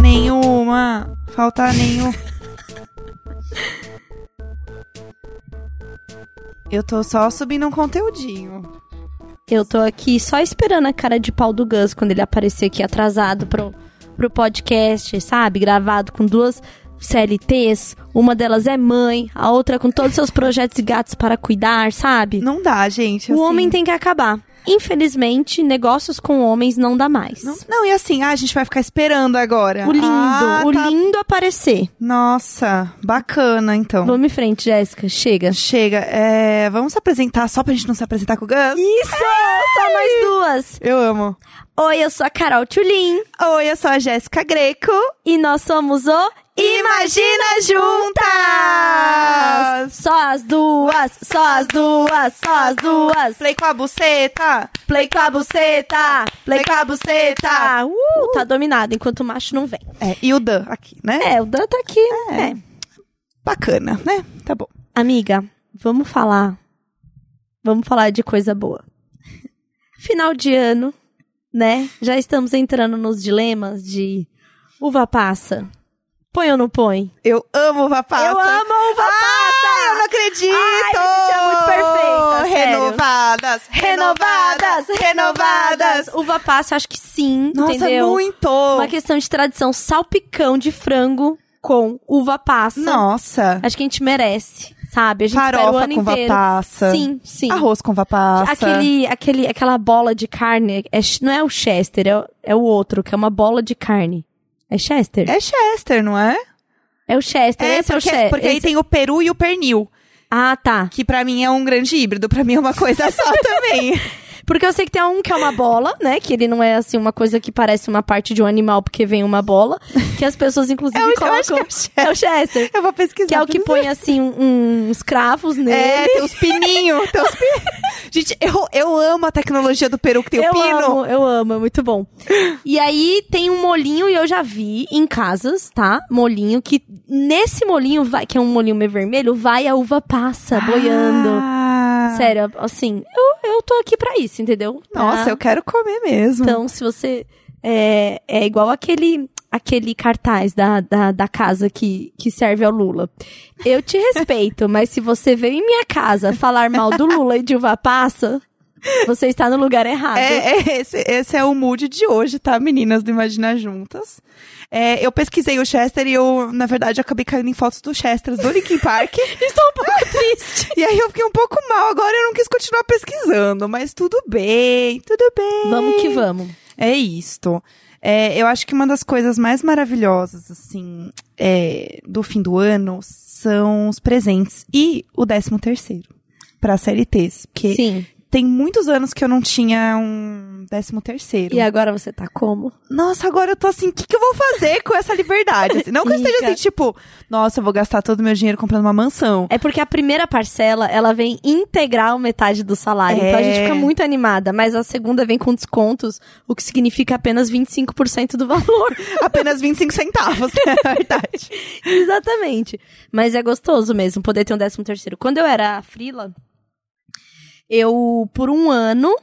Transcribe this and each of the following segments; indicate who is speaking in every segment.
Speaker 1: Nenhuma. Falta nenhum. Eu tô só subindo um conteúdinho.
Speaker 2: Eu tô aqui só esperando a cara de pau do Gus quando ele aparecer aqui atrasado pro, pro podcast, sabe? Gravado com duas CLTs. Uma delas é mãe, a outra com todos seus projetos e gatos para cuidar, sabe?
Speaker 1: Não dá, gente.
Speaker 2: O
Speaker 1: assim.
Speaker 2: homem tem que acabar. Infelizmente, negócios com homens não dá mais.
Speaker 1: Não, não, e assim, ah, a gente vai ficar esperando agora.
Speaker 2: tá O lindo,
Speaker 1: Ah,
Speaker 2: o
Speaker 1: tá.
Speaker 2: lindo aparecer.
Speaker 1: Nossa, bacana então.
Speaker 2: Vamos em frente, Jéssica. Chega.
Speaker 1: Chega, é, vamos se apresentar só pra gente não se apresentar com o Gus?
Speaker 2: Isso! Só nós duas!
Speaker 1: Eu amo.
Speaker 2: Oi, eu sou a Carol Tulin
Speaker 1: Oi, eu sou a Jéssica Greco.
Speaker 2: e nós somos o
Speaker 1: Imagina juntas!
Speaker 2: Só as duas, só as duas, só as duas.
Speaker 1: Play com a buceta!
Speaker 2: play com a buceta, play com a buceta. Uh, tá dominado, enquanto o macho não vem.
Speaker 1: É, e o Dan aqui, né?
Speaker 2: É, o Dan tá aqui. É.
Speaker 1: Bacana, né? Tá bom.
Speaker 2: Amiga, vamos falar. Vamos falar de coisa boa. Final de ano, né? Já estamos entrando nos dilemas de uva passa. Põe ou não põe?
Speaker 1: Eu amo uva passa.
Speaker 2: Eu amo uva
Speaker 1: Ah, eu não acredito!
Speaker 2: Ai, a gente é muito perfeita, sério.
Speaker 1: Renovadas, renovadas, renovadas.
Speaker 2: Uva passa, acho que sim,
Speaker 1: Nossa,
Speaker 2: entendeu?
Speaker 1: muito!
Speaker 2: Uma questão de tradição, salpicão de frango com uva passa.
Speaker 1: Nossa,
Speaker 2: Acho que a gente merece, sabe? A gente espera o
Speaker 1: farofa
Speaker 2: ano
Speaker 1: com uva
Speaker 2: inteiro.
Speaker 1: passa.
Speaker 2: Sim, sim.
Speaker 1: Arroz com uva passa.
Speaker 2: Aquele, aquele, aquela bola de carne, é ch- não é o Chester, é, o- é o outro, que é uma bola de carne. É Chester?
Speaker 1: É Chester, não é?
Speaker 2: É, o Chester, esse é o
Speaker 1: porque,
Speaker 2: Chester.
Speaker 1: porque aí
Speaker 2: esse-
Speaker 1: tem o peru e o pernil,
Speaker 2: Ah, tá.
Speaker 1: que pra mim é um grande híbrido, pra mim é uma coisa só também.
Speaker 2: Porque eu sei que tem um que é uma bola, né? Que ele não é, assim, uma coisa que parece uma parte de um animal, porque vem uma bola. Que as pessoas, inclusive,
Speaker 1: É o- eu acho
Speaker 2: colocam...
Speaker 1: que é o
Speaker 2: é o Chester.
Speaker 1: Eu vou pesquisar.
Speaker 2: Que é o que
Speaker 1: pra
Speaker 2: põe, assim, um- uns cravos nele.
Speaker 1: É, tem os pininhos. Tem os pin- Gente, eu, eu amo a tecnologia do peru que tem
Speaker 2: eu
Speaker 1: o pino.
Speaker 2: amo, eu amo, é muito bom. E aí tem um molinho, e eu já vi em casas, tá? Molinho, que nesse molinho, vai, que é um molinho meio vermelho, vai a uva passa tá boiando.
Speaker 1: Ah,
Speaker 2: Sério, assim, eu, eu tô aqui pra isso, entendeu? Pra-
Speaker 1: Nossa, eu quero comer mesmo.
Speaker 2: Então, se você. É, é igual aquele aquele cartaz da, da, da casa que, que serve ao Lula. Eu te respeito, mas se você veio em minha casa falar mal do Lula e de uva passa, você está no lugar errado.
Speaker 1: É, é, esse, esse é o mood de hoje, tá, meninas do Imagina Juntas? É, eu pesquisei o Chester e eu, na verdade, acabei caindo em fotos do Chester do Linkin Park.
Speaker 2: Estou um pouco triste.
Speaker 1: e aí eu fiquei um pouco mal, agora eu não quis continuar pesquisando, mas tudo bem, tudo bem.
Speaker 2: Vamos que vamos.
Speaker 1: É isto. É, eu acho que uma das coisas mais maravilhosas, assim, é, do fim do ano são os presentes e o décimo terceiro para CLTs, porque
Speaker 2: Sim.
Speaker 1: tem muitos anos que eu não tinha um décimo terceiro.
Speaker 2: E agora você tá como?
Speaker 1: Nossa, agora eu tô assim, o que, que eu vou fazer com essa liberdade? Assim, não que eu esteja
Speaker 2: Amiga.
Speaker 1: assim, tipo, nossa, eu vou gastar todo o meu dinheiro comprando uma mansão.
Speaker 2: É porque a primeira parcela, ela vem integral metade do salário.
Speaker 1: É.
Speaker 2: Então a gente fica muito animada, mas a segunda vem com descontos, o que significa apenas 25% do valor.
Speaker 1: Apenas 25 centavos, né? na verdade.
Speaker 2: Exatamente. Mas é gostoso mesmo poder ter um décimo terceiro. Quando eu era frila, eu, por um ano,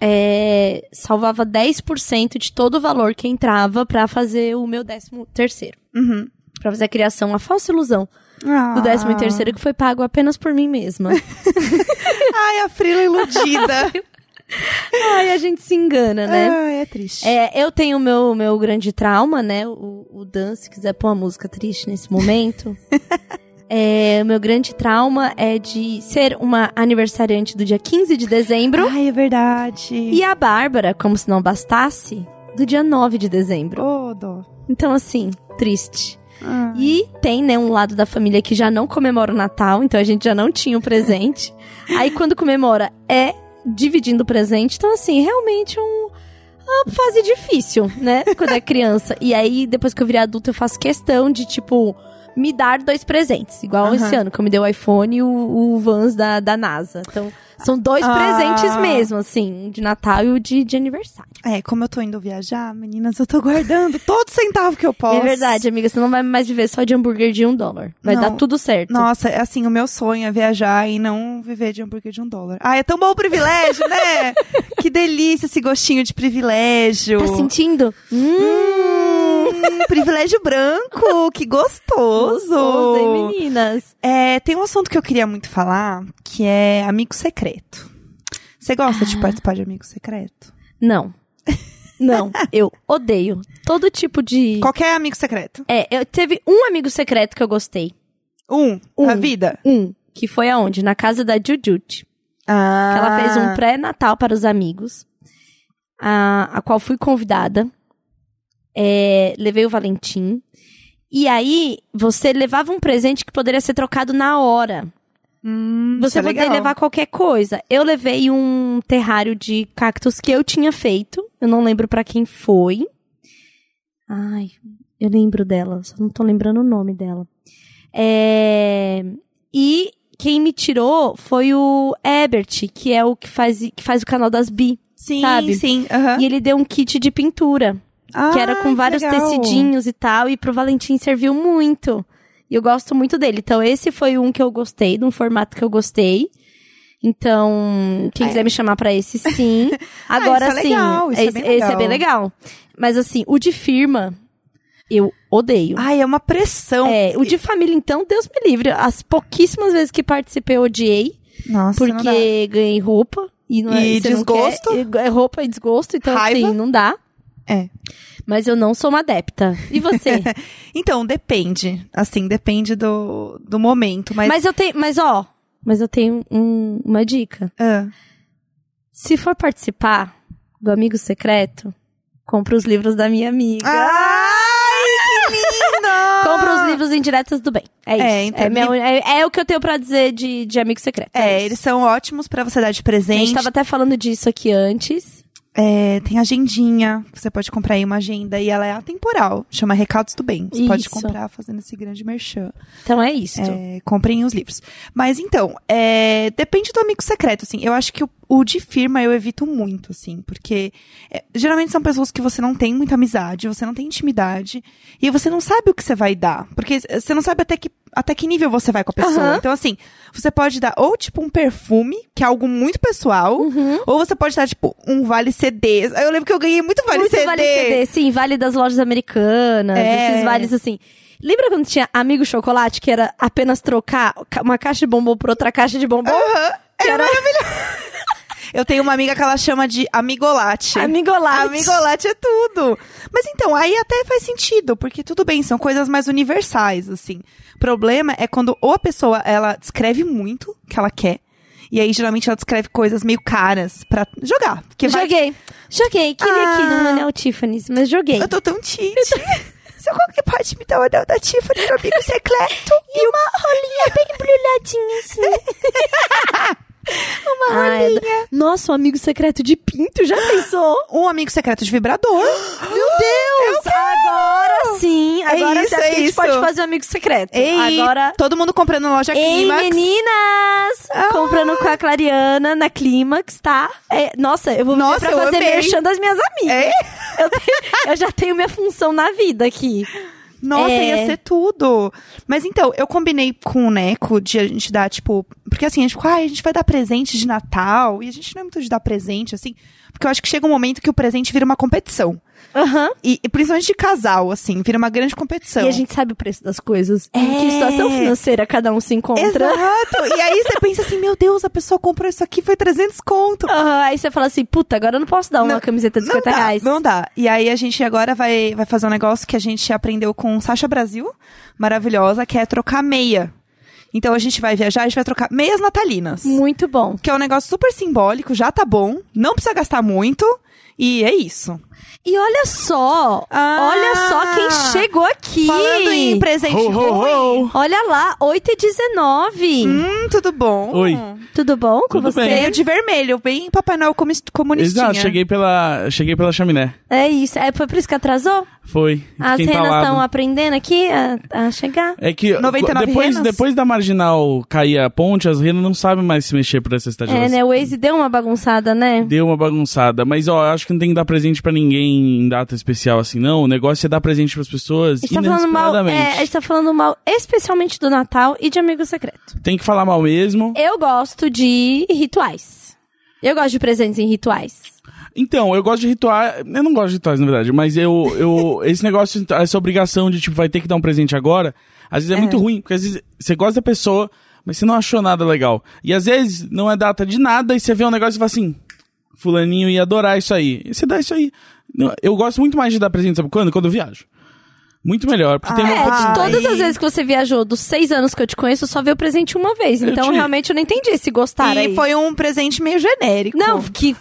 Speaker 2: é, salvava 10% de todo o valor que entrava pra fazer o meu décimo terceiro.
Speaker 1: Uhum.
Speaker 2: Pra fazer a criação, a falsa ilusão do
Speaker 1: Ah.
Speaker 2: décimo terceiro que foi pago apenas por mim mesma.
Speaker 1: Ai, a Frila iludida.
Speaker 2: Ai, a gente se engana, né?
Speaker 1: Ai, é triste.
Speaker 2: É, eu tenho o meu, meu grande trauma, né? O, o Dan, se quiser pôr uma música triste nesse momento. é, o meu grande trauma é de ser uma aniversariante do dia 15 de dezembro
Speaker 1: Ai, é verdade.
Speaker 2: e a Bárbara, como se não bastasse, do dia 9 de dezembro.
Speaker 1: Ô, dó.
Speaker 2: Então, assim, triste.
Speaker 1: Ah.
Speaker 2: E tem, né, um lado da família que já não comemora o Natal, então a gente já não tinha o presente. Aí quando comemora, é dividindo o presente. Então, assim, realmente é um, uma fase difícil, né? Quando é criança. E aí, depois que eu virei adulta, eu faço questão de, tipo, me dar dois presentes. Igual
Speaker 1: Aham.
Speaker 2: esse ano, que eu me dei o iPhone e o, o Vans da, da NASA. Então, são dois
Speaker 1: Ah.
Speaker 2: presentes mesmo, assim. um De Natal e o de, de aniversário.
Speaker 1: É, como eu tô indo viajar, meninas, eu tô guardando todo centavo que eu posso.
Speaker 2: É verdade, amiga. Você não vai mais viver só de hambúrguer de um dólar. Vai
Speaker 1: Não.
Speaker 2: dar tudo certo.
Speaker 1: Nossa, é assim, o meu sonho é viajar e não viver de hambúrguer de um dólar. Ah, é tão bom o privilégio, né? que delícia esse gostinho de privilégio.
Speaker 2: Tá sentindo? Hum.
Speaker 1: Hum, privilégio branco, que gostoso.
Speaker 2: Gostoso, hein, meninas?
Speaker 1: É, tem um assunto que eu queria muito falar, que é amigo secreto. Você gosta
Speaker 2: Ah.
Speaker 1: de participar de amigo secreto?
Speaker 2: Não. Não, eu odeio todo tipo de.
Speaker 1: Qualquer amigo secreto.
Speaker 2: É, eu teve um amigo secreto que eu gostei.
Speaker 1: Um,
Speaker 2: Um.
Speaker 1: na vida.
Speaker 2: Um, que foi aonde? Na casa da Jujute.
Speaker 1: Ah.
Speaker 2: que Ela fez um pré-natal para os amigos, a, a qual fui convidada. É, levei o Valentim. E aí, você levava um presente que poderia ser trocado na hora.
Speaker 1: Hum, isso
Speaker 2: Você
Speaker 1: é
Speaker 2: poderia
Speaker 1: legal.
Speaker 2: levar qualquer coisa. Eu levei um terrário de cactos que eu tinha feito. Eu não lembro pra quem foi. Ai, eu lembro dela, só não tô lembrando o nome dela. É, E quem me tirou foi o Ebert, que é o que faz, que faz o canal das Bi.
Speaker 1: Sim,
Speaker 2: sabe?
Speaker 1: sim. aham.
Speaker 2: E ele deu um kit de pintura que era
Speaker 1: Ah,
Speaker 2: com vários
Speaker 1: legal.
Speaker 2: tecidinhos e tal, e pro Valentim serviu muito. E eu gosto muito dele. Então, esse foi um que eu gostei, de um formato que eu gostei. Então, quem quiser me chamar pra esse, sim. Agora
Speaker 1: Ah, é. isso é
Speaker 2: sim.
Speaker 1: legal, isso é
Speaker 2: esse,
Speaker 1: bem
Speaker 2: esse é bem legal. Mas assim, o de firma, eu odeio.
Speaker 1: Ai, é uma pressão.
Speaker 2: É, o de família, então, Deus me livre. As pouquíssimas vezes que participei, eu odiei.
Speaker 1: Nossa, não dá.
Speaker 2: Porque ganhei roupa. E, não é-
Speaker 1: E
Speaker 2: você não quer-
Speaker 1: desgosto.
Speaker 2: é roupa e desgosto. Então,
Speaker 1: Raiva.
Speaker 2: assim, não dá.
Speaker 1: É.
Speaker 2: Mas eu não sou uma adepta. E você?
Speaker 1: Então, depende. Assim, depende do, do momento. Mas.
Speaker 2: mas... eu tenho. Mas ó. Mas eu tenho um- uma dica.
Speaker 1: Ah,
Speaker 2: Se for participar do Amigo Secreto, compra os livros da minha amiga.
Speaker 1: Ah! Ai, que lindo!
Speaker 2: Compra os livros indiretas do bem. É isso.
Speaker 1: É,
Speaker 2: É,
Speaker 1: então,
Speaker 2: meu- é- é o que eu tenho pra dizer de, de Amigo Secreto.
Speaker 1: É,
Speaker 2: isso.
Speaker 1: eles são ótimos pra você dar de
Speaker 2: A
Speaker 1: presente.
Speaker 2: gente tava até falando disso aqui antes.
Speaker 1: É, tem agendinha. Você pode comprar aí uma agenda e ela é atemporal. Chama Recados do Bem. Você pode
Speaker 2: Isso.
Speaker 1: comprar fazendo esse grande merchan.
Speaker 2: Então é isso.
Speaker 1: É, comprem os livros. Mas então, é, depende do amigo secreto, assim. Eu acho que o, o de firma eu evito muito, assim, porque é, geralmente são pessoas que você não tem muita amizade, você não tem intimidade, e você não sabe o que você vai dar. Porque você não sabe até que, até que nível você vai com a pessoa.
Speaker 2: Aham.
Speaker 1: Então, assim, você pode dar ou tipo um perfume, que é algo muito pessoal,
Speaker 2: Uhum.
Speaker 1: ou você pode dar, tipo, um vale CD. Eu lembro que eu ganhei muito vale
Speaker 2: Muito
Speaker 1: CD.
Speaker 2: vale CD, sim, vale das lojas americanas,
Speaker 1: É.
Speaker 2: esses vales assim. Lembra quando tinha amigo chocolate que era apenas trocar ca- uma caixa de bombom por outra caixa de bombom? que era
Speaker 1: Eu tenho uma amiga que ela chama de amigolate.
Speaker 2: amigolate.
Speaker 1: Amigolate é tudo. Mas então, aí até faz sentido, porque tudo bem, são coisas mais universais, assim. O problema é quando ou a pessoa, ela descreve muito o que ela quer, e aí geralmente ela descreve coisas meio caras pra jogar. Porque vai-
Speaker 2: Joguei. Joguei. Queria
Speaker 1: Ah.
Speaker 2: aqui no Anel Tiffany's, mas joguei.
Speaker 1: Eu tô tão cheat. Se qualquer parte me dá o anel da Tiffany, meu amigo secreto. e uma rolinha bem
Speaker 2: Olhadinha assim. Uma rolinha. Ah, Nossa, um amigo secreto de pinto, já pensou?
Speaker 1: Um amigo secreto de vibrador.
Speaker 2: Meu Deus! Agora sim,
Speaker 1: É
Speaker 2: agora
Speaker 1: isso,
Speaker 2: sim,
Speaker 1: é
Speaker 2: a gente
Speaker 1: isso.
Speaker 2: pode fazer um amigo secreto.
Speaker 1: Ei,
Speaker 2: agora
Speaker 1: todo mundo comprando na loja
Speaker 2: Ei,
Speaker 1: Climax. Ah.
Speaker 2: meninas! Comprando com a Clariana na Climax, tá? É, nossa, eu vou vir
Speaker 1: Nossa,
Speaker 2: pra
Speaker 1: eu
Speaker 2: fazer
Speaker 1: amei. É?
Speaker 2: merchan das minhas amigas. Eu, tenho- eu já tenho minha função na vida aqui.
Speaker 1: Nossa,
Speaker 2: É.
Speaker 1: ia ser tudo. Mas então, eu combinei com o Neco de a gente dar, tipo. Porque assim, a gente ficou, ah, a gente vai dar presente de Natal. E a gente não é muito de dar presente, assim. Porque eu acho que chega um momento que o presente vira uma competição.
Speaker 2: Aham.
Speaker 1: E, e principalmente de casal, assim, vira uma grande competição.
Speaker 2: E a gente sabe o preço das coisas. Em
Speaker 1: É.
Speaker 2: que situação financeira cada um se encontra.
Speaker 1: Exato! e aí você pensa assim, meu Deus, a pessoa comprou isso aqui, foi 300 conto.
Speaker 2: Aham, aí você fala assim, puta, agora eu não posso dar uma
Speaker 1: Não,
Speaker 2: camiseta de 50
Speaker 1: não dá,
Speaker 2: reais.
Speaker 1: Não dá. E aí a gente agora vai, vai fazer um negócio que a gente aprendeu com Sasha Brasil, maravilhosa, que é trocar meia. Então a gente vai viajar, a gente vai trocar meias natalinas.
Speaker 2: Muito bom.
Speaker 1: Que é um negócio super simbólico, já tá bom, não precisa gastar muito. E é isso.
Speaker 2: E olha só,
Speaker 1: Ah!
Speaker 2: olha só quem chegou aqui.
Speaker 1: Falando em presente
Speaker 3: Ho, ho, ho.
Speaker 2: Olha lá, 8 e 19.
Speaker 1: Hum, tudo bom?
Speaker 3: Oi.
Speaker 2: Tudo bom com
Speaker 3: Tudo
Speaker 2: você?
Speaker 3: bem.
Speaker 1: Veio de vermelho, bem Papai Noel comis- comunistinha.
Speaker 3: Exato, cheguei pela, cheguei pela chaminé.
Speaker 2: É isso. É, foi por isso que atrasou?
Speaker 3: Foi.
Speaker 2: As
Speaker 3: Fiquei
Speaker 2: renas
Speaker 3: entalado.
Speaker 2: estão aprendendo aqui a, a chegar.
Speaker 3: É que
Speaker 1: 99
Speaker 3: depois,
Speaker 1: renas?
Speaker 3: depois da marginal cair a ponte, as renas não sabem mais se mexer por essa cidade.
Speaker 2: É,
Speaker 3: Elas
Speaker 2: né? O Waze deu uma bagunçada, né?
Speaker 3: Deu uma bagunçada. Mas, ó, eu acho que não tem que dar presente pra ninguém em data especial assim, não. O negócio é dar presente pras pessoas
Speaker 2: A gente, tá falando mal,
Speaker 3: inesperadamente.
Speaker 2: é, a gente tá falando mal especialmente do Natal e de Amigo Secreto.
Speaker 3: Tem que falar mal mesmo.
Speaker 2: Eu gosto de rituais. Eu gosto de presentes em rituais.
Speaker 3: Então, eu gosto de rituais. Eu não gosto de rituais, na verdade, mas eu. eu esse negócio, essa obrigação de, tipo, vai ter que dar um presente agora, às vezes é, muito ruim, porque às vezes você gosta da pessoa, mas você não achou nada legal. E às vezes não é data de nada e você vê um negócio e fala assim: Fulaninho ia adorar isso aí. E você dá isso aí. Não, Eu gosto muito mais de dar presente, sabe quando? Quando eu viajo. Muito melhor, porque tem
Speaker 1: Ah,
Speaker 3: uma
Speaker 2: É, de
Speaker 1: Ai.
Speaker 2: todas as vezes que você viajou, dos seis anos que eu te conheço, eu só vi o presente uma vez.
Speaker 3: Eu
Speaker 2: Então,
Speaker 3: te-
Speaker 2: realmente, eu não entendi esse gostar
Speaker 1: E
Speaker 2: aí.
Speaker 1: foi um presente meio genérico.
Speaker 2: Não, que...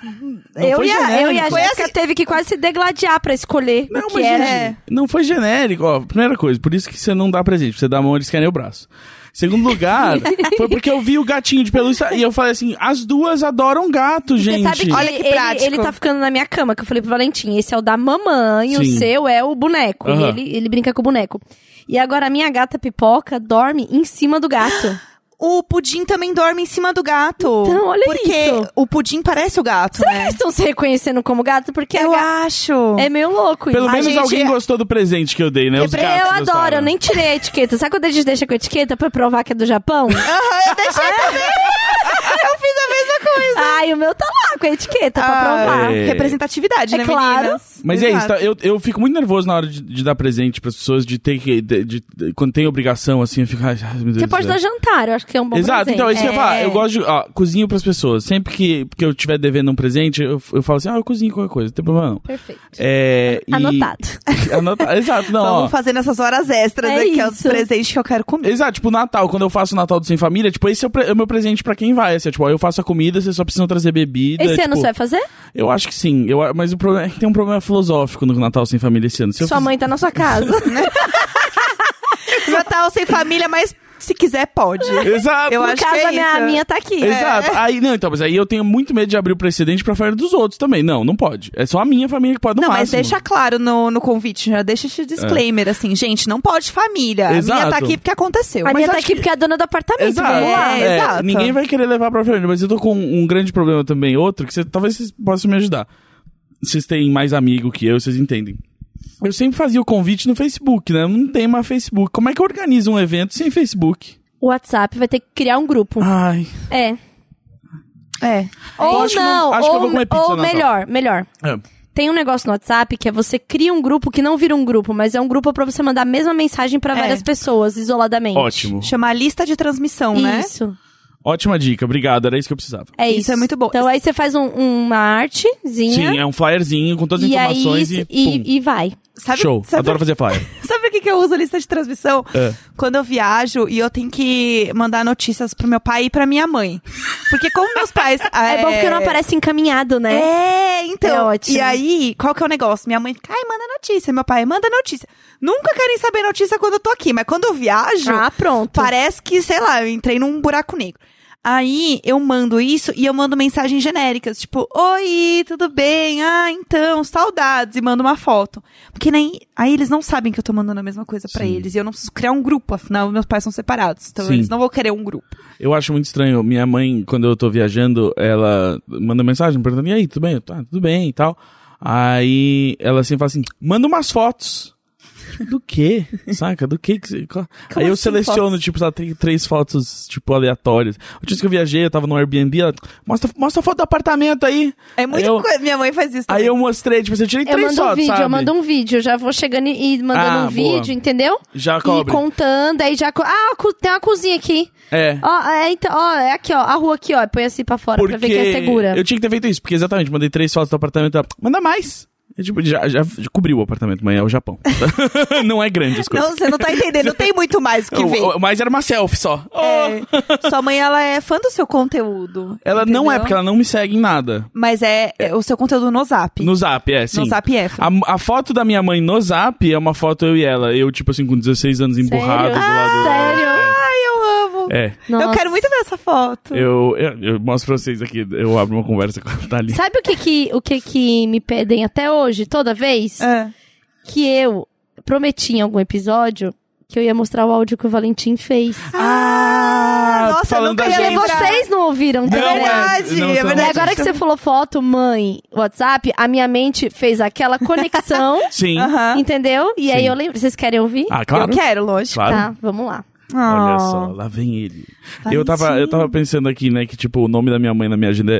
Speaker 2: eu,
Speaker 3: foi
Speaker 2: e a, eu e a
Speaker 3: genérico. Foi
Speaker 2: Jéssica teve que quase se degladiar pra escolher
Speaker 3: Não,
Speaker 2: o que
Speaker 3: mas
Speaker 2: era.
Speaker 3: gente,
Speaker 1: é.
Speaker 3: não foi genérico, ó. Primeira coisa, por isso que você não dá presente, você dá a mão, eles querem o braço. Segundo lugar, foi porque eu vi o gatinho de pelúcia e eu falei assim: as duas adoram gato, gente.
Speaker 2: Você sabe é que,
Speaker 1: Olha que
Speaker 2: ele,
Speaker 1: prático.
Speaker 2: ele tá ficando na minha cama, que eu falei pro Valentim, esse é o da mamãe, o
Speaker 3: Sim.
Speaker 2: seu é o boneco. E
Speaker 3: Aham.
Speaker 2: ele, ele brinca com o boneco. E agora a minha gata pipoca dorme em cima do gato.
Speaker 1: O pudim também dorme em cima do gato.
Speaker 2: Então, olha
Speaker 1: porque
Speaker 2: isso.
Speaker 1: o pudim parece o gato, né?
Speaker 2: Eles estão se reconhecendo como gato porque a
Speaker 1: Eu
Speaker 2: gata
Speaker 1: acho.
Speaker 2: é meio louco
Speaker 3: Pelo
Speaker 2: isso.
Speaker 3: menos
Speaker 1: gente-
Speaker 3: alguém gostou do presente que eu dei, né? Os
Speaker 2: é- Eu
Speaker 3: gatos
Speaker 2: adoro,
Speaker 3: gostaram.
Speaker 2: eu nem tirei a etiqueta. Sabe quando a gente deixa com a etiqueta pra provar que é do Japão? É.
Speaker 1: Aham, eu deixei também. eu fiz a mesma coisa.
Speaker 2: Ai, o meu tá lá com a etiqueta pra
Speaker 1: Ah.
Speaker 2: provar.
Speaker 3: é.
Speaker 1: Representatividade,
Speaker 2: É
Speaker 1: né,
Speaker 2: claro.
Speaker 1: meninas?
Speaker 3: Mas é
Speaker 1: Exato.
Speaker 3: isso, tá? eu, eu fico muito nervoso na hora de, de dar presente pras pessoas, de ter que. de- de- de- quando tem obrigação, assim, eu fico. Ai, ai, meu Deus
Speaker 2: Você
Speaker 3: do
Speaker 2: pode
Speaker 3: céu.
Speaker 2: dar jantar, eu acho que é um bom
Speaker 3: Exato,
Speaker 2: presente.
Speaker 3: então, é isso que eu
Speaker 1: É.
Speaker 3: ia falar. Eu gosto de. Ó, cozinho pras pessoas. Sempre que, que eu tiver devendo um presente, eu, eu falo assim: ah, eu cozinho qualquer coisa, não tem problema não.
Speaker 2: Perfeito.
Speaker 3: É, e-
Speaker 2: Anotado.
Speaker 3: Anotado. Exato, não. ó.
Speaker 1: Vamos fazendo essas horas extras
Speaker 2: É
Speaker 1: aqui, que é os
Speaker 2: isso.
Speaker 1: presentes que eu quero comer.
Speaker 3: Exato, tipo, Natal, quando eu faço o Natal do Sem Família, tipo, esse é o, pre- é o meu presente pra quem vai. Assim, é, tipo, ó, eu faço a comida, vocês só precisam trazer bebida.
Speaker 2: Esse
Speaker 3: tipo,
Speaker 2: ano você vai fazer?
Speaker 3: Eu acho que sim. Eu, a- mas o problema é que tem um problema filosófico no Natal Sem Família esse ano. Se eu
Speaker 2: Sua
Speaker 3: fiz-
Speaker 2: mãe tá na sua casa.
Speaker 1: Natal tá sem família, mas se quiser, pode.
Speaker 3: é Exato.
Speaker 1: Eu
Speaker 2: no
Speaker 1: acho
Speaker 2: caso,
Speaker 1: que é
Speaker 2: a minha,
Speaker 1: isso.
Speaker 2: a minha tá aqui.
Speaker 3: Exato. Aí, não, então, mas aí eu tenho muito medo de abrir o precedente pra falar dos outros também. Não, não pode. É só a minha família que pode no
Speaker 1: Não, mas
Speaker 3: máximo. É.
Speaker 1: deixa claro no, no convite, já deixa esse disclaimer, assim, gente, não pode família. A minha
Speaker 3: Exato.
Speaker 1: tá aqui porque aconteceu.
Speaker 2: A
Speaker 1: Mas
Speaker 2: minha tá
Speaker 1: acho
Speaker 2: aqui porque é a dona do apartamento.
Speaker 3: Exato.
Speaker 2: Vamos lá.
Speaker 1: É, exato.
Speaker 3: Ninguém vai querer levar pra frente, mas eu tô com um grande problema também, outro, que cê- talvez vocês possam me ajudar. Vocês têm mais amigo que eu, vocês entendem. Eu sempre fazia o convite no Facebook, né? Não tem mais Facebook. Como é que eu organizo um evento sem Facebook?
Speaker 2: O WhatsApp vai ter que criar um grupo.
Speaker 3: Ai.
Speaker 2: É.
Speaker 1: que- É.
Speaker 2: Ou
Speaker 3: acho que eu
Speaker 2: não,
Speaker 3: vou- acho que eu
Speaker 2: ou,
Speaker 3: vou comer pizza
Speaker 2: ou
Speaker 3: no Natal.
Speaker 2: melhor, melhor.
Speaker 3: É.
Speaker 2: Tem um negócio no WhatsApp que é você cria um grupo que não vira um grupo, mas é um grupo pra você mandar a mesma mensagem pra
Speaker 1: É.
Speaker 2: várias pessoas, isoladamente.
Speaker 3: Ótimo.
Speaker 1: Chamar lista de transmissão, né?
Speaker 2: Isso.
Speaker 3: Ótima dica, obrigado. Era isso que eu precisava.
Speaker 2: É isso.
Speaker 1: Isso é muito bom.
Speaker 2: Então aí você faz um- uma artezinha.
Speaker 3: Sim, é um flyerzinho com todas as
Speaker 2: e aí
Speaker 3: informações
Speaker 2: isso-
Speaker 3: e. pum.
Speaker 2: e, e vai.
Speaker 1: Sabe,
Speaker 3: Show.
Speaker 1: sabe
Speaker 3: Adoro fazer flyer.
Speaker 1: Sabe por que, que eu uso a lista de transmissão?
Speaker 3: É.
Speaker 1: Quando eu viajo e eu tenho que mandar notícias pro meu pai e pra minha mãe. Porque como meus pais.
Speaker 2: É, bom porque não aparece encaminhado, né?
Speaker 1: É, então.
Speaker 2: É ótimo.
Speaker 1: E aí, qual que é o negócio? Minha mãe fica, ai, manda notícia. Meu pai, manda notícia. Nunca querem saber notícia quando eu tô aqui, mas quando eu viajo,
Speaker 2: Ah, pronto.
Speaker 1: parece que, sei lá, eu entrei num buraco negro. Aí eu mando isso e eu mando mensagens genéricas, tipo, oi, tudo bem? Ah, então, saudades, e mando uma foto. Porque nem aí eles não sabem que eu tô mandando a mesma coisa pra
Speaker 3: Sim.
Speaker 1: eles. E eu não preciso criar um grupo, afinal, meus pais são separados. Então
Speaker 3: Sim.
Speaker 1: eles não vão querer um grupo.
Speaker 3: Eu acho muito estranho. Minha mãe, quando eu tô viajando, ela manda mensagem perguntando: e aí, tudo bem? Eu, Tá, tudo bem e tal. Aí ela sempre fala assim: manda umas fotos. Do quê? Saca? Do quê que você. Aí eu
Speaker 1: assim,
Speaker 3: seleciono,
Speaker 1: fotos?
Speaker 3: tipo, só tem três fotos, tipo, aleatórias. A última vez que eu viajei, eu tava no Airbnb, ela. Mostra, mostra a foto do apartamento aí.
Speaker 1: É muito
Speaker 3: Eu-
Speaker 1: coisa. Minha mãe faz isso.
Speaker 3: Aí
Speaker 1: também.
Speaker 3: eu mostrei, tipo, assim, eu tirei
Speaker 2: Eu
Speaker 3: três
Speaker 2: mando
Speaker 3: fotos.
Speaker 2: um vídeo,
Speaker 3: sabe?
Speaker 2: eu mando um vídeo. Eu já vou chegando e e mandando
Speaker 3: Ah,
Speaker 2: um
Speaker 3: boa.
Speaker 2: vídeo, entendeu?
Speaker 3: Já
Speaker 2: E
Speaker 3: cobre.
Speaker 2: contando, aí já. co- Ah, cu- tem uma cozinha aqui.
Speaker 3: É.
Speaker 2: Ó, é, então, ó, é aqui, ó. A rua aqui, ó. Põe assim pra fora pra ver que é segura.
Speaker 3: Eu tinha que ter feito isso, porque exatamente, mandei três fotos do apartamento. ela, Manda mais. É tipo, já, já cobriu o apartamento, mas é o Japão. não é grande as coisas.
Speaker 1: Não, você não tá entendendo. Não tem muito mais o que ver.
Speaker 3: O- o- Mas era uma selfie só. Oh!
Speaker 1: É, sua mãe, ela é fã do seu conteúdo.
Speaker 3: Ela não é,
Speaker 1: entendeu?
Speaker 3: porque ela não me segue em nada.
Speaker 1: Mas é, é o seu conteúdo no Zap.
Speaker 3: No Zap, é, sim.
Speaker 1: No Zap é. fã.
Speaker 3: A, a foto da minha mãe no Zap é uma foto eu e ela. Eu, tipo assim, com 16 anos
Speaker 1: Ah,
Speaker 3: emburrado do lado.
Speaker 2: Sério?
Speaker 1: Ai, eu amo.
Speaker 3: É.
Speaker 1: Eu quero muito ver essa foto.
Speaker 3: Eu, eu, eu mostro pra vocês aqui, eu abro uma conversa com a Thalia.
Speaker 2: Sabe o que que, o que que me pedem até hoje, toda vez?
Speaker 1: É.
Speaker 2: Que eu prometi em algum episódio que eu ia mostrar o áudio que o Valentim fez.
Speaker 3: Ah,
Speaker 1: nossa,
Speaker 3: falando
Speaker 1: nunca
Speaker 3: da
Speaker 1: ia
Speaker 2: E
Speaker 3: gente.
Speaker 1: lembrar.
Speaker 2: vocês não ouviram
Speaker 3: Não,
Speaker 2: também.
Speaker 1: verdade,
Speaker 3: não,
Speaker 1: é
Speaker 3: são-
Speaker 2: E
Speaker 1: verdade.
Speaker 2: agora que você falou foto, mãe, WhatsApp, a minha mente fez aquela conexão,
Speaker 3: Sim.
Speaker 1: Aham.
Speaker 2: entendeu? E aí
Speaker 3: Sim.
Speaker 2: eu lembro. Vocês querem ouvir?
Speaker 3: Ah, claro.
Speaker 1: Eu quero, lógico.
Speaker 3: Claro.
Speaker 2: Tá, vamos lá.
Speaker 3: Olha
Speaker 1: Oh. Tá
Speaker 3: só, lá vem ele.
Speaker 1: Vai
Speaker 3: Eu tava,
Speaker 1: sim.
Speaker 3: eu tava pensando aqui, né, que tipo, o nome da minha mãe na minha agenda é.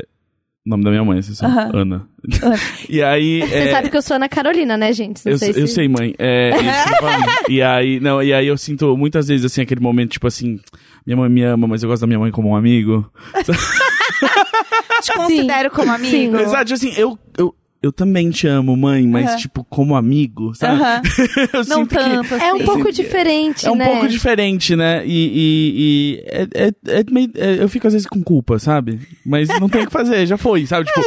Speaker 3: O nome da minha mãe, vocês sabem.
Speaker 1: Aham.
Speaker 3: Ana. e aí.
Speaker 2: Você
Speaker 3: é,
Speaker 2: sabe que eu sou Ana Carolina, né, gente? Não
Speaker 3: eu,
Speaker 2: sei
Speaker 3: eu
Speaker 2: se...
Speaker 3: sei, mãe. É, isso que eu tô falando. e aí, não, e aí eu sinto muitas vezes assim aquele momento, tipo assim, minha mãe me ama, mas eu gosto da minha mãe como um amigo.
Speaker 1: Te considero como amigo.
Speaker 3: Exato, assim, eu, eu, eu também te amo, mãe, mas
Speaker 1: Aham.
Speaker 3: tipo, como amigo, sabe?
Speaker 1: Aham.
Speaker 3: eu
Speaker 1: Não
Speaker 3: sinto que.
Speaker 1: tanto, assim.
Speaker 2: É um
Speaker 3: Sim.
Speaker 2: pouco
Speaker 3: Sim.
Speaker 2: diferente,
Speaker 3: É um
Speaker 2: né?
Speaker 3: pouco diferente, né? E, e- e é, é- é meio- é- eu fico às vezes com culpa, sabe? Mas não tem o que fazer, já foi, sabe? Tipo,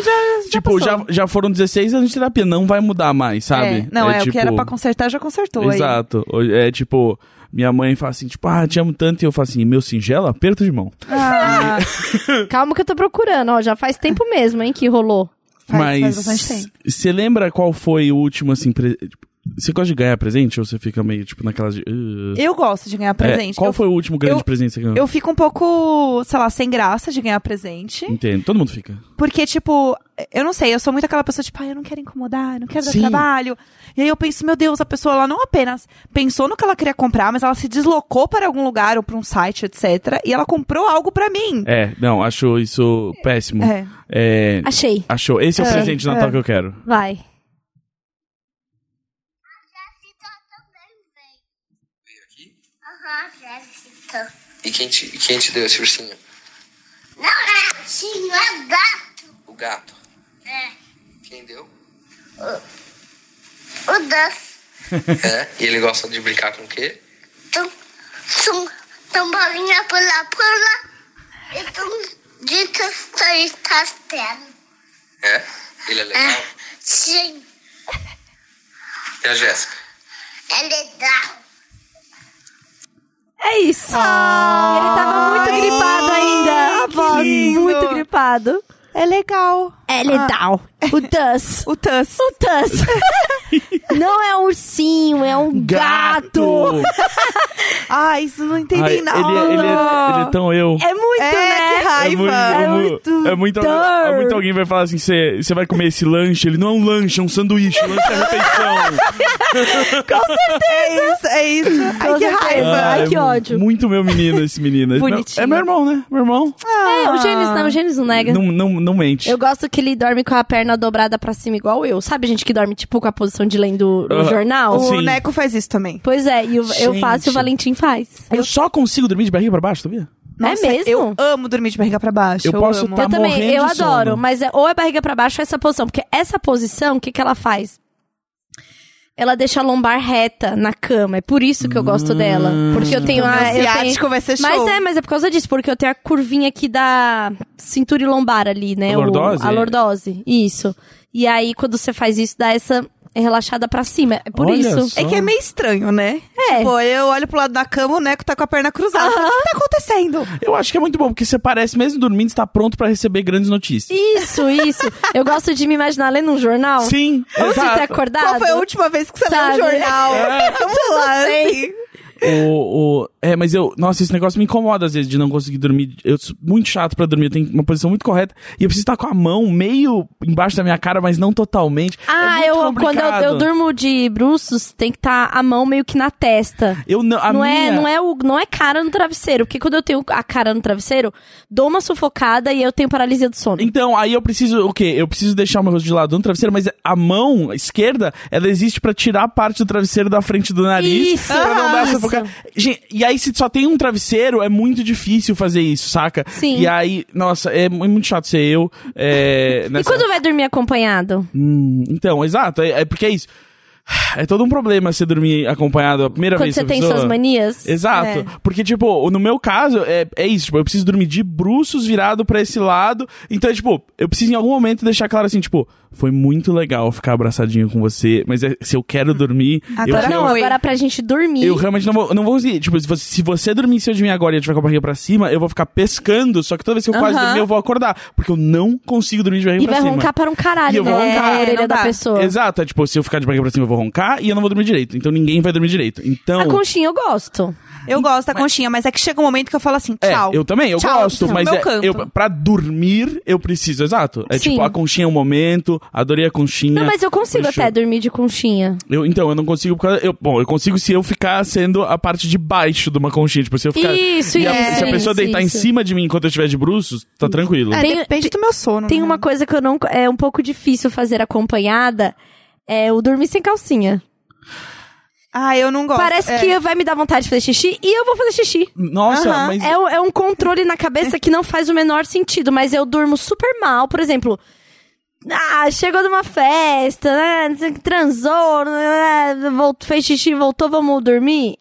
Speaker 3: tipo, já,
Speaker 1: É, passou.
Speaker 3: já foram 16 anos de terapia, não vai mudar mais, sabe?
Speaker 1: É, Não, é, o
Speaker 3: tipo,
Speaker 1: que era pra consertar já consertou. aí.
Speaker 3: Exato. É tipo, minha mãe fala assim, tipo, ah, te amo tanto, e eu falo assim, meu singelo, aperto de mão.
Speaker 1: Ah,
Speaker 2: Calma que eu tô procurando, ó. Já faz tempo mesmo, hein, que rolou.
Speaker 1: faz, faz bastante
Speaker 3: Mas
Speaker 1: tempo.
Speaker 3: você lembra qual foi o último, assim, pre- você gosta de ganhar presente ou você fica meio, tipo, naquela de... "Ugh"?
Speaker 1: Eu gosto de ganhar
Speaker 3: É,
Speaker 1: presente.
Speaker 3: qual
Speaker 1: eu,
Speaker 3: foi o último grande
Speaker 1: eu-
Speaker 3: presente que você ganhou?
Speaker 1: eu fico um pouco, sei lá, sem graça de ganhar presente.
Speaker 3: Entendo, todo mundo fica.
Speaker 1: Porque, tipo, eu não sei, eu sou muito aquela pessoa, tipo, ah, eu não quero incomodar, eu não quero dar
Speaker 3: Sim.
Speaker 1: trabalho. E aí eu penso, meu Deus, a pessoa, ela não apenas pensou no que ela queria comprar, mas ela se deslocou para algum lugar ou para um site, etc. E ela comprou algo pra mim.
Speaker 3: É, não, acho isso péssimo.
Speaker 1: É.
Speaker 3: É,
Speaker 2: Achei.
Speaker 3: achou. Esse é o
Speaker 2: É,
Speaker 3: presente de Natal
Speaker 1: é.
Speaker 3: que eu quero.
Speaker 2: Vai.
Speaker 4: Jéssica também vem.
Speaker 5: veio aqui.
Speaker 4: Aham, Jéssica.
Speaker 5: E quem te, e quem te deu esse ursinho?
Speaker 4: Não é assim, não é gato.
Speaker 5: O gato.
Speaker 4: É.
Speaker 5: Quem deu?
Speaker 4: O das
Speaker 5: é. E ele gosta de brincar com o quê?
Speaker 4: tum, tum, tum, bolinha, pula, pula. E tum, ditas, três, castelo.
Speaker 5: É. Ele é legal?
Speaker 4: É, sim,
Speaker 5: E a Jéssica?
Speaker 4: é legal.
Speaker 2: É isso. Ah. Ele tava muito gripado ainda. A voz
Speaker 1: lindo.
Speaker 2: muito gripado.
Speaker 1: É legal.
Speaker 2: É legal. O Tuss.
Speaker 1: O Tuss.
Speaker 2: O Tuss. Não é um ursinho, é um gato.
Speaker 1: Ah, isso não entendi,
Speaker 3: Ai,
Speaker 1: não.
Speaker 3: Ele, é- ele, é, ele é tão eu.
Speaker 2: É muito,
Speaker 1: É, que
Speaker 2: né?
Speaker 1: raiva.
Speaker 2: É
Speaker 3: É muito,
Speaker 2: muito
Speaker 3: é muito,
Speaker 2: dar.
Speaker 3: é muito alguém vai falar assim, você você vai comer esse lanche, ele não é um lanche, é um sanduíche, lanche é refeição.
Speaker 1: É isso, é isso. Ai,
Speaker 2: Com
Speaker 1: que
Speaker 2: certeza.
Speaker 1: raiva.
Speaker 2: Ai,
Speaker 3: é
Speaker 2: que
Speaker 3: mu-
Speaker 2: ódio.
Speaker 3: Muito meu menino esse menino.
Speaker 2: Bonitinho.
Speaker 3: É meu irmão, né? Meu irmão.
Speaker 2: É, o Gênesis não, o Gênesis não nega.
Speaker 3: Não, não, não mente.
Speaker 2: Eu gosto que ele dorme com a perna dobrada pra cima, igual eu. Sabe gente que dorme, tipo, com a posição de lendo no
Speaker 3: Aham.
Speaker 2: jornal?
Speaker 1: O
Speaker 3: Ah, Sim.
Speaker 1: Neco faz isso também.
Speaker 2: Pois é, e o- eu
Speaker 3: Gente.
Speaker 2: faço e o Valentim faz.
Speaker 3: Eu só consigo dormir de barriga pra baixo, sabia?
Speaker 1: Nossa,
Speaker 2: é mesmo?
Speaker 1: Eu amo dormir de barriga pra baixo.
Speaker 3: Eu posso
Speaker 1: amo.
Speaker 3: tá
Speaker 2: eu também,
Speaker 3: morrendo
Speaker 2: eu
Speaker 3: de
Speaker 2: adoro,
Speaker 3: sono.
Speaker 2: mas é, ou é barriga pra baixo ou essa posição. Porque essa posição, o que, que ela faz? Ela deixa a lombar reta na cama. É por isso que eu gosto dela. Porque eu
Speaker 3: Hum.
Speaker 2: tenho
Speaker 1: O
Speaker 2: a.
Speaker 1: meu
Speaker 2: eu tenho-
Speaker 1: ciático vai ser show.
Speaker 2: Mas é, mas é por causa disso, porque eu tenho a curvinha aqui da cintura e lombar ali, né?
Speaker 3: A lordose?
Speaker 2: O, a lordose. Isso. E aí, quando você faz isso, dá essa relaxada pra cima. É por
Speaker 3: Olha
Speaker 2: isso.
Speaker 3: só.
Speaker 1: É que é meio estranho, né?
Speaker 2: É.
Speaker 1: Tipo, eu olho pro lado da cama, o Neco tá com a perna cruzada. Eu falo, O que tá acontecendo?
Speaker 3: Eu acho que é muito bom, porque você parece, mesmo dormindo, estar pronto pra receber grandes notícias.
Speaker 2: Isso, isso. Eu gosto de me imaginar lendo um jornal.
Speaker 3: Sim,
Speaker 2: Antes de ter
Speaker 3: exato.
Speaker 2: acordado.
Speaker 1: Qual foi a última vez que você
Speaker 2: Sabe?
Speaker 1: leu o jornal?
Speaker 3: É.
Speaker 1: Vamos lá, assim.
Speaker 3: O, o- é, mas eu. Nossa, esse negócio me incomoda às vezes de não conseguir dormir. Eu sou muito chato pra dormir, eu tenho uma posição muito correta. E eu preciso estar com a mão meio embaixo da minha cara, mas não totalmente.
Speaker 2: Ah,
Speaker 3: É muito
Speaker 2: eu quando eu,
Speaker 3: complicado.
Speaker 2: eu durmo de bruços, tem que estar a mão meio que na testa.
Speaker 3: Eu não, a
Speaker 2: não
Speaker 3: minha,
Speaker 2: é, não é o, não é cara no travesseiro, porque quando eu tenho a cara no travesseiro, dou uma sufocada e eu tenho paralisia do sono.
Speaker 3: Então, aí eu preciso, o quê? Eu preciso deixar o meu rosto de lado no travesseiro, mas a mão esquerda, ela existe pra tirar a parte do travesseiro da frente do nariz.
Speaker 2: Isso,
Speaker 3: pra não dar essa
Speaker 2: isso.
Speaker 3: ca- Gente, e aí, se só tem um travesseiro, é muito difícil fazer isso, saca?
Speaker 2: Sim.
Speaker 3: E aí, nossa, é mu- muito chato ser eu. é,
Speaker 2: E
Speaker 3: nessa-
Speaker 2: quando vai dormir acompanhado?
Speaker 3: Hum, então, exato. É, é porque é isso. É todo um problema você dormir acompanhado a primeira
Speaker 2: Quando
Speaker 3: vez.
Speaker 2: você
Speaker 3: que a
Speaker 2: tem
Speaker 3: pessoa-
Speaker 2: suas manias?
Speaker 3: Exato.
Speaker 1: É.
Speaker 3: Porque, tipo, no meu caso, é, é isso. Tipo, eu preciso dormir de bruços virado pra esse lado. Então, é, tipo, eu preciso em algum momento deixar claro assim, tipo, foi muito legal ficar abraçadinho com você, mas é- se eu quero dormir, eu,
Speaker 1: Agora
Speaker 3: eu,
Speaker 2: Não,
Speaker 1: Oi.
Speaker 2: agora é pra gente dormir.
Speaker 3: eu realmente não vou, não vou conseguir. Tipo, se você, se você dormir em cima de mim agora e eu tiver com a barriga pra cima, eu vou ficar pescando. Só que toda vez que eu quase
Speaker 1: Aham.
Speaker 3: dormir, eu vou acordar. Porque eu não consigo dormir de barriga
Speaker 2: E
Speaker 3: pra
Speaker 2: vai
Speaker 3: cima.
Speaker 2: roncar para um
Speaker 3: assim, E
Speaker 2: caralho,
Speaker 3: eu vou
Speaker 2: né?
Speaker 3: roncar. é,
Speaker 2: Na orelha
Speaker 1: Não
Speaker 2: da
Speaker 1: dá.
Speaker 2: pessoa.
Speaker 3: Exato, é tipo, se eu ficar de barriga pra cima, eu vou roncar e eu não vou dormir direito. Então ninguém vai dormir direito. Então.
Speaker 2: A conchinha eu gosto.
Speaker 3: Né?
Speaker 1: Eu gosto da conchinha, mas é que chega um momento que eu falo assim,
Speaker 3: É,
Speaker 1: tchau.
Speaker 3: eu também, eu
Speaker 1: Tchau,
Speaker 3: gosto,
Speaker 1: tchau.
Speaker 3: mas
Speaker 1: Meu
Speaker 3: é,
Speaker 1: canto.
Speaker 3: eu, pra dormir, eu preciso, exato. É
Speaker 2: Sim.
Speaker 3: tipo, a conchinha é um momento, adorei a conchinha.
Speaker 2: Não, mas eu consigo
Speaker 3: Puxa.
Speaker 2: até dormir de conchinha.
Speaker 3: Eu- então, eu não consigo, por causa- eu, bom, eu consigo se eu ficar sendo a parte de baixo de uma conchinha, tipo, se eu ficar...
Speaker 2: Isso,
Speaker 3: e a-
Speaker 2: isso,
Speaker 3: se a pessoa
Speaker 2: isso,
Speaker 3: deitar
Speaker 2: isso. Hum.
Speaker 3: em cima de mim enquanto eu estiver de bruços, tá tranquilo.
Speaker 1: É,
Speaker 2: Tem-
Speaker 1: depende do meu sono.
Speaker 2: Tem
Speaker 1: né?
Speaker 3: Uhum.
Speaker 2: uma coisa que eu não. É um pouco difícil fazer acompanhada. É o dormir sem calcinha.
Speaker 1: Ah, eu não gosto.
Speaker 2: Parece
Speaker 1: é.
Speaker 2: que vai me dar vontade de fazer xixi e eu vou fazer xixi.
Speaker 3: Nossa,
Speaker 1: Aham.
Speaker 3: mas...
Speaker 2: É, o- é um controle na cabeça que não faz o menor sentido, mas eu durmo super mal, por exemplo. Ah, chegou de uma festa, né, não sei o que, transou, né, voltou, fez xixi, voltou, vamos dormir.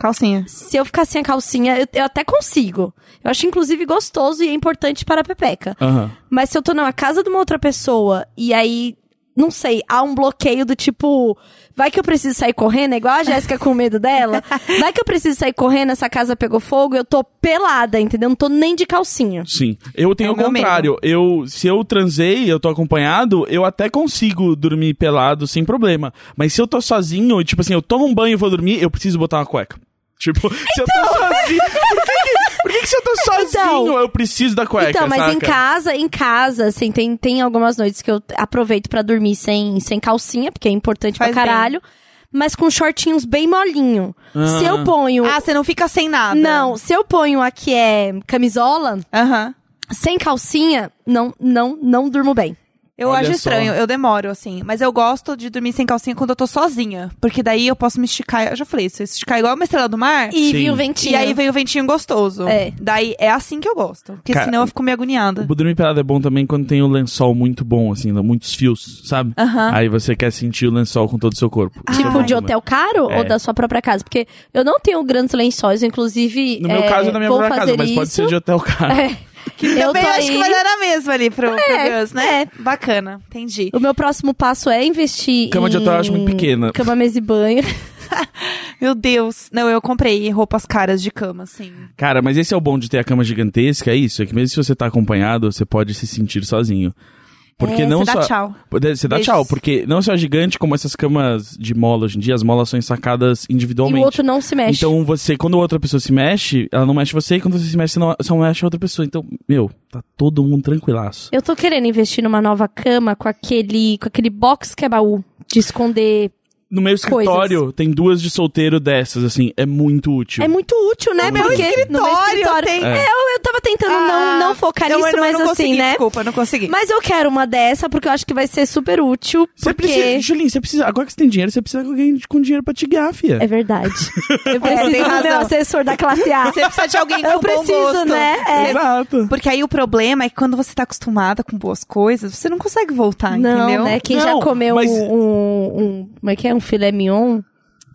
Speaker 1: Calcinha.
Speaker 2: Se eu ficar sem a calcinha, eu, eu até consigo. Eu acho, inclusive, gostoso e é importante para a pepeca.
Speaker 3: Aham.
Speaker 2: Mas se eu tô na casa de uma outra pessoa e aí, não sei, há um bloqueio do tipo, vai que eu preciso sair correndo, é igual a Jéssica com medo dela. Vai que eu preciso sair correndo, essa casa pegou fogo, eu tô pelada, entendeu? Não tô nem de calcinha.
Speaker 3: Sim. Eu tenho
Speaker 1: É o
Speaker 3: o
Speaker 1: meu
Speaker 3: contrário. Eu, se eu transei, eu tô acompanhado, eu até consigo dormir pelado sem problema. Mas se eu tô sozinho e, tipo assim, eu tomo um banho e vou dormir, eu preciso botar uma cueca. Tipo, se eu tô
Speaker 2: Então, né?
Speaker 3: sozinho. Por que, que- por que que se eu tô sozinho, eu preciso da cueca?
Speaker 2: então, mas em
Speaker 3: saca?
Speaker 2: casa, em casa, assim, tem, tem algumas noites que eu aproveito pra dormir sem, sem calcinha, porque é importante
Speaker 1: Faz
Speaker 2: pra
Speaker 1: bem.
Speaker 2: caralho. Mas com shortinhos bem molinho. Se eu ponho.
Speaker 1: Ah, você não fica sem nada.
Speaker 2: não, se eu ponho a que é camisola,
Speaker 1: Aham.
Speaker 2: sem calcinha, não, não, não durmo bem.
Speaker 1: Eu
Speaker 3: Olha
Speaker 1: acho
Speaker 3: só.
Speaker 1: estranho, eu demoro, assim. Mas eu gosto de dormir sem calcinha quando eu tô sozinha. Porque daí eu posso me esticar. Eu já falei, se eu esticar igual uma estrela do mar.
Speaker 2: E
Speaker 3: Sim.
Speaker 2: vi o ventinho.
Speaker 1: E aí vem o ventinho gostoso.
Speaker 2: É.
Speaker 1: Daí é assim que eu gosto. Porque
Speaker 3: Cara,
Speaker 1: senão eu fico meio agoniada.
Speaker 3: Dormir pelado é bom também quando tem o lençol muito bom, assim, muitos fios, sabe?
Speaker 1: Aham.
Speaker 3: Aí você quer sentir o lençol com todo o seu corpo. Isso é
Speaker 2: Tipo
Speaker 3: bom
Speaker 2: de
Speaker 3: também.
Speaker 2: hotel caro
Speaker 3: É.
Speaker 2: ou da sua própria casa? Porque eu não tenho grandes lençóis, inclusive.
Speaker 3: No meu
Speaker 2: é,
Speaker 3: caso é da minha
Speaker 2: vou
Speaker 3: própria casa,
Speaker 2: fazer
Speaker 3: mas pode
Speaker 2: isso.
Speaker 3: ser de hotel caro.
Speaker 2: É. eu
Speaker 1: Também
Speaker 2: tô
Speaker 1: acho que
Speaker 2: aí.
Speaker 1: vai dar na mesma ali pro, pro
Speaker 2: É,
Speaker 1: Gus, né? Bacana, entendi.
Speaker 2: O meu próximo passo é investir
Speaker 3: Cama
Speaker 2: em...
Speaker 3: de hotel eu acho muito pequena.
Speaker 2: Cama, mesa e banho.
Speaker 1: Meu Deus. Não, eu comprei roupas caras de cama, assim.
Speaker 3: Cara, mas esse é o bom de ter a cama gigantesca, é isso? É que mesmo se você tá acompanhado, você pode se sentir sozinho. Porque
Speaker 1: É,
Speaker 3: não
Speaker 1: você dá
Speaker 3: só.
Speaker 1: tchau.
Speaker 3: Você dá
Speaker 1: Beijos.
Speaker 3: tchau, porque não só é gigante, como essas camas de mola hoje em dia, as molas são ensacadas
Speaker 2: e o
Speaker 3: individualmente.
Speaker 2: outro não se mexe.
Speaker 3: Então você, quando outra pessoa se mexe, ela não mexe você, e quando você se mexe, você não, só mexe a outra pessoa. Então, meu, tá todo mundo tranquilaço.
Speaker 2: Eu tô querendo investir numa nova cama com aquele, com aquele box que é baú de esconder.
Speaker 3: No meu escritório, tem duas de solteiro dessas, assim, é muito útil.
Speaker 2: É muito útil, né?
Speaker 3: meu
Speaker 2: Porque no meu
Speaker 3: um
Speaker 1: escritório
Speaker 2: escritório.
Speaker 1: tem-
Speaker 2: É, eu, eu tava tentando
Speaker 3: Ah,
Speaker 2: não, não focar
Speaker 1: não, Ah, eu
Speaker 2: nisso,
Speaker 1: não-
Speaker 2: mas
Speaker 1: não
Speaker 2: assim,
Speaker 1: consegui,
Speaker 2: né?
Speaker 1: Desculpa, eu não consegui.
Speaker 2: Mas eu quero uma dessa porque eu acho que vai ser super útil.
Speaker 3: Você
Speaker 2: porque...
Speaker 3: precisa, Julinho, você precisa. Agora que você tem dinheiro, você precisa de alguém com dinheiro pra te guiar, fia.
Speaker 2: É verdade. Eu
Speaker 1: É, tem
Speaker 2: preciso do meu
Speaker 1: razão.
Speaker 2: assessor da classe A.
Speaker 1: Você precisa de alguém com
Speaker 2: Eu
Speaker 1: bom
Speaker 2: preciso,
Speaker 1: gosto.
Speaker 2: né? É.
Speaker 3: Exato.
Speaker 1: Porque aí o problema é que quando você tá acostumada com boas coisas, você não consegue voltar,
Speaker 2: não,
Speaker 1: entendeu?
Speaker 2: né? Quem já
Speaker 3: Não,
Speaker 2: comeu
Speaker 3: mas-
Speaker 2: um, um. Como é que é? Um filé mignon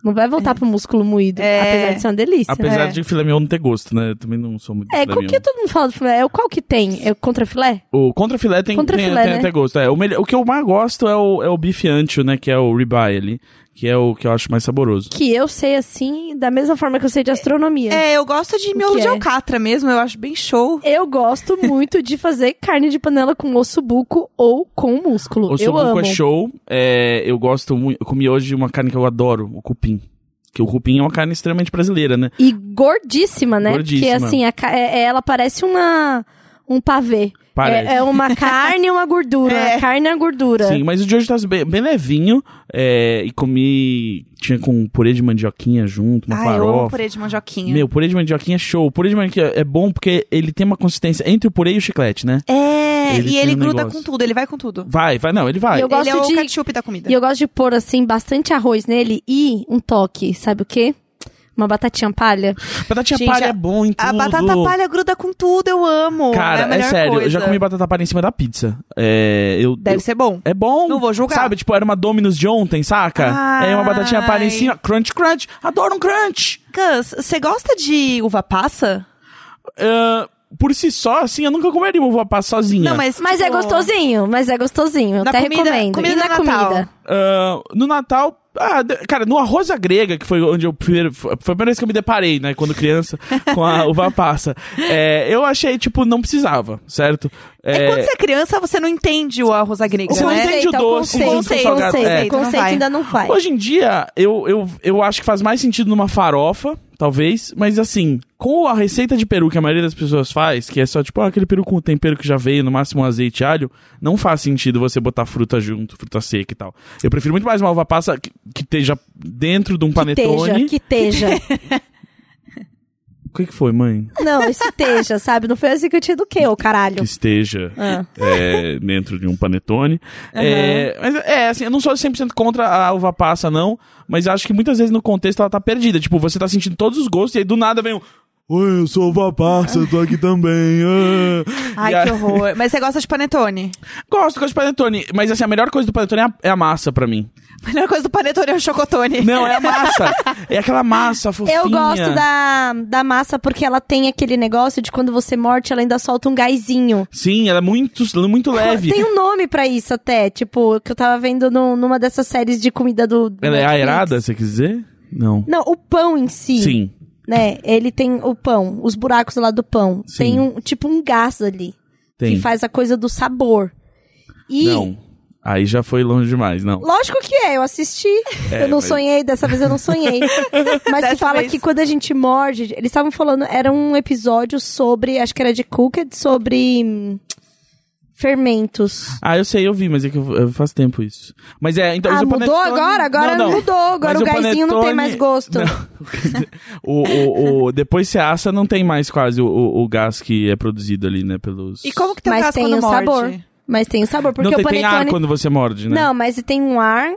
Speaker 2: não vai voltar pro músculo moído.
Speaker 1: É.
Speaker 2: Apesar de ser uma delícia. né?
Speaker 3: Apesar
Speaker 1: É.
Speaker 3: de filé mignon não ter gosto, né? Eu também não sou muito de
Speaker 2: É,
Speaker 3: filé
Speaker 2: qual que
Speaker 3: mignon.
Speaker 2: todo mundo fala do filé? É o qual que tem? É o contra filé?
Speaker 3: O contra filé tem,
Speaker 2: Contra
Speaker 3: tem-
Speaker 2: filé,
Speaker 3: tem
Speaker 2: né?
Speaker 3: até gosto. É, o, melhor, o que eu mais gosto é o, é o bife ancho, né? Que é o ribeye ali. Que é o que eu acho mais saboroso.
Speaker 2: Que eu sei assim, da mesma forma que eu sei de astronomia.
Speaker 1: É, eu gosto de miolo
Speaker 2: que
Speaker 1: de
Speaker 2: é?
Speaker 1: alcatra mesmo, eu acho bem show.
Speaker 2: Eu gosto muito de fazer carne de panela com osso buco ou com músculo.
Speaker 3: O
Speaker 2: eu
Speaker 3: subuco
Speaker 2: amo.
Speaker 3: é show. É, eu gosto muito. Eu comi hoje uma carne que eu adoro, o cupim. Que o cupim é uma carne extremamente brasileira, né?
Speaker 2: E gordíssima, né?
Speaker 3: Gordíssima.
Speaker 2: Porque assim, a ca- é- é- ela parece uma um pavê.
Speaker 3: Parece.
Speaker 2: É, é uma carne e uma gordura.
Speaker 1: É.
Speaker 2: A carne e a gordura.
Speaker 3: Sim, mas o de hoje tá bem, bem levinho. é, e comi. Tinha com purê de mandioquinha junto, uma
Speaker 1: Ai, eu amo
Speaker 3: farofa.
Speaker 1: purê de mandioquinha.
Speaker 3: Meu, purê de mandioquinha é show. O purê de mandioquinha é bom porque ele tem uma consistência entre o purê e o chiclete, né?
Speaker 1: É,
Speaker 3: Ele
Speaker 1: e
Speaker 3: tem
Speaker 1: ele
Speaker 3: um
Speaker 1: gruda
Speaker 3: negócio.
Speaker 1: com tudo, ele vai com tudo.
Speaker 3: Vai, vai, não, ele vai.
Speaker 2: Eu gosto
Speaker 1: ele é
Speaker 2: de-
Speaker 1: o ketchup da comida.
Speaker 2: E eu gosto de pôr, assim, bastante arroz nele e um toque, sabe o quê? Uma batatinha palha.
Speaker 3: Batatinha
Speaker 1: Gente,
Speaker 3: palha
Speaker 1: a-
Speaker 3: é bom em tudo.
Speaker 1: A batata palha gruda com tudo, eu amo. é, a
Speaker 3: Cara, é,
Speaker 1: melhor
Speaker 3: sério, eu já
Speaker 1: coisa.
Speaker 3: comi batata palha em cima da pizza. É, eu,
Speaker 1: Deve
Speaker 3: eu-
Speaker 1: ser bom.
Speaker 3: É bom.
Speaker 1: Não vou julgar.
Speaker 3: Sabe, tipo, era uma Domino's de ontem, saca?
Speaker 1: Ai.
Speaker 3: É uma batatinha palha em cima. Crunch, crunch. Adoro um crunch.
Speaker 1: Gus, você gosta de uva passa?
Speaker 3: Ah, por si só, assim, eu nunca comeria uma uva passa sozinha.
Speaker 1: Não, mas.
Speaker 2: Mas é
Speaker 1: tipo,
Speaker 2: gostosinho, mas é gostosinho. Eu
Speaker 1: Na
Speaker 2: até
Speaker 1: comida-
Speaker 2: recomendo.
Speaker 1: comida
Speaker 2: e na
Speaker 1: do Natal.
Speaker 2: comida.
Speaker 3: Ah, no Natal. ah, de- cara, no arroz à grega, que foi onde eu primeiro. Foi a primeira vez que eu me deparei, né, quando criança, com a uva passa. É, eu achei, tipo, não precisava, certo?
Speaker 1: É quando você é criança, você não entende o arroz à grega,
Speaker 3: Você não
Speaker 1: né?
Speaker 3: entende o
Speaker 2: Conceito,
Speaker 3: doce,
Speaker 2: é
Speaker 1: junto
Speaker 2: o
Speaker 1: com o
Speaker 2: conceito,
Speaker 1: salgado.
Speaker 2: conceito,
Speaker 1: É.
Speaker 2: conceito
Speaker 1: Não vai.
Speaker 2: ainda não faz.
Speaker 3: Hoje em dia, eu, eu, eu acho que faz mais sentido numa farofa, talvez, mas assim, com a receita de peru que a maioria das pessoas faz, que é só tipo ah, aquele peru com tempero que já veio, no máximo um azeite e alho, não faz sentido você botar fruta junto, fruta seca e tal. Eu prefiro muito mais uma uva passa que, que esteja dentro de um panetone.
Speaker 2: Que teja, que teja.
Speaker 3: O que, que foi, mãe?
Speaker 2: não, esse teja, sabe? Não foi assim que eu te eduquei, ô
Speaker 3: Que
Speaker 2: caralho.
Speaker 3: esteja
Speaker 2: Ah.
Speaker 3: é, dentro de um panetone. É, mas é, assim, eu não sou 100% contra a uva passa, não, mas acho que muitas vezes no contexto ela tá perdida. Tipo, você tá sentindo todos os gostos e aí do nada vem um. Oi, eu sou uva passa, eu tô aqui também. ah." E
Speaker 1: Ai,
Speaker 3: aí-
Speaker 1: que horror. Mas você gosta de panetone?
Speaker 3: Gosto, gosto de panetone, mas assim, a melhor coisa do panetone é a, é a massa pra mim.
Speaker 1: A melhor coisa do panetone é o chocotone.
Speaker 3: Não, é a massa. é aquela massa fofinha.
Speaker 2: Eu gosto da, da massa porque ela tem aquele negócio de quando você morte, ela ainda solta um gásinho.
Speaker 3: Sim, ela é muito, muito leve.
Speaker 2: Tem um nome pra isso até, tipo, que eu tava vendo no- numa dessas séries de comida do. do
Speaker 3: Ela é
Speaker 2: Netflix.
Speaker 3: aerada, você quer dizer? Não.
Speaker 2: Não, o pão em si.
Speaker 3: Sim.
Speaker 2: Né? Ele tem o pão, os buracos lá do pão.
Speaker 3: Sim.
Speaker 2: Tem um tipo um gás ali.
Speaker 3: Tem.
Speaker 2: Que faz a coisa do sabor. E.
Speaker 3: Não. Aí já foi longe demais, não.
Speaker 2: Lógico que é, eu assisti. eu não
Speaker 3: É, mas-
Speaker 2: sonhei, dessa vez eu não sonhei. Mas
Speaker 1: Dessa
Speaker 2: que fala
Speaker 1: vez.
Speaker 2: que quando a gente morde. Eles estavam falando, era um episódio sobre. Acho que era de Cooked, sobre. hum, Fermentos.
Speaker 3: Ah, eu sei, eu vi, mas é que eu, eu faz tempo isso. Mas é, então
Speaker 2: ah,
Speaker 3: isso é
Speaker 2: mudou
Speaker 3: panetone-
Speaker 2: agora? Agora
Speaker 3: Não, não.
Speaker 2: mudou. Agora
Speaker 3: Mas
Speaker 2: o gásinho não tem
Speaker 3: panetone-
Speaker 2: mais gosto.
Speaker 3: Não. o, o, o- depois você assa, não tem mais quase o, o, o gás que é produzido ali, né, pelos...
Speaker 1: E como que tem o
Speaker 2: Mas
Speaker 1: caso
Speaker 2: tem
Speaker 1: quando
Speaker 2: o
Speaker 1: morde?
Speaker 2: sabor. Mas tem o sabor, porque
Speaker 3: não, tem,
Speaker 2: o
Speaker 3: tem ar
Speaker 2: panetone.
Speaker 3: quando você morde, né?
Speaker 2: Não, mas tem um ar Com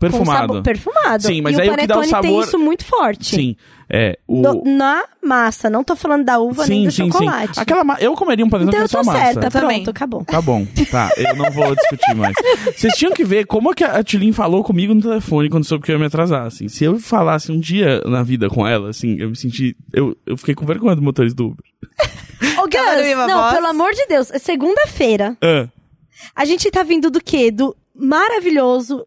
Speaker 3: Perfumado.
Speaker 2: sabor perfumado.
Speaker 3: Sim, mas
Speaker 2: e
Speaker 3: aí
Speaker 2: o
Speaker 3: o que dá o
Speaker 2: panetone tem
Speaker 3: sabor-
Speaker 2: isso muito forte.
Speaker 3: Sim, é. O...
Speaker 2: Do- na massa, não tô falando da uva nem
Speaker 3: sim,
Speaker 2: do
Speaker 3: sim, sim.
Speaker 2: chocolate.
Speaker 3: Aquela ma... Eu comeria um panetone
Speaker 2: Então
Speaker 3: que
Speaker 2: eu
Speaker 3: é só
Speaker 2: tô
Speaker 3: massa.
Speaker 2: certa, pronto,
Speaker 1: Também.
Speaker 2: acabou.
Speaker 3: Tá bom, tá. Eu não vou discutir mais. Vocês tinham que ver como que a Tilin falou comigo no telefone quando soube que eu ia me atrasar, assim. Se eu falasse um dia na vida com ela, assim, eu me senti... Eu, eu fiquei com vergonha do motorista do Uber.
Speaker 2: Ô,
Speaker 1: Tá dando
Speaker 2: Gus,
Speaker 1: viva
Speaker 2: não,
Speaker 1: voz.
Speaker 2: pelo amor de Deus, é segunda-feira.
Speaker 3: Ah,
Speaker 2: A gente tá vindo do quê? Do maravilhoso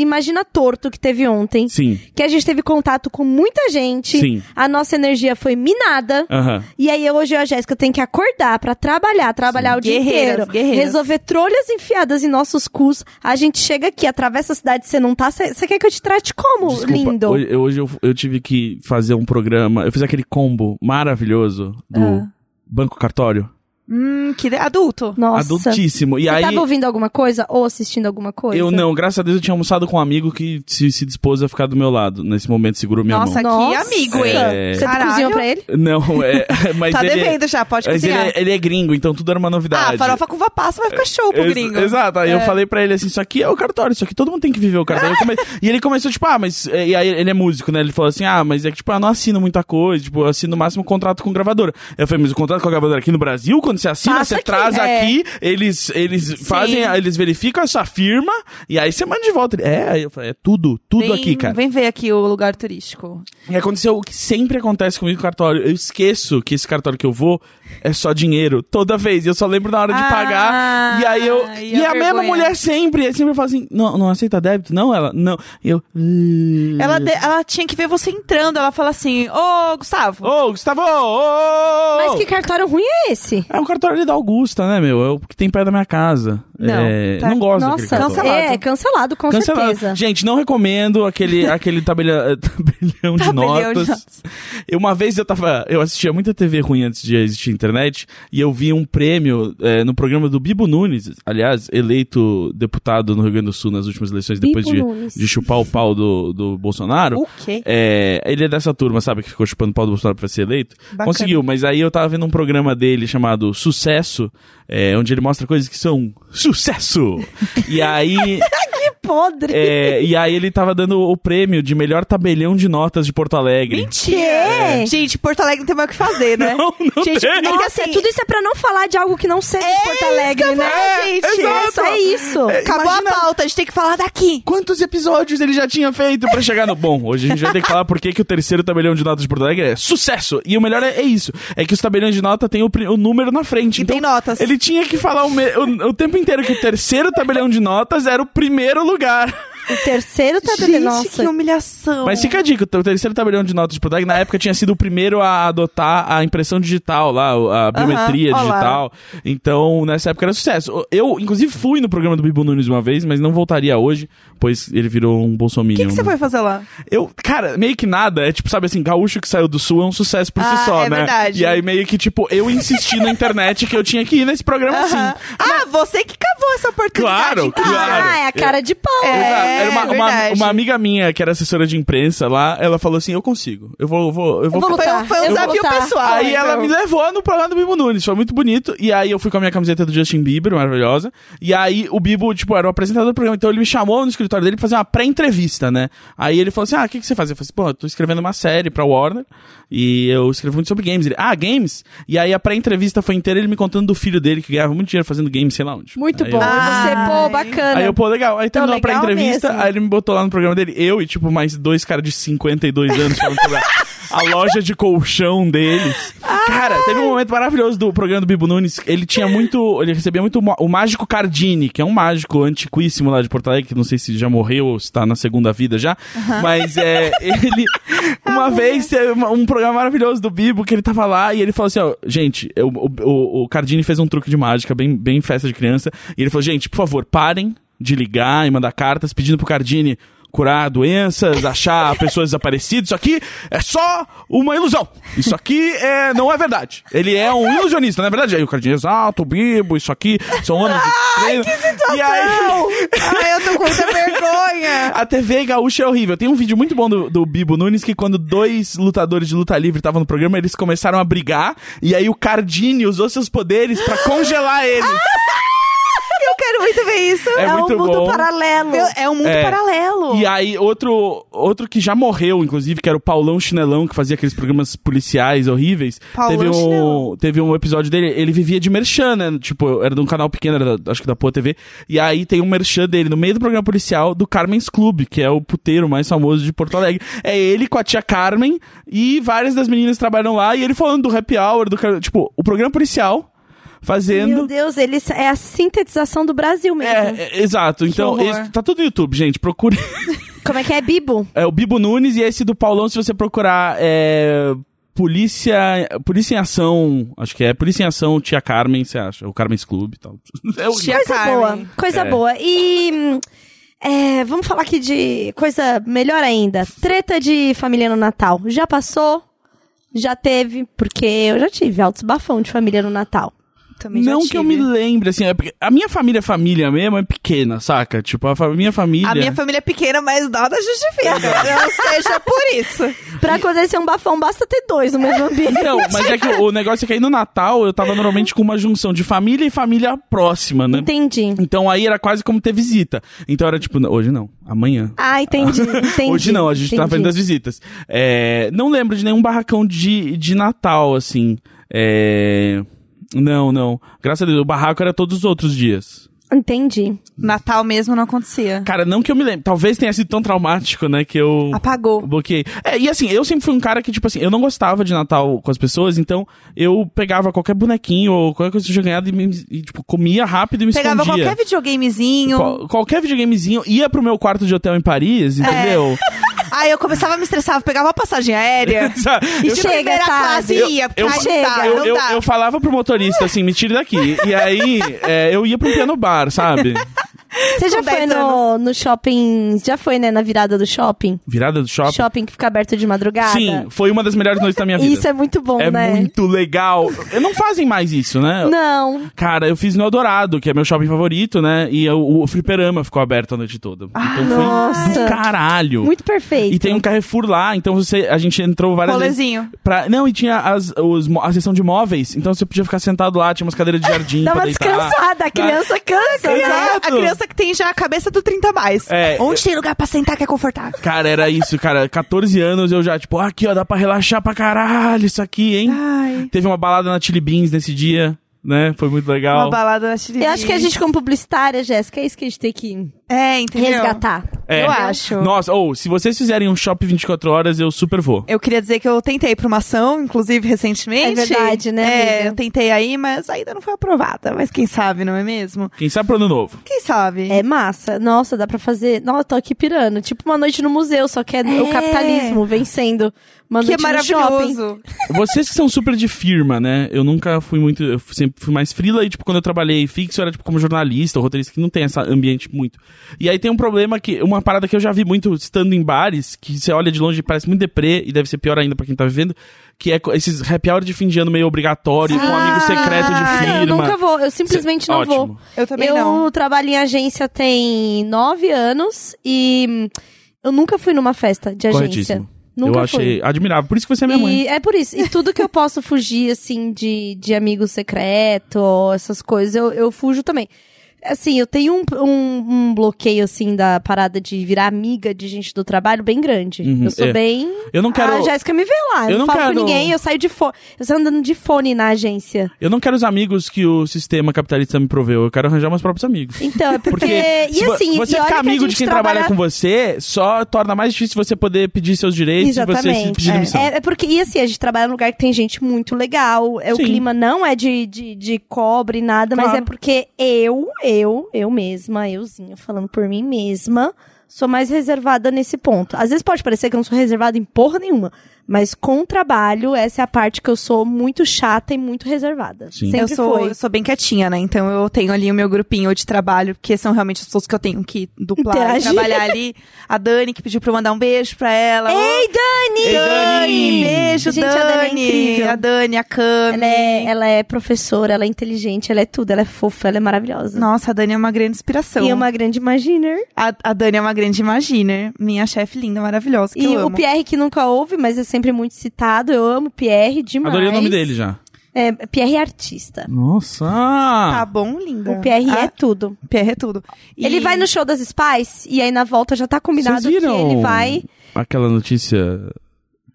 Speaker 2: Imagina Torto que teve ontem.
Speaker 3: sim,
Speaker 2: Que a gente teve contato com muita gente.
Speaker 3: Sim.
Speaker 2: A nossa energia foi minada.
Speaker 3: aham.
Speaker 2: E aí, eu, hoje eu e a Jéssica tem que acordar pra trabalhar, trabalhar o dia
Speaker 1: Guerreiras,
Speaker 2: inteiro,
Speaker 1: guerreiras.
Speaker 2: resolver trolhas enfiadas em nossos cus. A gente chega aqui, atravessa a cidade, você não tá. Você quer que eu te trate como,
Speaker 3: Desculpa,
Speaker 2: lindo?
Speaker 3: Hoje, eu- hoje eu, eu tive que fazer um programa. Eu fiz aquele combo maravilhoso do
Speaker 2: Ah.
Speaker 3: Banco Cartório.
Speaker 1: Hum, que de- adulto.
Speaker 2: Nossa.
Speaker 3: Adultíssimo. E
Speaker 2: Você tá
Speaker 3: aí.
Speaker 2: tava ouvindo alguma coisa ou assistindo alguma coisa?
Speaker 3: Eu não, graças a Deus eu tinha almoçado com um amigo que se, se dispôs a ficar do meu lado. Nesse momento segurou minha
Speaker 1: Nossa,
Speaker 3: mão.
Speaker 2: Nossa.
Speaker 1: que amigo, hein?
Speaker 3: É.
Speaker 2: Você
Speaker 1: Caralho.
Speaker 2: cozinhou pra ele?
Speaker 3: Não, é. Mas
Speaker 1: Tá
Speaker 3: ele é-
Speaker 1: devendo já, pode
Speaker 3: Mas ele
Speaker 1: cozinhar.
Speaker 3: é, ele é gringo, então tudo era uma novidade.
Speaker 1: Ah, farofa com uva passa vai ficar show pro
Speaker 3: Ex-
Speaker 1: gringo. É.
Speaker 3: Exato, aí eu falei pra ele assim, isso aqui é o cartório, isso aqui todo mundo tem que viver o cartório. Eu come- E ele começou, tipo, ah, mas... E aí ele é músico, né? Ele falou assim, ah, mas é que, tipo, eu não assino muita coisa, tipo, eu assino no máximo um contrato com gravadora. Eu falei, mas o contrato com a gravadora aqui no Brasil, quando você assina,
Speaker 2: Passa
Speaker 3: você
Speaker 2: aqui,
Speaker 3: traz
Speaker 2: é.
Speaker 3: aqui, eles, eles fazem, eles verificam a sua firma, e aí você manda de volta. Ele, É, aí eu falei, é tudo, tudo
Speaker 1: Vem-
Speaker 3: aqui, cara.
Speaker 1: Vem ver aqui o lugar turístico.
Speaker 3: E aconteceu o que sempre acontece comigo com cartório. Eu esqueço que esse cartório que eu vou é só dinheiro toda vez. E eu só lembro na hora de
Speaker 1: Ah,
Speaker 3: pagar. E aí eu.
Speaker 1: e
Speaker 3: E, é
Speaker 1: a
Speaker 3: a, mesma
Speaker 1: vergonha.
Speaker 3: mulher sempre. Aí sempre fala assim: não, não aceita débito? Não, ela. Não. E eu. "Hum."
Speaker 1: Ela, de- ela tinha que ver você entrando. Ela fala assim: Ô, Gustavo.
Speaker 3: Ô, Gustavo! ô, ô, ô,
Speaker 2: Mas
Speaker 3: ô."
Speaker 2: que cartório ruim é esse?
Speaker 3: É um cartório ali da Augusta, né, meu? É o que tem perto da minha casa.
Speaker 1: Não,
Speaker 3: É,
Speaker 1: tá-
Speaker 3: não gosto daquele
Speaker 2: Nossa,
Speaker 3: cartório.
Speaker 1: cancelado.
Speaker 2: é, cancelado, com
Speaker 3: Cancelado.
Speaker 2: certeza.
Speaker 3: Gente, não recomendo aquele, aquele tabelha- eh, tabelião, de
Speaker 1: Tabelião de
Speaker 3: notas. Eu- Uma vez eu tava. Eu assistia muita TV ruim antes de existir internet, e eu vi um prêmio eh, no programa do Bibo Nunes, aliás, eleito deputado no Rio Grande do Sul nas últimas eleições, depois
Speaker 2: Bibo
Speaker 3: de,
Speaker 2: Nunes.
Speaker 3: de chupar o pau do, do Bolsonaro.
Speaker 1: O quê?
Speaker 3: É, ele é dessa turma, sabe, que ficou chupando o pau do Bolsonaro pra ser eleito.
Speaker 1: Bacana.
Speaker 3: Conseguiu, mas aí eu tava vendo um programa dele chamado eh,
Speaker 1: tá
Speaker 3: Sucesso, é, onde ele mostra coisas que são sucesso. E aí.
Speaker 2: podre.
Speaker 3: É, e aí ele tava dando o prêmio de melhor tabelião de notas de Porto Alegre.
Speaker 2: Quê?
Speaker 1: Gente, Porto Alegre não tem mais o que fazer, né?
Speaker 3: é. Não, não
Speaker 1: gente,
Speaker 3: tem.
Speaker 1: não,
Speaker 2: Nossa,
Speaker 1: assim,
Speaker 2: tudo isso é pra não falar de algo que não seja de Porto Alegre,
Speaker 1: isso que eu
Speaker 2: né?
Speaker 1: falo, gente.
Speaker 2: É só isso.
Speaker 1: Acabou
Speaker 3: imagina-
Speaker 1: a pauta, a gente tem que falar daqui.
Speaker 3: Quantos episódios ele já tinha feito pra chegar no bom? Hoje a gente vai ter que falar por que que o terceiro tabelião de notas de Porto Alegre é sucesso. E o melhor é, é isso: é que os tabeliões de nota têm o, pri- o número na frente. Então,
Speaker 1: E tem notas.
Speaker 3: Ele tinha que falar o, me- o- o tempo inteiro que o terceiro tabelião de notas era o primeiro lugar.
Speaker 2: O terceiro tá
Speaker 1: Gente,
Speaker 2: Nossa.
Speaker 1: que humilhação.
Speaker 3: Mas fica a dica: o te- o terceiro tabelião de notas de Porto Alegre na época tinha sido o primeiro a adotar a impressão digital lá, o- a biometria
Speaker 1: olha lá.
Speaker 3: digital. Então, nessa época era sucesso. Eu, inclusive, fui no programa do Bibo Nunes uma vez, mas não voltaria hoje, pois ele virou um bolsominion.
Speaker 1: O que, que você foi fazer lá?
Speaker 3: Eu, cara, meio que nada. É tipo, sabe assim, gaúcho que saiu do sul é um sucesso por si
Speaker 1: Ah,
Speaker 3: só,
Speaker 1: é
Speaker 3: né?
Speaker 1: verdade.
Speaker 3: E aí meio que, tipo, eu insisti na internet que eu tinha que ir nesse programa assim.
Speaker 1: Aham. Ah, você que cavou essa oportunidade. Tá.
Speaker 3: Claro,
Speaker 1: cara.
Speaker 3: claro.
Speaker 2: Ah, é a cara de pau.
Speaker 1: É.
Speaker 3: Exato. Era uma, uma-
Speaker 1: verdade.
Speaker 3: uma amiga minha que era assessora de imprensa lá, ela falou assim: eu consigo. Eu vou, eu vou, eu vou.
Speaker 2: vou
Speaker 1: Foi um,
Speaker 2: lutar.
Speaker 1: foi um
Speaker 2: Eu vou
Speaker 1: desafio
Speaker 2: lutar.
Speaker 1: pessoal.
Speaker 3: Aí
Speaker 1: então.
Speaker 3: ela me levou no programa do Bibo Nunes, foi muito bonito. E aí eu fui com a minha camiseta do Justin Bieber, maravilhosa. E aí o Bibo, tipo, era o apresentador do programa, então ele me chamou no escritório dele pra fazer uma pré-entrevista, né? Aí ele falou assim: Ah, o que, que você faz? Eu falei assim: Pô, eu tô escrevendo uma série pra Warner e eu escrevo muito sobre games. Ele, ah, games? E aí a pré-entrevista foi inteira ele me contando do filho dele que ganhava muito dinheiro fazendo games, sei lá onde.
Speaker 2: Muito
Speaker 3: Aí
Speaker 2: bom.
Speaker 3: eu-
Speaker 2: Você, pô,
Speaker 1: Ai.
Speaker 2: bacana.
Speaker 3: Aí eu, pô, legal. Aí terminou pra
Speaker 1: Tá legal
Speaker 3: entrevista,
Speaker 1: mesmo.
Speaker 3: aí ele me botou lá no programa dele, eu e, tipo, mais dois caras de 52 anos falando sobre a, a loja de colchão deles. Cara, teve um momento maravilhoso do programa do Bibo Nunes. Ele tinha muito. Ele recebia muito mo- o Mágico Cardini, que é um mágico antiquíssimo lá de Porto Alegre, que não sei se já morreu ou se tá na segunda vida já. Mas é. Ele. Uma vez teve uma- um programa maravilhoso do Bibo que ele tava lá e ele falou assim: ó, gente, eu- o, o, o Cardini fez um truque de mágica, bem, bem festa de criança. E ele falou: gente, por favor, parem de ligar e mandar cartas pedindo pro Cardini curar doenças, achar pessoas desaparecidas. Isso aqui é só uma ilusão. Isso aqui é, não é verdade. Ele é um ilusionista, não é verdade? Aí o Cardini exalta o Bibo, isso aqui são anos de treino. que situação! E aí,
Speaker 1: Ai, eu tô com muita vergonha.
Speaker 3: a TV gaúcha é horrível. Tem um vídeo muito bom do, do Bibo Nunes que quando dois lutadores de luta livre estavam no programa, eles começaram a brigar e aí o Cardini usou seus poderes pra congelar eles.
Speaker 1: Eu quero muito ver isso.
Speaker 3: É muito
Speaker 1: um mundo
Speaker 3: bom.
Speaker 1: paralelo. Eu- é um mundo
Speaker 3: É.
Speaker 1: paralelo.
Speaker 3: E aí, outro, outro que já morreu, inclusive, que era o Paulão Chinelão, que fazia aqueles programas policiais horríveis.
Speaker 1: Paulão
Speaker 3: teve, um,
Speaker 1: Chinelão.
Speaker 3: teve um episódio dele, ele vivia de merchan, né? Tipo, era de um canal pequeno, era da- acho que da Pô TV. E aí tem um merchan dele no meio do programa policial do Carmen's Club, que é o puteiro mais famoso de Porto Alegre. É ele com a tia Carmen e várias das meninas trabalham lá. E ele falando do happy hour, do. car- Tipo, o programa policial
Speaker 2: Meu
Speaker 3: fazendo.
Speaker 2: Deus, ele é a sintetização do Brasil mesmo.
Speaker 3: É, é, exato. Então,
Speaker 1: horror.
Speaker 3: esse- tá tudo no YouTube, gente. Procure.
Speaker 2: Como é que é, Bibo?
Speaker 3: É o Bibo Nunes e esse do Paulão, se você procurar é, Polícia. Polícia em Ação. Acho que é. Polícia em Ação, Tia Carmen, você acha? O Carmen's Club e tal. É horrível.
Speaker 1: Tia
Speaker 2: Coisa
Speaker 1: Carmen.
Speaker 2: boa, coisa
Speaker 3: É.
Speaker 2: boa. E hum, é, vamos falar aqui de coisa melhor ainda. Treta de família no Natal. Já passou? Já teve? Porque eu já tive altos bafão de família no Natal.
Speaker 1: Também já
Speaker 3: Não que eu me
Speaker 1: tive.
Speaker 3: lembre, assim, é porque a minha família, família mesmo, é pequena, saca? Tipo, a fa- minha é. família.
Speaker 1: A minha família é pequena, mas nada justifica. Não seja por isso.
Speaker 2: Pra acontecer um bafão, basta ter dois no mesmo ambiente.
Speaker 3: Não, mas é que o negócio é que aí no Natal eu tava normalmente com uma junção de família e família próxima, né?
Speaker 2: Entendi.
Speaker 3: Então aí era quase como ter visita. Então era tipo, "Não, hoje não, amanhã.
Speaker 2: Ah, entendi, entendi.
Speaker 3: Hoje não, a gente tá na frente
Speaker 2: entendi.
Speaker 3: das visitas. É, não lembro de nenhum barracão de, de Natal, assim. É, não, não. Graças a Deus, o barraco era todos os outros dias.
Speaker 2: Entendi.
Speaker 1: Natal mesmo não acontecia.
Speaker 3: Cara, não que eu me lembre. Talvez tenha sido tão traumático, né, que eu...
Speaker 1: Apagou.
Speaker 3: Bloqueei. É, e assim, eu sempre fui um cara que, tipo assim, eu não gostava de Natal com as pessoas, então eu pegava qualquer bonequinho ou qualquer coisa que eu tinha ganhado e, me- e, tipo, comia rápido e me
Speaker 1: Pegava
Speaker 3: escondia.
Speaker 1: qualquer videogamezinho.
Speaker 3: Qual- qualquer videogamezinho, ia pro meu quarto de hotel em
Speaker 1: É.
Speaker 3: Paris, entendeu?
Speaker 1: Aí eu começava a me estressar, pegava uma passagem aéria.
Speaker 3: Sabe?
Speaker 1: E
Speaker 3: Eu-
Speaker 1: de
Speaker 2: chega,
Speaker 1: primeira
Speaker 2: sabe?
Speaker 1: classe
Speaker 3: Eu-
Speaker 1: ia, porque
Speaker 3: eu-
Speaker 1: aí
Speaker 2: chega.
Speaker 1: não dá,
Speaker 3: eu,
Speaker 1: não
Speaker 3: eu,
Speaker 1: dá.
Speaker 3: eu falava pro motorista assim, me tire daqui. E aí é, eu ia pra um piano bar, sabe?
Speaker 2: Você já
Speaker 1: Com
Speaker 2: foi
Speaker 1: 10
Speaker 2: no, no shopping. Já foi, né? Na virada do shopping?
Speaker 3: Virada do shopping.
Speaker 2: Shopping que fica aberto de madrugada?
Speaker 3: Sim, foi uma das melhores noites da minha vida.
Speaker 2: Isso é muito bom,
Speaker 3: É
Speaker 2: né?
Speaker 3: muito legal. Eu não fazem mais isso, né?
Speaker 2: Não.
Speaker 3: Cara, eu fiz no Eldorado, que é meu shopping favorito, né? E eu- o fliperama ficou aberto a noite toda. Então foi
Speaker 2: Ah, nossa.
Speaker 3: do caralho.
Speaker 2: Muito perfeito.
Speaker 3: E tem um Carrefour lá, então você, a gente entrou várias
Speaker 1: Rolezinho.
Speaker 3: vezes. Pra, não, e tinha as, os, mo- a sessão de móveis, então você podia ficar sentado lá, tinha umas cadeiras de jardim
Speaker 2: Dá
Speaker 3: pra
Speaker 2: uma
Speaker 3: deitar.
Speaker 2: descansada, a criança cansa.
Speaker 1: Criança-
Speaker 3: Exato.
Speaker 1: A criança que tem assim já a cabeça do 30 a mais.
Speaker 3: É.
Speaker 1: Onde tem lugar pra sentar que é confortável?
Speaker 3: Cara, era isso, cara. 14 anos eu já, tipo, aqui, ó, dá pra relaxar pra caralho isso aqui, hein?
Speaker 1: Ai.
Speaker 3: Teve uma balada na Chili Beans nesse dia, né? Foi muito legal.
Speaker 1: Uma balada na Chile.
Speaker 2: Eu acho que a gente, como publicitária, Jéssica, é isso que a gente tem que
Speaker 1: É, né? entendeu?
Speaker 2: resgatar.
Speaker 3: É.
Speaker 1: Eu acho.
Speaker 3: Nossa, ou se vocês fizerem um shopping 24 horas, eu super vou.
Speaker 1: Eu queria dizer que eu tentei pra uma ação, inclusive, recentemente.
Speaker 2: É verdade, né,
Speaker 1: É,
Speaker 2: amiga?
Speaker 1: eu tentei aí, mas ainda não foi aprovada. Mas quem sabe, não é mesmo?
Speaker 3: Quem sabe pro ano novo.
Speaker 1: Quem sabe?
Speaker 2: É massa. Nossa, dá pra fazer. Nossa, tô aqui pirando. Tipo uma noite no museu, só que é,
Speaker 1: É.
Speaker 2: o capitalismo vencendo. Uma
Speaker 1: que é
Speaker 2: noite no shopping.
Speaker 1: maravilhoso.
Speaker 3: Vocês que são super de firma, né? Eu nunca fui muito. Eu sempre fui mais frila e, tipo, quando eu trabalhei fixo, eu era, tipo, como jornalista ou roteirista, que não tem esse ambiente muito. E aí tem um problema que. Uma parada que eu já vi muito estando em bares, que você olha de longe e parece muito deprê, e deve ser pior ainda pra quem tá vivendo, que é co- esses happy hour de fim de ano meio obrigatório, com um amigo secreto de firma.
Speaker 2: Cara, Ah, eu nunca vou. Eu simplesmente
Speaker 3: Cê-
Speaker 2: não
Speaker 3: Ótimo.
Speaker 2: vou.
Speaker 1: Eu também
Speaker 2: eu
Speaker 1: não.
Speaker 2: trabalho em agência tem nove anos e hum, eu nunca fui numa festa de agência.
Speaker 3: Corretíssimo.
Speaker 2: Nunca
Speaker 3: eu
Speaker 2: fui.
Speaker 3: achei admirável. Por isso que você é minha mãe.
Speaker 2: E é por isso. E tudo que eu posso fugir, assim, de, de amigo secreto, essas coisas, eu, eu fujo também. Assim, eu tenho um, um, um bloqueio, assim, da parada de virar amiga de gente do trabalho bem grande.
Speaker 3: Uhum,
Speaker 2: eu sou
Speaker 3: é.
Speaker 2: bem.
Speaker 3: Eu não quero.
Speaker 2: A Jéssica me vê lá. Eu,
Speaker 3: Eu
Speaker 2: não,
Speaker 3: não
Speaker 2: falo
Speaker 3: quero-
Speaker 2: com ninguém, eu saio de fone. Eu saio andando de fone na agência.
Speaker 3: Eu não quero os amigos que o sistema capitalista me proveu. Eu quero arranjar meus próprios amigos.
Speaker 2: Então, é porque.
Speaker 3: Porque
Speaker 2: e
Speaker 3: se vo-
Speaker 2: assim, e
Speaker 3: você
Speaker 2: olha
Speaker 3: ficar
Speaker 2: que a
Speaker 3: amigo de
Speaker 2: gente
Speaker 3: quem
Speaker 2: trabalha
Speaker 3: trabalha com você só torna mais difícil você poder pedir seus direitos e você se pedir
Speaker 2: É.
Speaker 3: tipo demissão.
Speaker 2: É, é porque, e assim, a gente trabalha num lugar que tem gente muito legal. É, o
Speaker 3: Sim.
Speaker 2: clima não é de, de, de cobre, nada, mas
Speaker 3: Claro.
Speaker 2: é porque eu, eu, eu mesma, euzinha, falando por mim mesma, sou mais reservada nesse ponto. Às vezes pode parecer que eu não sou reservada em porra nenhuma, mas com o trabalho, essa é a parte que eu sou muito chata e muito reservada.
Speaker 3: Sim.
Speaker 2: Sempre
Speaker 1: eu sou,
Speaker 2: foi.
Speaker 1: eu sou bem quietinha, né? Então eu tenho ali o meu grupinho de trabalho, porque são realmente as pessoas que eu tenho que duplar e
Speaker 2: Interagir.
Speaker 1: trabalhar ali. A Dani, que pediu pra eu mandar um beijo pra ela. Ô,
Speaker 2: Ei, Dani!
Speaker 3: Ei, Dani!
Speaker 1: Beijo,
Speaker 2: Gente, a
Speaker 1: Dani!
Speaker 2: Dani é incrível.
Speaker 1: A Dani, a Cami.
Speaker 2: Ela é, ela é professora, ela é inteligente, ela é tudo, ela é fofa, ela é maravilhosa.
Speaker 1: Nossa, a Dani é uma grande inspiração.
Speaker 2: E é uma grande imaginer.
Speaker 1: A, a Dani é uma grande imaginer. Minha chefe linda, maravilhosa, que
Speaker 2: E
Speaker 1: eu
Speaker 2: o
Speaker 1: amo.
Speaker 2: Pierre, que nunca ouve, mas é sempre muito citado. Eu amo o Pierre demais.
Speaker 3: Adorei o nome dele já.
Speaker 2: É, Pierre é artista.
Speaker 3: Nossa! Ah.
Speaker 1: Tá bom, linda.
Speaker 2: O Pierre
Speaker 1: Ah,
Speaker 2: é tudo.
Speaker 1: Pierre é tudo. E-
Speaker 2: Ele vai no show das Spice e aí na volta já tá combinado
Speaker 3: Vocês viram
Speaker 2: que ele vai.
Speaker 3: aquela notícia?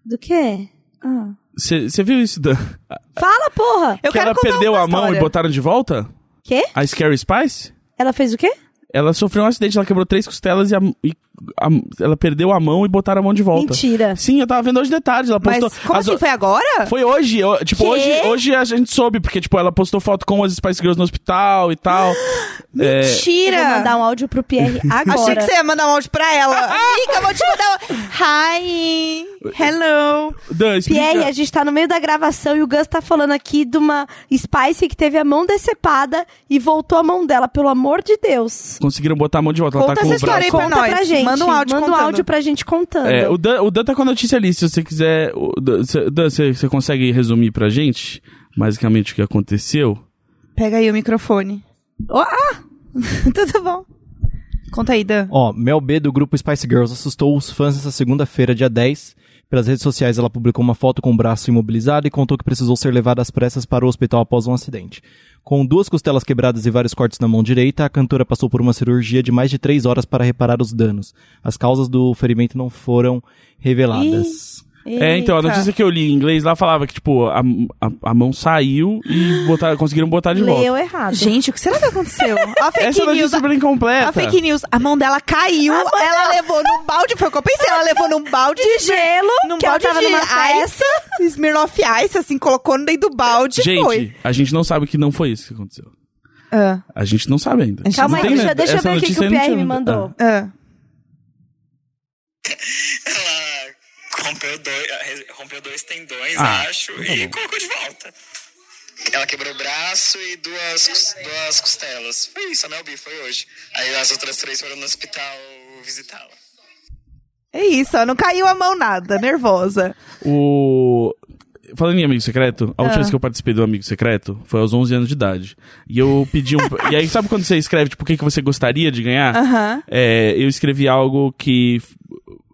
Speaker 2: Do quê?
Speaker 1: Ah.
Speaker 3: Você viu isso, Dan?
Speaker 2: Fala, porra!
Speaker 1: Eu
Speaker 3: que
Speaker 1: quero
Speaker 3: ela
Speaker 1: contar
Speaker 3: perdeu
Speaker 1: uma
Speaker 3: a mão
Speaker 1: história.
Speaker 3: e botaram de volta?
Speaker 2: Quê?
Speaker 3: A Scary Spice?
Speaker 2: Ela fez o quê?
Speaker 3: Ela sofreu um acidente, ela quebrou três costelas e, a- e a- ela perdeu a mão e botaram a mão de volta.
Speaker 2: Mentira.
Speaker 3: Sim, eu tava vendo hoje detalhes. Ela
Speaker 1: Mas
Speaker 3: postou.
Speaker 1: como
Speaker 3: as-
Speaker 1: assim? Foi agora?
Speaker 3: Foi hoje, eu- tipo,
Speaker 2: Quê?
Speaker 3: hoje, hoje a gente soube, porque, tipo, ela postou foto com as Spice Girls no hospital e tal. É,
Speaker 2: Eu vou
Speaker 1: Mentira!
Speaker 2: mandar um áudio pro Pierre
Speaker 1: Achei que
Speaker 2: agora.
Speaker 1: você ia mandar um áudio pra ela. Amiga, eu vou te mandar um... Hi! Hello!
Speaker 3: Dan, explica.
Speaker 2: Pierre, a gente tá no meio da gravação e o Gus tá falando aqui de uma Spice que teve a mão decepada e voltou a mão dela, pelo amor de Deus.
Speaker 3: Conseguiram botar a mão de volta.
Speaker 1: Conta
Speaker 3: ela tá com
Speaker 1: essa
Speaker 3: o braço.
Speaker 1: história aí pra
Speaker 2: Conta
Speaker 1: nós.
Speaker 2: pra gente.
Speaker 1: Manda um áudio
Speaker 2: Manda um
Speaker 1: contando.
Speaker 2: áudio pra gente contando.
Speaker 3: É, o Dan, o Dan tá com a notícia ali, se você quiser. o Dan, cê- Dan, você você consegue resumir pra gente, basicamente, o que aconteceu?
Speaker 1: Pega aí o microfone.
Speaker 2: Ó, ah!
Speaker 1: Tudo bom? Conta aí, Dan.
Speaker 6: Ó, Mel B do grupo Spice Girls assustou os fãs nessa segunda-feira, dia 10. Pelas redes sociais, ela publicou uma foto com o braço imobilizado e contou que precisou ser levada às pressas para o hospital após um acidente. Com duas costelas quebradas e vários cortes na mão direita, a cantora passou por uma cirurgia de mais de três horas para reparar os danos. As causas do ferimento não foram reveladas.
Speaker 3: É, então, a
Speaker 1: Eita.
Speaker 3: notícia que eu li em inglês lá falava que, tipo, a, a, a mão saiu e botaram, conseguiram botar tá de volta.
Speaker 2: Leu errado.
Speaker 1: Gente, o que será que aconteceu? A fake
Speaker 3: é Essa notícia é
Speaker 1: news.
Speaker 3: super incompleta.
Speaker 1: A fake news, a mão dela caiu, ela levou num balde, foi o que eu pensei, ela levou num balde
Speaker 2: de gelo, Ah,
Speaker 1: num
Speaker 2: que ela
Speaker 1: balde
Speaker 2: tava
Speaker 1: de
Speaker 2: numa festa.
Speaker 1: ice, Smirnoff Ice, assim, colocou no dentro do balde e
Speaker 3: Gente,
Speaker 1: foi.
Speaker 3: a gente não sabe que não foi isso que aconteceu.
Speaker 1: Ah,
Speaker 3: A gente não sabe ainda.
Speaker 1: Calma
Speaker 2: Calma
Speaker 3: Não
Speaker 2: aí,
Speaker 3: tem
Speaker 2: deixa,
Speaker 3: nada-
Speaker 2: é deixa eu
Speaker 3: essa
Speaker 2: ver o que, que
Speaker 3: notícia
Speaker 2: o
Speaker 3: não
Speaker 2: Pierre me
Speaker 3: tinha-
Speaker 2: mandou.
Speaker 3: Ah.
Speaker 1: ah.
Speaker 7: Ela Ah, rompeu dois, eh, rompeu dois tendões,
Speaker 3: Ah,
Speaker 7: acho,
Speaker 3: tá
Speaker 7: e
Speaker 3: bom.
Speaker 7: colocou de volta. Ela quebrou o braço e duas, cos- duas costelas. Foi isso, a Mel B foi hoje. Aí as outras três foram no hospital visitá-la.
Speaker 1: É isso, ó, não caiu a mão nada, nervosa.
Speaker 3: É. O. Falando em Amigo Secreto,
Speaker 2: Ah.
Speaker 3: a última vez que eu participei do Amigo Secreto foi aos 11 anos de idade. E eu pedi um. e aí, sabe quando você escreve, tipo, o que, que você gostaria de ganhar?
Speaker 1: Aham.
Speaker 3: É, eu escrevi algo que.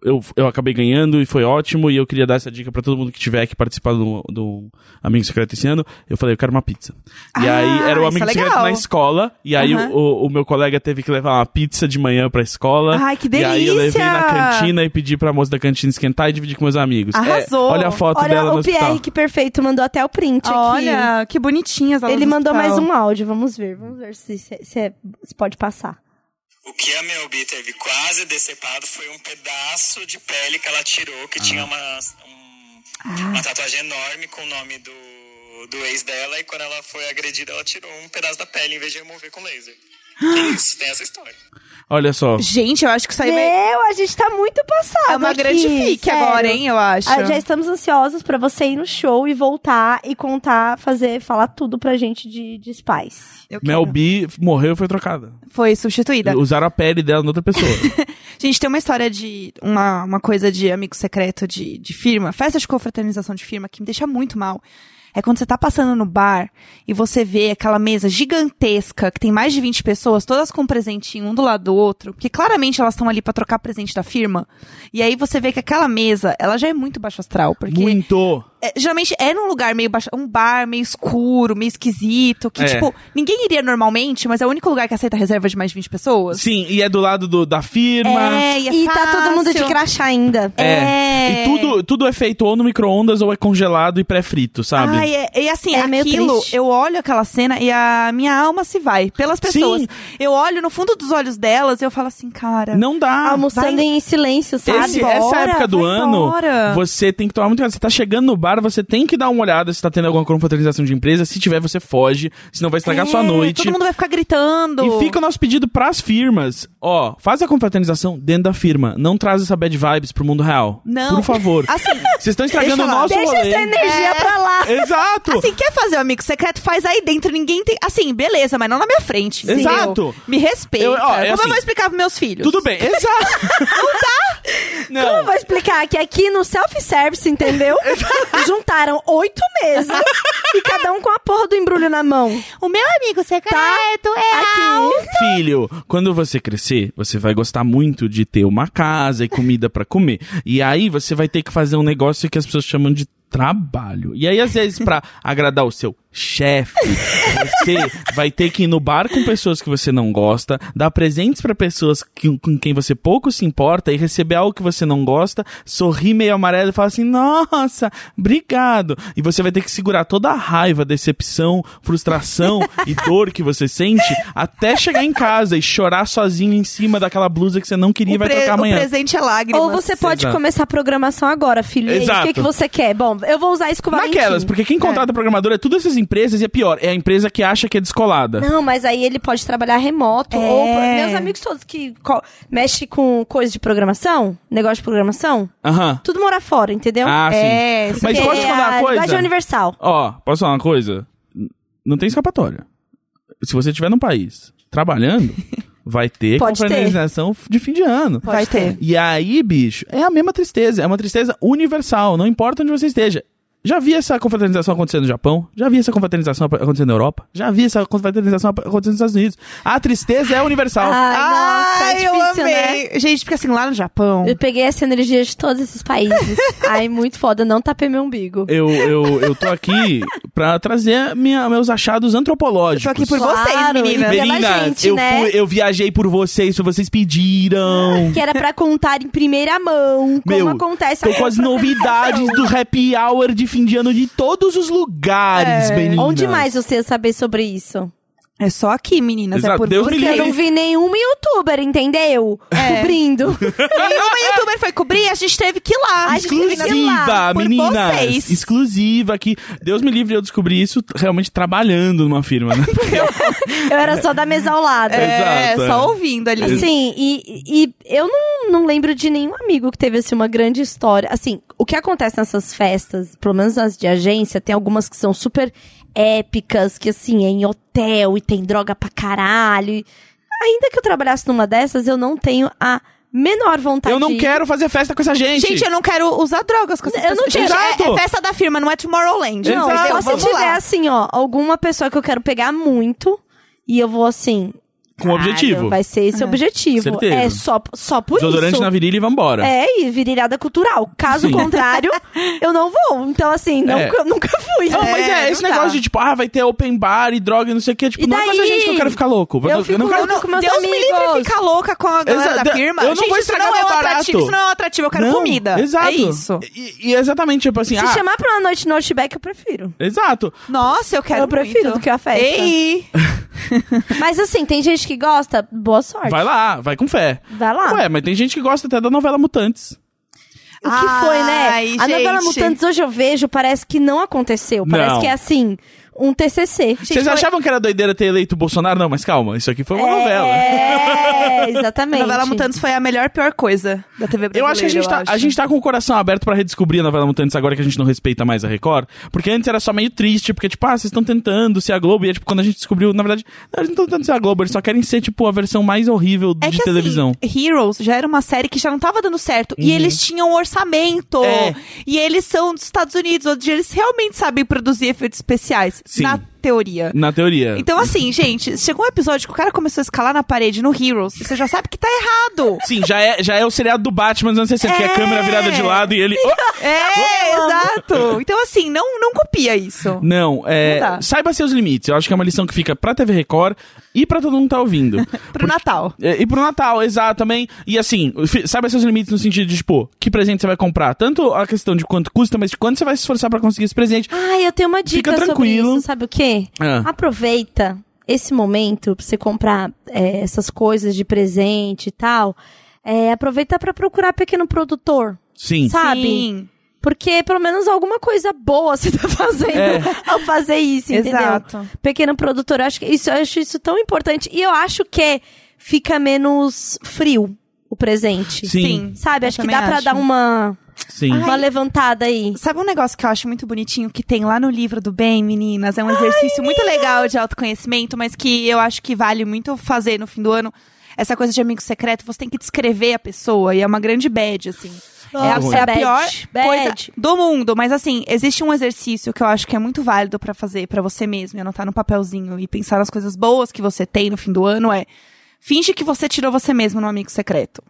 Speaker 3: eu, eu acabei ganhando e foi ótimo. E eu queria dar essa dica pra todo mundo que tiver que participar do, do um Amigo Secreto esse ano. Eu falei, eu quero uma pizza. E
Speaker 1: Ah,
Speaker 3: aí era o
Speaker 1: isso
Speaker 3: Amigo
Speaker 1: é
Speaker 3: Secreto
Speaker 1: legal.
Speaker 3: na escola. E aí
Speaker 1: Aham.
Speaker 3: o, o meu colega teve que levar uma pizza de manhã pra escola.
Speaker 1: Ai, que
Speaker 3: E aí eu levei na
Speaker 1: delícia!
Speaker 3: cantina e pedi pra moça da cantina esquentar e dividir com meus amigos. É,
Speaker 1: Arrasou!
Speaker 3: olha a foto
Speaker 2: Olha
Speaker 3: dela no
Speaker 2: o Pierre,
Speaker 3: hospital.
Speaker 2: que perfeito, mandou até o print aqui.
Speaker 1: Olha, que bonitinhas elas
Speaker 2: Ele
Speaker 1: no
Speaker 2: mandou
Speaker 1: hospital.
Speaker 2: mais um áudio, vamos ver, vamos ver se, se, se é- se pode passar.
Speaker 7: O que a Melbi teve quase decepado foi um pedaço de pele que ela tirou, que tinha uma, um- uma tatuagem enorme com o nome do, do ex dela, e quando ela foi agredida, ela tirou um pedaço da pele em vez de remover com laser. Tem isso, tem essa história.
Speaker 3: Olha só.
Speaker 1: Gente, eu acho que isso aí vai...
Speaker 2: um. Meu, a gente tá muito passado
Speaker 1: é uma
Speaker 2: aqui,
Speaker 1: grande fique
Speaker 2: sério.
Speaker 1: agora, hein, eu acho.
Speaker 2: Ah, já estamos ansiosos pra você ir no show e voltar e contar, fazer, falar tudo pra gente de, de Spice.
Speaker 1: Eu quero.
Speaker 3: Mel B morreu e foi trocada.
Speaker 1: Foi substituída.
Speaker 3: Usaram a pele dela em outra pessoa.
Speaker 1: Gente, tem uma história de uma, uma coisa de amigo secreto de, de firma, festa de confraternização de firma, que me deixa muito mal. É quando você tá passando no bar e você vê aquela mesa gigantesca que tem mais de 20 pessoas, todas com um presentinho um do lado do outro, porque claramente elas estão ali pra trocar presente da firma. E aí você vê que aquela mesa, ela já é muito baixo astral, porque
Speaker 3: Muito.
Speaker 1: é, geralmente é num lugar meio baixo, um bar meio escuro, meio esquisito, que
Speaker 3: É.
Speaker 1: tipo, ninguém iria normalmente, mas é o único lugar que aceita reserva de mais de 20 pessoas.
Speaker 3: Sim, e é do lado do- da firma.
Speaker 1: É, e, é
Speaker 2: tá todo mundo de
Speaker 1: fácil.
Speaker 2: crachá ainda.
Speaker 1: É.
Speaker 3: E tudo, tudo é feito ou no micro-ondas ou é congelado e pré-frito, sabe?
Speaker 1: Ai, é, e assim,
Speaker 2: É meio
Speaker 1: aquilo,
Speaker 2: triste.
Speaker 1: eu olho aquela cena e a minha alma se vai pelas pessoas. Eu olho no fundo dos olhos delas e eu falo assim, cara.
Speaker 3: Não dá.
Speaker 2: Almoçando
Speaker 1: Vai-
Speaker 2: em silêncio, sabe?
Speaker 3: Esse-
Speaker 1: embora,
Speaker 3: é essa época do
Speaker 1: vai
Speaker 3: ano,
Speaker 1: embora.
Speaker 3: você tem que tomar muito cuidado. Você tá chegando no bar, você tem que dar uma olhada se tá tendo alguma confraternização de empresa. Se tiver, você foge. Senão vai estragar
Speaker 1: é,
Speaker 3: sua noite.
Speaker 1: Todo mundo vai ficar gritando.
Speaker 3: E fica o nosso pedido pras firmas. Ó, faz a confraternização dentro da firma. Não traz essa bad vibes pro mundo real.
Speaker 1: Não.
Speaker 3: Por favor.
Speaker 1: Assim,
Speaker 3: Vocês estão estragando o
Speaker 1: deixa lá.
Speaker 3: nosso
Speaker 2: Deixa
Speaker 3: rolê.
Speaker 2: essa energia
Speaker 1: É.
Speaker 2: pra lá.
Speaker 3: Exato.
Speaker 1: assim, quer fazer um amigo secreto? Faz aí dentro. Ninguém tem. Assim, beleza, mas não na minha frente. entendeu?
Speaker 3: Exato.
Speaker 1: Me respeita.
Speaker 3: Eu- ó, é
Speaker 1: Como
Speaker 3: assim,
Speaker 1: eu vou explicar pros meus filhos?
Speaker 3: Tudo bem. Exato. Não dá.
Speaker 2: Eu vou explicar que aqui no self-service, entendeu? Juntaram oito mesas e cada um com a porra do embrulho na mão. Tá
Speaker 1: O meu amigo secreto é.
Speaker 2: Aqui.
Speaker 3: Filho, quando você crescer, você vai gostar muito de ter uma casa e comida pra comer. E aí você vai ter que fazer um negócio que as pessoas chamam de trabalho. E aí às vezes pra agradar o seu chefe, você vai ter que ir no bar com pessoas que você não gosta, dar presentes pra pessoas que- com quem você pouco se importa e receber algo que você não gosta, sorrir meio amarelo e falar assim: "Nossa, obrigado". E você vai ter que segurar toda a raiva, decepção, frustração e dor que você sente até chegar em casa e chorar sozinho em cima daquela blusa que você não queria e
Speaker 1: O,
Speaker 3: vai
Speaker 1: pre-
Speaker 3: trocar
Speaker 1: o
Speaker 3: amanhã.
Speaker 1: presente é lágrimas.
Speaker 2: Ou você pode
Speaker 3: Exato.
Speaker 2: começar a programação agora, filho. E aí,
Speaker 3: Exato.
Speaker 2: O que, que você quer? Bom, eu vou usar isso com o Valentim.
Speaker 3: Naquelas, porque quem contrata programador é todas essas empresas e é pior, é a empresa que acha que é descolada.
Speaker 2: Não, mas aí ele pode trabalhar remoto.
Speaker 1: É.
Speaker 2: Ou meus amigos todos que co- mexem com coisa de programação, negócio de programação,
Speaker 3: Aham.
Speaker 2: tudo mora fora, entendeu?
Speaker 3: Ah, sim.
Speaker 1: É, isso
Speaker 3: Mas
Speaker 2: Que
Speaker 3: posso
Speaker 2: é
Speaker 3: falar
Speaker 2: a
Speaker 3: uma
Speaker 2: linguagem
Speaker 3: coisa?
Speaker 2: universal.
Speaker 3: Ó, posso falar uma coisa? N- Não tem escapatória. Se você estiver num país trabalhando, vai ter
Speaker 2: Pode ter.
Speaker 3: confraternização de fim de ano.
Speaker 1: Vai ter.
Speaker 3: E aí, bicho, é a mesma tristeza. É uma tristeza universal, não importa onde você esteja. Já vi essa confraternização acontecendo no Japão, já vi essa confraternização ap- acontecendo na Europa, já vi essa confraternização ap- acontecendo nos Estados Unidos. A tristeza é universal.
Speaker 1: Ah.
Speaker 2: Ai, nossa, é
Speaker 1: Ai, eu
Speaker 2: difícil, né?
Speaker 1: amei. Gente, porque assim, lá no Japão.
Speaker 2: Eu peguei essa energia de todos esses países. Ai, muito foda. Não tapei meu umbigo.
Speaker 3: Eu, eu, eu tô aqui pra trazer minha- meus achados antropológicos.
Speaker 1: Tô aqui por
Speaker 2: Claro,
Speaker 1: vocês, meninas.
Speaker 2: e pela
Speaker 3: Meninas,
Speaker 2: gente,
Speaker 3: eu,
Speaker 2: né? Ah,
Speaker 3: fui- eu viajei por vocês, se vocês pediram.
Speaker 2: Que era pra contar em primeira mão como
Speaker 3: Meu,
Speaker 2: acontece
Speaker 3: Tô com as novidades do happy hour de fim de ano de todos os lugares,
Speaker 1: É.
Speaker 3: meninas.
Speaker 2: Onde mais você ia saber sobre isso?
Speaker 1: É só aqui, meninas.
Speaker 3: Exato,
Speaker 1: É É. por
Speaker 3: Deus me
Speaker 1: vocês.
Speaker 2: Eu não vi nenhuma youtuber, entendeu? Cobrindo.
Speaker 1: Nenhuma youtuber foi cobrir, a gente teve que ir lá.
Speaker 2: Ah, A gente teve que ir
Speaker 3: Exclusiva,
Speaker 1: por
Speaker 3: meninas.
Speaker 1: vocês.
Speaker 3: Exclusiva que Deus me livre eu descobri isso realmente trabalhando numa firma, né?
Speaker 2: Eu era só da mesa ao lado.
Speaker 1: É,
Speaker 3: Exato, é.
Speaker 1: só ouvindo ali.
Speaker 2: Assim, e, e eu não, não lembro de nenhum amigo que teve, assim, uma grande história. Assim, o que acontece nessas festas, pelo menos nas de agência, tem algumas que são super épicas, que, assim, é em hotel e tem droga pra caralho. E ainda que eu trabalhasse numa dessas, eu não tenho a menor vontade
Speaker 3: eu não
Speaker 2: de ir.
Speaker 3: quero fazer festa com essa gente.
Speaker 1: Gente, eu não quero usar drogas com essas
Speaker 2: Eu não
Speaker 1: pessoas.
Speaker 3: tinha-
Speaker 1: Gente, é, é festa da firma, não é Tomorrowland.
Speaker 2: Não,
Speaker 3: Exato,
Speaker 1: entendeu?
Speaker 2: só se
Speaker 1: Vamos
Speaker 2: tiver,
Speaker 1: lá.
Speaker 2: assim, ó, alguma pessoa que eu quero pegar muito, e eu vou, assim...
Speaker 3: Com o objetivo.
Speaker 2: Vai ser esse o objetivo.
Speaker 3: Certeza.
Speaker 2: É só, só por
Speaker 3: Desodorante
Speaker 2: isso.
Speaker 3: na virilha e vambora.
Speaker 2: É, e virilhada cultural. Caso
Speaker 3: Sim.
Speaker 2: contrário, eu não vou. Então, assim,
Speaker 3: É.
Speaker 2: nunca, nunca fui.
Speaker 3: Não, mas é, esse negócio de tipo, ah, vai ter open bar e droga e não sei o que. Tipo,
Speaker 2: E
Speaker 3: não é com essa
Speaker 2: daí?
Speaker 3: gente que eu quero ficar louco.
Speaker 2: Eu fico
Speaker 3: não quero.
Speaker 2: louca com meus
Speaker 1: Deus me livre
Speaker 2: amigos.
Speaker 1: ficar louca com a galera
Speaker 3: Exato.
Speaker 1: da firma.
Speaker 3: Eu não
Speaker 1: Gente,
Speaker 3: vou
Speaker 1: isso
Speaker 3: estragar
Speaker 1: não é
Speaker 3: meu
Speaker 1: um
Speaker 3: barato.
Speaker 1: atrativo, isso não é um atrativo, eu quero
Speaker 3: Não,
Speaker 1: comida.
Speaker 3: Exato.
Speaker 1: É isso.
Speaker 3: E, e exatamente, tipo assim,
Speaker 2: Se
Speaker 3: ah,
Speaker 2: chamar pra uma noite no Outback, eu prefiro.
Speaker 3: exato.
Speaker 1: Nossa, eu quero
Speaker 2: eu prefiro
Speaker 1: muito.
Speaker 2: do que a festa.
Speaker 1: Ei!
Speaker 2: Mas assim, tem gente que gosta, boa sorte.
Speaker 3: Vai lá, vai com fé.
Speaker 2: Vai
Speaker 1: Ah.
Speaker 2: lá.
Speaker 3: Ué, mas tem gente que gosta até da novela Mutantes.
Speaker 2: O que foi, né?
Speaker 1: Ai,
Speaker 2: a novela
Speaker 1: gente.
Speaker 2: Mutantes hoje eu vejo, parece que não aconteceu. Parece
Speaker 3: Não.
Speaker 2: que é assim, um TCC. Gente,
Speaker 3: Vocês
Speaker 2: foi-
Speaker 3: achavam que era doideira ter eleito o Bolsonaro? Não, mas calma, isso aqui foi uma novela.
Speaker 2: É,
Speaker 1: A
Speaker 2: exatamente.
Speaker 1: novela Mutantes foi a melhor pior coisa da TV brasileira.
Speaker 3: Eu acho que a gente, tá, a gente tá com o coração aberto pra redescobrir a novela Mutantes agora que a gente não respeita mais a Record. Porque antes era só meio triste, porque, tipo, ah, vocês estão tentando ser a Globo. E é tipo, quando a gente descobriu, na verdade, não, eles não estão tentando ser a Globo, eles só querem ser, tipo, a versão mais horrível
Speaker 1: É
Speaker 3: de
Speaker 1: que
Speaker 3: televisão. Uhum.
Speaker 1: assim, Heroes já era uma série que já não tava dando certo. E eles tinham um orçamento.
Speaker 3: É.
Speaker 1: E eles são dos Estados Unidos, onde eles realmente sabem produzir efeitos especiais.
Speaker 3: Sim.
Speaker 1: Na teoria.
Speaker 3: Na teoria.
Speaker 1: Então, assim, gente, chegou um episódio que o cara começou a escalar na parede no Heroes. Você já sabe que tá errado.
Speaker 3: Sim, já é, já é o seriado do Batman dos anos 60, que é a
Speaker 1: É.
Speaker 3: câmera virada de lado e ele.
Speaker 1: Então,
Speaker 3: Oh!
Speaker 1: É, exato. Então, assim, não, não copia isso.
Speaker 3: Não, é.
Speaker 1: Não dá.
Speaker 3: saiba seus limites. Eu acho que é uma lição que fica pra TV Record e pra todo mundo que tá ouvindo.
Speaker 1: Pro Natal.
Speaker 3: É, E pro Natal, exato, também. E assim, fi- saiba seus limites no sentido de, tipo, que presente você vai comprar. Tanto a questão de quanto custa, mas de quanto você vai se esforçar pra conseguir esse presente.
Speaker 2: Ai, Ah, eu tenho uma dica
Speaker 3: Fica
Speaker 2: sobre
Speaker 3: tranquilo.
Speaker 2: isso, sabe o quê?
Speaker 3: Ah.
Speaker 2: Aproveita esse momento pra você comprar é, essas coisas de presente e tal. É, aproveita pra procurar pequeno produtor,
Speaker 3: Sim.
Speaker 2: sabe?
Speaker 1: Sim.
Speaker 2: Porque pelo menos alguma coisa boa você tá fazendo
Speaker 3: É.
Speaker 2: ao fazer isso, entendeu?
Speaker 1: Exato.
Speaker 2: Pequeno produtor, eu acho que isso, eu acho isso tão importante. E eu acho que fica menos frio o presente.
Speaker 3: Sim.
Speaker 2: Sabe?
Speaker 1: Eu
Speaker 2: Acho que
Speaker 1: também
Speaker 2: dá pra
Speaker 1: acho.
Speaker 2: dar uma,
Speaker 3: Sim.
Speaker 2: uma levantada aí.
Speaker 1: Sabe um negócio que eu acho muito bonitinho que tem lá no livro do bem, meninas? É um exercício muito legal de autoconhecimento, mas que eu acho que vale muito fazer no fim do ano. Essa coisa de amigo secreto, você tem que descrever a pessoa, e é uma grande bad, assim.
Speaker 2: Nossa,
Speaker 1: é a, é a
Speaker 2: bad,
Speaker 1: pior
Speaker 2: bad.
Speaker 1: coisa do mundo. Mas assim, existe um exercício que eu acho que é muito válido pra fazer pra você mesmo, e anotar no papelzinho e pensar nas coisas boas que você tem no fim do ano é finge que você tirou você mesmo no amigo secreto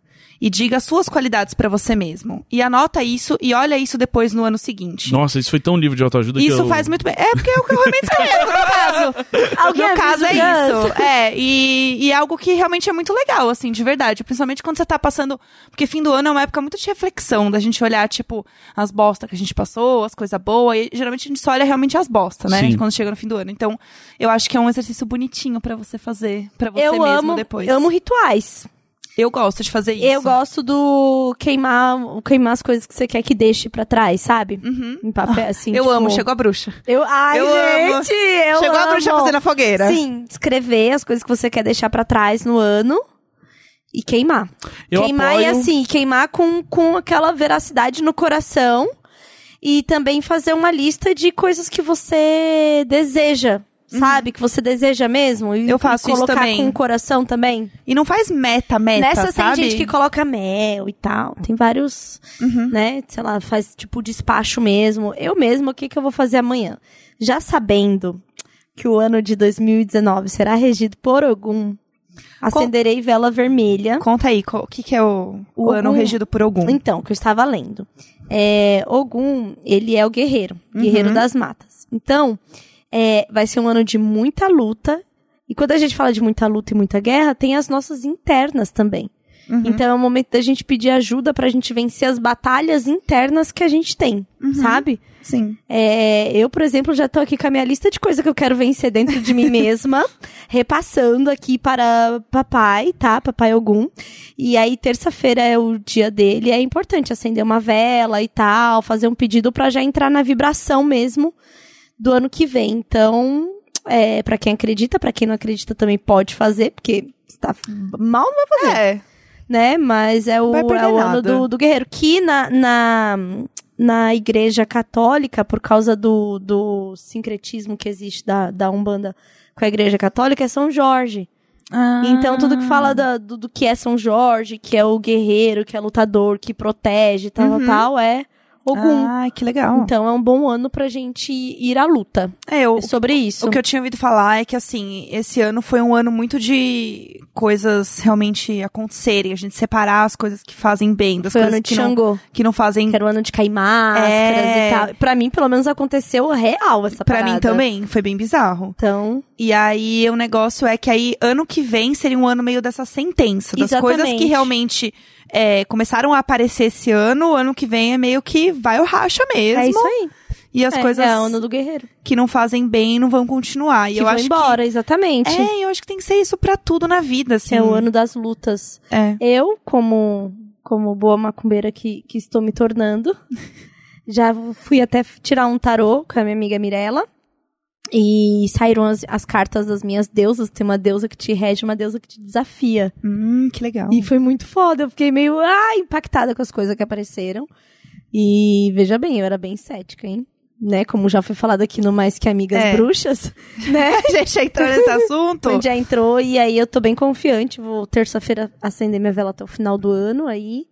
Speaker 1: e diga as suas qualidades pra você mesmo. E anota isso e olha isso depois no ano seguinte.
Speaker 3: Nossa, isso foi tão livre de autoajuda que
Speaker 1: Isso
Speaker 3: eu...
Speaker 1: faz muito bem. É porque é o que eu realmente escrevo, no caso.
Speaker 2: Alguém
Speaker 1: no caso é
Speaker 2: avisa o
Speaker 1: isso. É, e, e é algo que realmente é muito legal, assim, de verdade. Principalmente quando você tá passando. Porque fim do ano é uma época muito de reflexão, da gente olhar, tipo, as bostas que a gente passou, as coisas boas. E geralmente a gente só olha realmente as bostas, né?
Speaker 3: Sim.
Speaker 1: Quando chega no fim do ano. Então, eu acho que é um exercício bonitinho pra você fazer, pra você
Speaker 2: eu
Speaker 1: mesmo
Speaker 2: amo,
Speaker 1: depois.
Speaker 2: eu amo rituais.
Speaker 1: Eu gosto de fazer isso.
Speaker 2: É Eu gosto do queimar, queimar as coisas que você quer que deixe pra trás, sabe? Em papel, assim.
Speaker 1: Uhum. Eu
Speaker 2: tipo,
Speaker 1: amo, chegou a bruxa.
Speaker 2: Eu, ai,
Speaker 1: Eu amo.
Speaker 2: gente, eu
Speaker 1: chegou a
Speaker 2: amo.
Speaker 1: bruxa fazendo a fogueira.
Speaker 2: Sim, escrever as coisas que você quer deixar pra trás no ano e queimar.
Speaker 3: Eu
Speaker 2: queimar
Speaker 3: apoio...
Speaker 2: e assim, queimar com, com aquela veracidade no coração e também fazer uma lista de coisas que você deseja. Sabe? Que você deseja mesmo? E
Speaker 1: Uhum. Eu faço isso
Speaker 2: colocar
Speaker 1: também.
Speaker 2: com o coração também.
Speaker 1: E não faz meta, meta,
Speaker 2: Nessa
Speaker 1: sabe?
Speaker 2: tem gente que coloca mel e tal. Tem vários,
Speaker 1: Uhum.
Speaker 2: né? Sei lá, faz tipo despacho mesmo. Eu mesma, o que, que eu vou fazer amanhã? Já sabendo que o ano de 2019 será regido por Ogum, acenderei vela vermelha.
Speaker 1: Conta aí, qual- o que, que é o, o
Speaker 2: Ogum.
Speaker 1: ano regido por algum?
Speaker 2: Então, o que eu estava lendo. É, Ogum, ele é o guerreiro.
Speaker 1: Uhum.
Speaker 2: Guerreiro das matas. Então, é, vai ser um ano de muita luta. E quando a gente fala de muita luta e muita guerra, tem as nossas internas também.
Speaker 1: Uhum.
Speaker 2: Então é o momento da gente pedir ajuda pra gente vencer as batalhas internas que a gente tem, sabe?
Speaker 1: Sim.
Speaker 2: É, eu, por exemplo, já tô aqui com a minha lista de coisa que eu quero vencer dentro de mim mesma, repassando aqui para papai, tá? Papai Ogum. E aí, terça-feira é o dia dele, é importante acender uma vela e tal, fazer um pedido pra já entrar na vibração mesmo do ano que vem. Então, é, para quem acredita, pra quem não acredita também pode fazer, porque está mal
Speaker 1: É.
Speaker 2: né? Mas é o,
Speaker 1: Vai perder
Speaker 2: é o ano
Speaker 1: nada.
Speaker 2: do, do guerreiro. Que na, na, na igreja católica, por causa do, do sincretismo que existe da, da Umbanda com a igreja católica, é São Jorge. Então, tudo
Speaker 1: Ah.
Speaker 2: que fala da- do, do que é São Jorge, que é o guerreiro, que é lutador, que protege, tal, tal, tal, é Ogum.
Speaker 1: Uhum. Ah, que legal.
Speaker 2: Então é um bom ano pra gente ir à luta.
Speaker 1: é, eu,
Speaker 2: É sobre isso.
Speaker 1: O que eu tinha ouvido falar é que, assim, esse ano foi um ano muito de coisas realmente acontecerem. A gente separar as coisas que fazem bem das
Speaker 2: Foi o
Speaker 1: coisas
Speaker 2: ano de
Speaker 1: que, não,
Speaker 2: Xangô.
Speaker 1: é que não fazem.
Speaker 2: Que era o ano de cair máscaras
Speaker 1: É.
Speaker 2: e tal. Pra mim, pelo menos, aconteceu real essa
Speaker 1: Pra
Speaker 2: parada.
Speaker 1: mim também, foi bem bizarro.
Speaker 2: Então,
Speaker 1: E aí, o negócio é que aí, ano que vem, seria um ano meio dessa sentença. Das
Speaker 2: Exatamente.
Speaker 1: coisas que realmente é, começaram a aparecer esse ano, o ano que vem é meio que vai o racha mesmo.
Speaker 2: é isso aí.
Speaker 1: E as
Speaker 2: é,
Speaker 1: coisas
Speaker 2: é o ano do guerreiro.
Speaker 1: que não fazem bem não vão continuar. E
Speaker 2: que
Speaker 1: eu
Speaker 2: vão
Speaker 1: acho
Speaker 2: embora, exatamente.
Speaker 1: que. É, eu acho que tem que ser isso pra tudo na vida, assim.
Speaker 2: É o ano das lutas.
Speaker 1: É.
Speaker 2: Eu, como, como boa macumbeira que, que estou me tornando, já fui até f- tirar um tarô com a minha amiga Mirella. E saíram as, as cartas das minhas deusas. Tem uma deusa que te rege, uma deusa que te desafia.
Speaker 1: Hum, que legal.
Speaker 2: E foi muito foda. Eu fiquei meio ah, impactada com as coisas que apareceram. E veja bem, eu era bem cética, hein? Né? Como já foi falado aqui no Mais Que Amigas
Speaker 1: É.
Speaker 2: Bruxas, né?
Speaker 1: a gente entrou nesse assunto.
Speaker 2: Então já entrou e aí eu tô bem confiante. Vou terça-feira acender minha vela até o final do ano aí.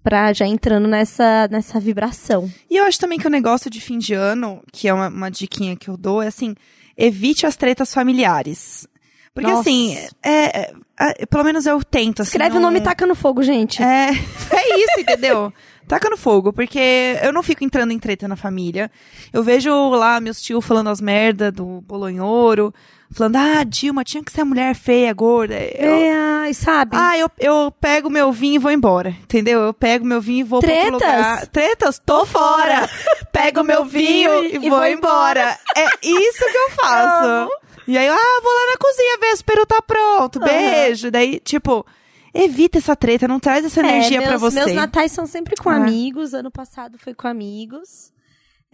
Speaker 2: Pra já entrando nessa, nessa vibração.
Speaker 1: E eu acho também que o negócio de fim de ano, que é uma, uma diquinha que eu dou, é assim, evite as tretas familiares. Porque
Speaker 2: Nossa.
Speaker 1: assim, é, é, é, pelo menos eu tento. Assim,
Speaker 2: Escreve
Speaker 1: não-
Speaker 2: o nome e taca no fogo, gente.
Speaker 1: É, é isso, entendeu? Taca no fogo, porque eu não fico entrando em treta na família. Eu vejo lá meus tios falando as merda do bolonhoro, falando, ah, Dilma, tinha que ser a mulher feia, gorda. Eu-
Speaker 2: É, ai, sabe?
Speaker 1: Ah, eu, eu pego meu vinho e vou embora, entendeu? Eu pego meu vinho e vou pra outro
Speaker 2: Tretas?
Speaker 1: lugar. Tretas? Tô fora! pego meu vinho e, vou, embora. é isso que eu faço. E aí, eu, ah, vou lá na cozinha ver se o peru tá pronto. Beijo. Daí, tipo, evita essa treta, não traz essa energia
Speaker 2: é,
Speaker 1: pra
Speaker 2: meus,
Speaker 1: você.
Speaker 2: Meus natais são sempre com
Speaker 1: Ah.
Speaker 2: amigos. Ano passado foi com amigos.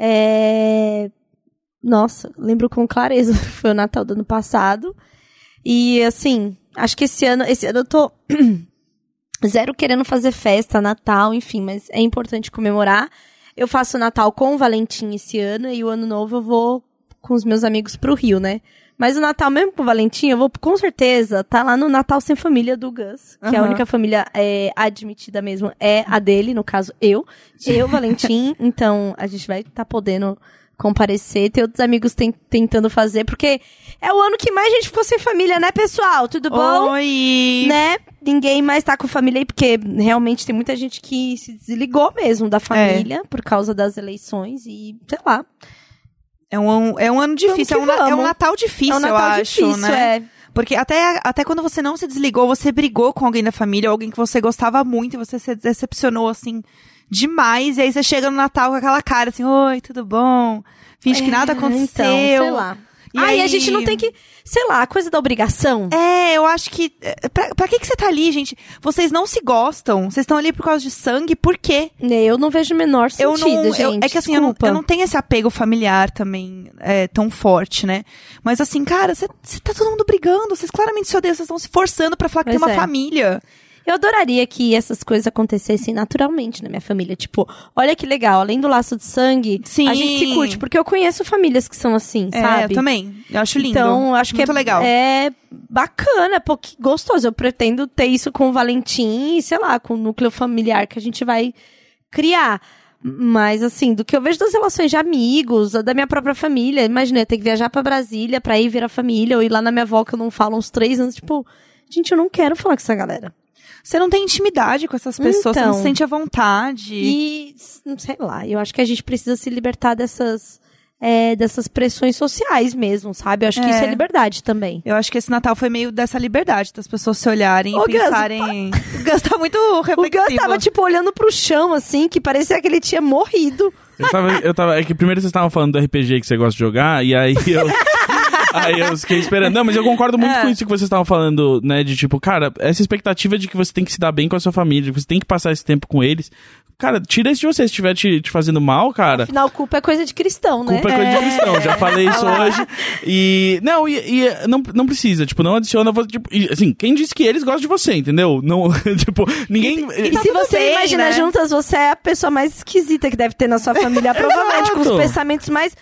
Speaker 2: É, Nossa, lembro com clareza. Foi o Natal do ano passado. E assim, acho que esse ano, esse ano eu tô zero querendo fazer festa, Natal, enfim, mas é importante comemorar. Eu faço o Natal com o Valentim esse ano e o ano novo eu vou com os meus amigos pro Rio, né? Mas o Natal, mesmo com o Valentim, eu vou com certeza tá lá no Natal Sem Família do Gus, que é a
Speaker 1: Aham.
Speaker 2: única família é, admitida mesmo é a dele, no caso eu. Eu, Valentim, então a gente vai estar tá podendo comparecer. Tem outros amigos ten- tentando fazer, porque é o ano que mais gente ficou sem família, né, pessoal? Tudo
Speaker 1: Oh,
Speaker 2: bom?
Speaker 1: Oi!
Speaker 2: né? Ninguém mais tá com família aí, porque realmente tem muita gente que se desligou mesmo da família por causa das eleições e, sei lá.
Speaker 1: É
Speaker 2: um
Speaker 1: um, é um ano difícil, é um,
Speaker 2: Vamos que
Speaker 1: na- é um
Speaker 2: vamos.
Speaker 1: Natal difícil,
Speaker 2: é um Natal
Speaker 1: eu acho,
Speaker 2: difícil,
Speaker 1: né?
Speaker 2: é.
Speaker 1: Porque até, até quando você não se desligou, você brigou com alguém da família, alguém que você gostava muito, e você se decepcionou, assim, demais. E aí você chega no Natal com aquela cara, assim, oi, tudo bom? Finge que nada
Speaker 2: Ah,
Speaker 1: aconteceu.
Speaker 2: Então, sei lá.
Speaker 1: E
Speaker 2: ah, e a
Speaker 1: aí-
Speaker 2: gente não tem que, sei lá, a coisa da obrigação.
Speaker 1: É, eu acho que... é, Pra, pra que, que você tá ali, gente? Vocês não se gostam, vocês estão ali por causa de sangue, por quê?
Speaker 2: Eu não vejo o menor
Speaker 1: eu
Speaker 2: sentido,
Speaker 1: não, eu-
Speaker 2: gente.
Speaker 1: é que assim, eu não,
Speaker 2: desculpa.
Speaker 1: eu não tenho esse apego familiar também é, tão forte, né? Mas assim, cara, você tá todo mundo brigando, vocês claramente se odeiam, vocês estão se forçando pra falar que tem
Speaker 2: Pois
Speaker 1: uma
Speaker 2: é.
Speaker 1: família.
Speaker 2: Eu adoraria que essas coisas acontecessem naturalmente na minha família. Tipo, olha que legal, além do laço de sangue,
Speaker 1: Sim.
Speaker 2: a gente se curte. Porque eu conheço famílias que são assim,
Speaker 1: É,
Speaker 2: sabe?
Speaker 1: eu também. Eu acho lindo.
Speaker 2: Então, eu acho que
Speaker 1: Muito
Speaker 2: é,
Speaker 1: legal.
Speaker 2: é bacana, pô, que gostoso. Eu pretendo ter isso com o Valentim e, sei lá, com o núcleo familiar que a gente vai criar. Mas, assim, do que eu vejo das relações de amigos, da minha própria família, imagina, eu ter que viajar pra Brasília pra ir ver a família, ou ir lá na minha avó que eu não falo há uns três anos, tipo, gente, eu não quero falar com essa galera.
Speaker 1: Você não tem intimidade com essas pessoas, você não
Speaker 2: Então.
Speaker 1: se sente à vontade.
Speaker 2: E, s- sei lá, eu acho que a gente precisa se libertar dessas, é, dessas pressões sociais mesmo, sabe? Eu acho que isso é liberdade também.
Speaker 1: Eu acho que esse Natal foi meio dessa liberdade, das pessoas se olharem
Speaker 2: Ô,
Speaker 1: e
Speaker 2: Gus,
Speaker 1: pensarem. o Gus tá muito
Speaker 2: O
Speaker 1: reflexivo.
Speaker 2: Gus tava, tipo, olhando pro chão, assim, que parecia que ele tinha morrido.
Speaker 3: Eu tava, eu tava. É que primeiro vocês estavam falando do RPG que você gosta de jogar, e aí eu. aí eu fiquei esperando. Não, mas eu concordo muito com isso que vocês estavam falando, né? De tipo, cara, essa expectativa de que você tem que se dar bem com a sua família, de que você tem que passar esse tempo com eles. Cara, tira isso de você. Se estiver te, te fazendo mal, cara.
Speaker 2: Afinal, culpa é coisa de cristão, né?
Speaker 3: Culpa é coisa de cristão, já falei isso hoje. E. Não, e, e não, não precisa, tipo, não adiciona. vo- Tipo, e, assim, quem disse que eles gostam de você, entendeu? Não, tipo, ninguém.
Speaker 2: E
Speaker 1: tá
Speaker 2: se
Speaker 1: tudo
Speaker 2: você
Speaker 1: bem,
Speaker 2: imagina
Speaker 1: né?
Speaker 2: juntas, você é a pessoa mais esquisita que deve ter na sua família, provavelmente, com
Speaker 3: Exato.
Speaker 2: os pensamentos mais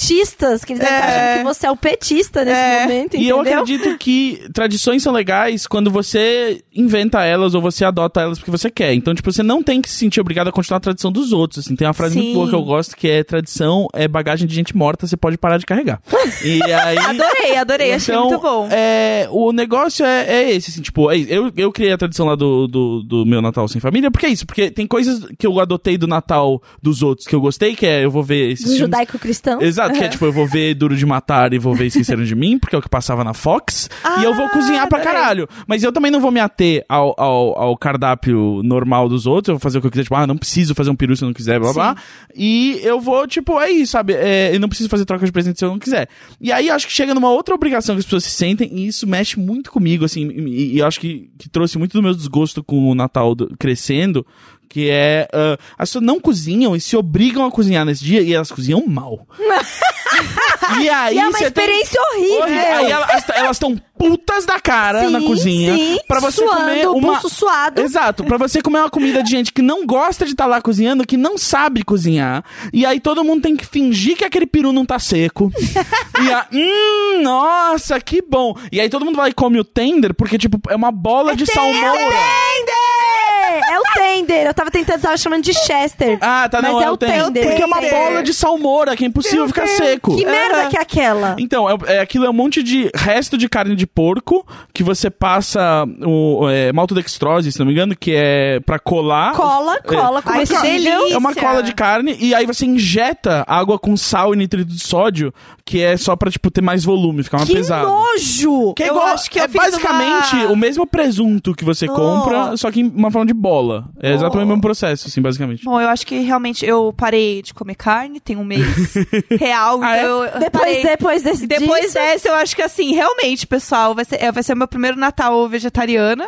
Speaker 2: petistas, que eles devem estar achando que você é o petista nesse
Speaker 1: É.
Speaker 2: momento,
Speaker 3: E eu
Speaker 2: entendeu?
Speaker 3: acredito que tradições são legais quando você inventa elas ou você adota elas porque você quer. Então, tipo, você não tem que se sentir obrigado a continuar a tradição dos outros. Assim. Tem uma frase muito
Speaker 1: Sim.
Speaker 3: boa que eu gosto que é tradição é bagagem de gente morta, você pode parar de carregar. E aí.
Speaker 1: Adorei, adorei, achei
Speaker 3: Então,
Speaker 1: muito bom.
Speaker 3: É, o negócio é, é esse, assim, tipo, é- eu, eu criei a tradição lá do, do, do meu Natal sem família, porque é isso, porque tem coisas que eu adotei do Natal dos outros que eu gostei, que é eu vou ver esses
Speaker 2: Do
Speaker 3: filmes-
Speaker 2: judaico-cristão.
Speaker 3: Exato, que é tipo, eu vou ver Duro de Matar e vou ver Esqueceram de Mim, porque é o que passava na Fox, e eu vou cozinhar pra caralho. Mas eu também não vou me ater ao, ao, ao cardápio normal dos outros, eu vou fazer o que eu quiser, tipo, ah, não preciso fazer um peru se eu não quiser, blá blá. blá. E eu vou, tipo, é isso, sabe? É, eu não preciso fazer troca de presente se eu não quiser. E aí eu acho que chega numa outra obrigação que as pessoas se sentem, e isso mexe muito comigo, assim, e, e eu acho que, que trouxe muito do meu desgosto com o Natal do- crescendo. Que é. ah, as pessoas não cozinham e se obrigam a cozinhar nesse dia e elas cozinham mal. E aí
Speaker 2: E é uma
Speaker 3: você tem-
Speaker 2: experiência horrível.
Speaker 3: Aí elas elas estão putas da cara na
Speaker 2: Sim,
Speaker 3: cozinha
Speaker 2: sim,
Speaker 3: pra você
Speaker 2: suando,
Speaker 3: comer uma
Speaker 2: pulso suado.
Speaker 3: Exato, pra você comer uma comida de gente que não gosta de estar lá cozinhando, que não sabe cozinhar. E aí todo mundo tem que fingir que aquele peru não tá seco. e a, hum, nossa, que bom. E aí todo mundo vai e come o tender porque tipo é uma bola
Speaker 2: É
Speaker 3: de
Speaker 2: o
Speaker 3: salmoura.
Speaker 2: Tender! É o Tender. Eu tava tentando, tava chamando de Chester.
Speaker 3: Ah, tá,
Speaker 2: Mas
Speaker 3: não,
Speaker 2: é o Tender.
Speaker 3: Porque é uma
Speaker 2: Tender.
Speaker 3: bola de salmoura, que é impossível ficar seco.
Speaker 2: Que merda que é aquela?
Speaker 3: Então, é, é- aquilo é um monte de resto de carne de porco que você passa o é, maltodextrose, se não me engano, que é pra colar.
Speaker 2: Cola, cola,
Speaker 1: Ai, que
Speaker 2: comestível.
Speaker 1: delícia.
Speaker 3: É uma É. cola de carne e aí você injeta água com sal e nitrito de sódio, que é só pra, tipo, ter mais volume, ficar mais
Speaker 2: Que
Speaker 3: pesado.
Speaker 2: nojo!
Speaker 3: Que é
Speaker 1: Eu
Speaker 3: igual-
Speaker 1: acho que
Speaker 3: é
Speaker 1: eu fiz
Speaker 3: basicamente
Speaker 1: uma- Oh.
Speaker 3: o mesmo presunto que você compra, só que em uma forma de bola. É exatamente o mesmo processo, assim, basicamente.
Speaker 1: Bom, eu acho que realmente eu parei de comer carne, tem um mês real,
Speaker 3: Ah, é?
Speaker 1: então eu
Speaker 2: Depois,
Speaker 1: parei.
Speaker 2: depois desse
Speaker 1: Depois
Speaker 2: disso,
Speaker 1: dessa, eu acho que assim, realmente, pessoal, vai ser, é, vai ser o meu primeiro Natal vegetariana.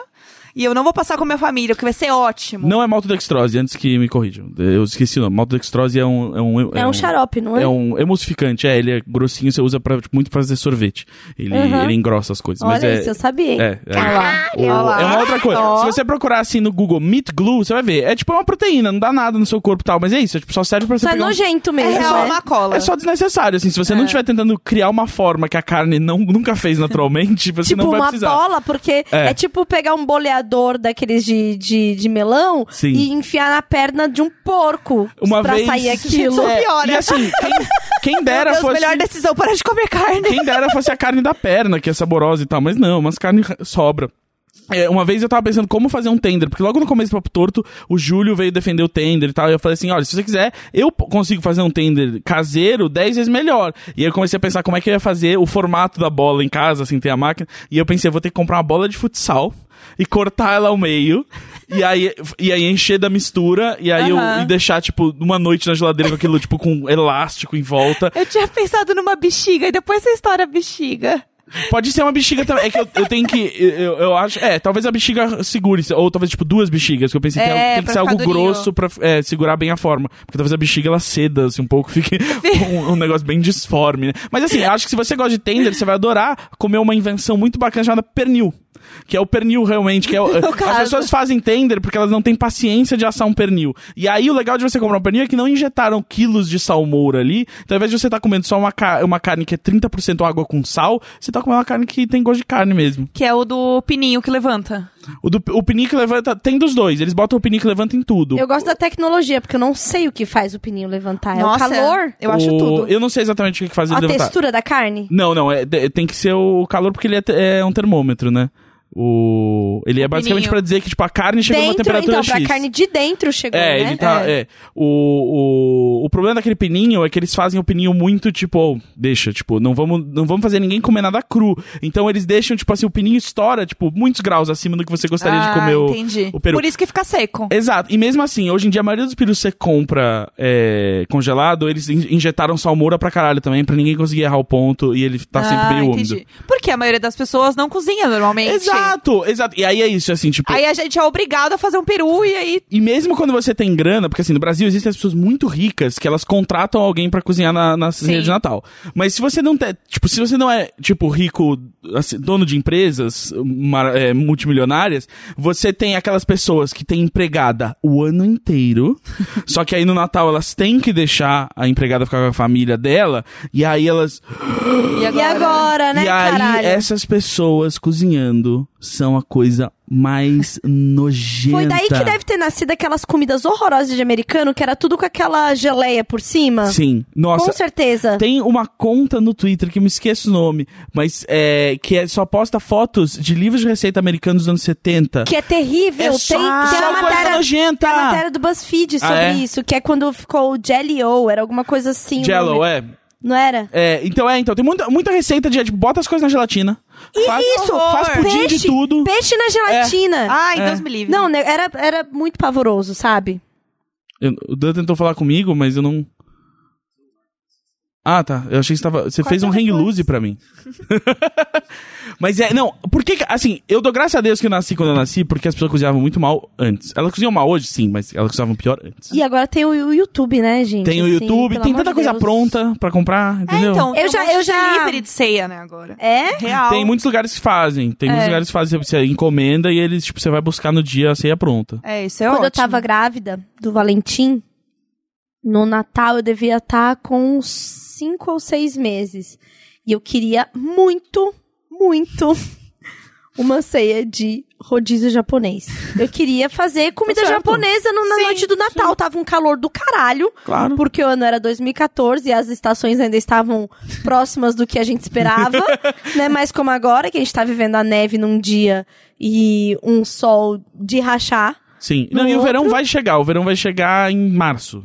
Speaker 1: E eu não vou passar com a minha família, o que vai ser ótimo.
Speaker 3: Não é maltodextrose, antes que me corrijam. Eu esqueci o nome. Maltodextrose é um... É um,
Speaker 2: É um xarope, não é?
Speaker 3: É um emulsificante, é, ele é grossinho, você usa pra, tipo, muito pra fazer sorvete. Ele,
Speaker 2: Aham.
Speaker 3: ele engrossa as coisas. mas
Speaker 2: Olha
Speaker 3: é,
Speaker 2: isso, eu sabia. hein?
Speaker 3: é, é.
Speaker 2: Olha lá.
Speaker 3: O- é uma outra coisa.
Speaker 1: Ó.
Speaker 3: Se você procurar assim no Google Meat Glue, você vai ver. É tipo uma proteína, não dá nada no seu corpo e tal, mas é isso. É, tipo, só serve pra você
Speaker 2: Só é
Speaker 3: pegar um-
Speaker 2: nojento
Speaker 1: é
Speaker 2: mesmo,
Speaker 1: real
Speaker 2: né?
Speaker 1: uma cola.
Speaker 3: É só desnecessário, assim. Se você
Speaker 2: É.
Speaker 3: não estiver tentando criar uma forma que a carne não, nunca fez naturalmente, você
Speaker 2: Tipo
Speaker 3: não vai
Speaker 2: uma
Speaker 3: precisar.
Speaker 2: bola, porque
Speaker 3: É.
Speaker 2: é. tipo pegar um boleador daqueles de, de, de melão
Speaker 3: Sim.
Speaker 2: e enfiar na perna de um porco
Speaker 3: Uma
Speaker 2: pra
Speaker 3: vez-
Speaker 2: sair aquilo.
Speaker 1: Gente, pior,
Speaker 3: E
Speaker 1: né?
Speaker 3: assim, quem, quem
Speaker 1: Meu
Speaker 3: dera
Speaker 1: Deus,
Speaker 3: fosse.
Speaker 1: melhor decisão, parar de comer carne.
Speaker 3: Quem dera fosse a carne da perna, que é saborosa e tal, mas não, umas carnes ra- sobra. É, uma vez eu tava pensando como fazer um tender, porque logo no começo do Papo Torto, o Júlio veio defender o tender e tal, e eu falei assim, olha, se você quiser, eu p- consigo fazer um tender caseiro 10 vezes melhor. E aí eu comecei a pensar como é que eu ia fazer o formato da bola em casa, assim, ter a máquina, e eu pensei, eu vou ter que comprar uma bola de futsal e cortar ela ao meio, e aí, e aí encher da mistura, e aí eu
Speaker 1: Aham.
Speaker 3: e deixar, tipo, uma noite na geladeira com aquilo, tipo, com elástico em volta,
Speaker 1: Eu tinha pensado numa bexiga, e depois você estoura a bexiga.
Speaker 3: Pode ser uma bexiga também. É que eu, eu tenho que. Eu, eu acho. É, talvez a bexiga segure. Ou talvez, tipo, duas bexigas. Que eu pensei que
Speaker 1: É,
Speaker 3: tem- tem que
Speaker 1: pra
Speaker 3: ser algo
Speaker 1: ficar durinho.
Speaker 3: grosso pra é, segurar bem a forma. Porque talvez a bexiga ela ceda, assim, um pouco. Fique um, um negócio bem disforme, né? Mas assim, eu acho que se você gosta de tender, você vai adorar comer uma invenção muito bacana chamada pernil. Que é o pernil, realmente. Que é o- as
Speaker 1: caso.
Speaker 3: pessoas fazem tender porque elas não têm paciência de assar um pernil. E aí, o legal de você comprar um pernil é que não injetaram quilos de salmoura ali. Então, ao invés de você estar comendo só uma, ca- uma carne que é 30% água com sal, você tá comendo uma carne que tem gosto de carne mesmo.
Speaker 1: Que é o do pininho que levanta.
Speaker 3: O, do, o pinico levanta... Tem dos dois. Eles botam o pinico levanta em tudo.
Speaker 2: Eu gosto da tecnologia, porque eu não sei o que faz o pininho levantar. é o calor?
Speaker 1: Eu acho
Speaker 3: O-
Speaker 1: tudo.
Speaker 3: Eu não sei exatamente o que fazer
Speaker 2: A
Speaker 3: ele levantar.
Speaker 2: textura da carne?
Speaker 3: Não, não, é, de- tem que ser o calor porque ele é, te- é um termômetro, né? O, ele é basicamente
Speaker 1: pininho.
Speaker 3: pra dizer que tipo a carne chegou numa
Speaker 2: dentro,
Speaker 3: temperatura
Speaker 2: então,
Speaker 3: X.
Speaker 2: pra carne de dentro chegou,
Speaker 3: É,
Speaker 2: né?
Speaker 3: ele tá. É. O, o, o problema daquele pininho é que eles fazem o pininho muito, tipo, oh, deixa, tipo, não vamos, não vamos fazer ninguém comer nada cru. Então eles deixam, tipo assim, o pininho estoura, tipo, muitos graus acima do que você gostaria de
Speaker 1: Ah,
Speaker 3: comer o,
Speaker 1: entendi.
Speaker 3: o peru.
Speaker 1: Por isso que fica seco.
Speaker 3: Exato. E mesmo assim, hoje em dia a maioria dos perus que você compra é, congelado, eles in- injetaram salmoura pra caralho também, pra ninguém conseguir errar o ponto e ele tá sempre
Speaker 1: Ah,
Speaker 3: meio úmido.
Speaker 1: entendi. Porque a maioria das pessoas não cozinha normalmente.
Speaker 3: Exato, exato. E aí é isso, assim, tipo.
Speaker 1: Aí a gente é obrigado a fazer um peru e aí.
Speaker 3: E mesmo quando você tem grana, porque assim, no Brasil existem as pessoas muito ricas que elas contratam alguém pra cozinhar na, na ceia de Natal. Mas se você não tem, tipo, se você não é, tipo, rico, assim, dono de empresas mara- é, multimilionárias, você tem aquelas pessoas que têm empregada o ano inteiro, só que aí no Natal elas têm que deixar a empregada ficar com a família dela, e aí elas...
Speaker 1: E agora?
Speaker 2: E agora, né,
Speaker 3: tá- e aí é
Speaker 2: caralho?
Speaker 3: essas pessoas cozinhando são a coisa mais nojenta.
Speaker 2: Foi daí que deve ter nascido aquelas comidas horrorosas de americano, que era tudo com aquela geleia por cima.
Speaker 3: Sim, nossa,
Speaker 2: Com certeza.
Speaker 3: Tem uma conta no Twitter que eu me esqueço o nome, mas é, que é, só posta fotos de livros de receita americanos dos anos 70.
Speaker 2: Que é terrível.
Speaker 3: é
Speaker 2: tem
Speaker 3: só,
Speaker 2: tem
Speaker 3: só
Speaker 2: uma
Speaker 3: coisa
Speaker 2: matéria,
Speaker 3: nojenta.
Speaker 2: tem uma matéria do BuzzFeed sobre
Speaker 3: Ah, é?
Speaker 2: isso, que é quando ficou o Jelly-O, era alguma coisa assim. o
Speaker 3: Jello,
Speaker 2: nome.
Speaker 3: é.
Speaker 2: Não era?
Speaker 3: é. Então é, então tem muita, muita receita de é, tipo, bota as coisas na gelatina.
Speaker 2: E
Speaker 3: faz,
Speaker 2: isso!
Speaker 3: faz pudim
Speaker 2: peixe,
Speaker 3: de tudo.
Speaker 2: Peixe na gelatina.
Speaker 1: Ai,
Speaker 3: É.
Speaker 1: Deus me livre.
Speaker 2: Ah, Não, né, era, era muito pavoroso, sabe?
Speaker 3: Eu- o Dan tentou falar comigo, mas eu não. Ah, tá. Eu achei que você tava. Você fez um hang loose pra mim. mas é, não, por que. que- Assim, eu dou graças a Deus que eu nasci quando eu nasci, porque as pessoas cozinhavam muito mal antes. Elas cozinham mal hoje, sim, mas elas cozinhavam pior antes.
Speaker 2: E agora tem o, o YouTube, né, gente?
Speaker 3: Tem o
Speaker 2: Assim,
Speaker 3: YouTube,
Speaker 2: pelo
Speaker 3: tem
Speaker 2: amor
Speaker 3: tanta
Speaker 2: de
Speaker 3: coisa
Speaker 2: Deus. É,
Speaker 3: pronta pra comprar, entendeu?
Speaker 1: então,
Speaker 2: Eu
Speaker 1: eu
Speaker 2: já-
Speaker 1: já, eu
Speaker 2: eu já-
Speaker 1: já livre de ceia, né, agora.
Speaker 2: É?
Speaker 1: Real.
Speaker 3: Tem muitos lugares que fazem. Tem muitos lugares que fazem. Você encomenda e eles, tipo, você vai buscar no dia a ceia pronta.
Speaker 1: É, isso é
Speaker 2: Quando
Speaker 1: ótimo.
Speaker 2: eu tava grávida do Valentim, no Natal eu devia estar com uns cinco ou seis meses. E eu queria muito, muito uma ceia de rodízio japonês. Eu queria fazer comida
Speaker 3: certo.
Speaker 2: japonesa no- na
Speaker 1: Tá Sim,
Speaker 2: noite do Natal. Tava um calor do caralho.
Speaker 3: Claro.
Speaker 2: Porque o ano era 2014 e as estações ainda estavam próximas do que a gente esperava, né? Mas como agora, que a gente tá vivendo a neve num dia e um sol de rachar.
Speaker 3: Sim. Não,
Speaker 2: No
Speaker 3: e o verão
Speaker 2: outro-
Speaker 3: vai chegar. O verão vai chegar em março.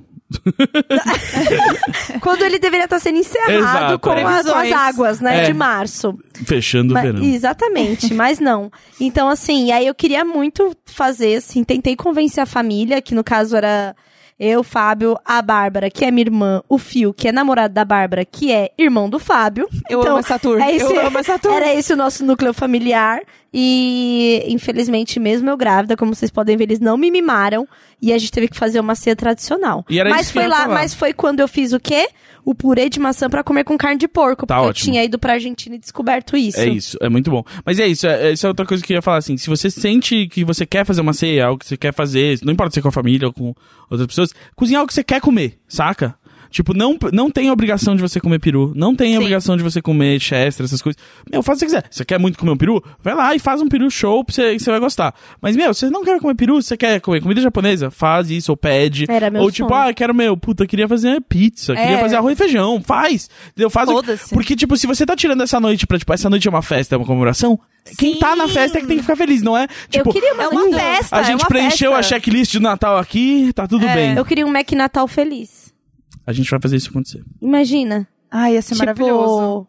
Speaker 2: Quando ele deveria estar sendo
Speaker 3: Exato,
Speaker 2: encerrado com,
Speaker 3: é.
Speaker 2: a- com as
Speaker 1: Previsões.
Speaker 2: águas, né?
Speaker 3: É.
Speaker 2: De março.
Speaker 3: Fechando
Speaker 2: Ma-
Speaker 3: o verão.
Speaker 2: exatamente, mas não. Então, assim, aí eu queria muito fazer, assim, tentei convencer a família, que no caso era eu, Fábio, a Bárbara, que é minha irmã, o Fio, que é namorado da Bárbara, que é irmão do Fábio.
Speaker 1: Eu
Speaker 2: então,
Speaker 1: amo essa tour.
Speaker 2: é esse-
Speaker 1: eu amo essa
Speaker 3: Então,
Speaker 1: tour.
Speaker 2: Era esse o nosso núcleo familiar. E, infelizmente, mesmo eu grávida, como vocês podem ver, eles não me mimaram. E a gente teve que fazer uma ceia tradicional.
Speaker 3: E era
Speaker 2: mas
Speaker 3: isso que
Speaker 2: foi
Speaker 3: eu ia
Speaker 2: lá,
Speaker 3: falar.
Speaker 2: mas foi quando eu fiz o quê? O purê de maçã pra comer com carne de porco.
Speaker 3: Tá
Speaker 2: porque
Speaker 3: ótimo.
Speaker 2: eu tinha ido pra Argentina e descoberto isso.
Speaker 3: É isso, é muito bom. Mas é isso, é, é- isso é outra coisa que eu ia falar, assim, se você sente que você quer fazer uma ceia, algo que você quer fazer, não importa se é com a família ou com outras pessoas, cozinhar o que você quer comer, saca? Tipo, não, não tem obrigação de você comer peru, não tem
Speaker 1: Sim.
Speaker 3: obrigação de você comer chester, essas coisas. Meu, faz o que você quiser. Você quer muito comer um peru? Vai lá e faz um peru show pra você, que você vai gostar. Mas, meu, você não quer comer peru, você quer comer comida japonesa? Faz isso, ou pede.
Speaker 2: Era meu
Speaker 3: ou tipo,
Speaker 2: sonho.
Speaker 3: ah, quero meu, puta, queria fazer pizza, queria
Speaker 1: É.
Speaker 3: fazer arroz e feijão, faz. Entendeu? Faz o-
Speaker 1: Foda-se.
Speaker 3: Porque, tipo, se você tá tirando essa noite pra, tipo, essa noite é uma festa, é uma comemoração, quem tá na festa é que tem que ficar feliz, não é? Tipo,
Speaker 2: eu queria uma,
Speaker 1: é uma
Speaker 2: hum,
Speaker 1: festa.
Speaker 3: a
Speaker 1: é
Speaker 3: gente
Speaker 1: uma
Speaker 3: preencheu
Speaker 1: festa. É,
Speaker 3: a checklist de Natal aqui, tá tudo bem.
Speaker 2: Eu queria um Mac Natal feliz.
Speaker 3: A gente vai fazer isso acontecer.
Speaker 2: Imagina.
Speaker 1: Ai, ia ser
Speaker 2: tipo,
Speaker 1: é maravilhoso.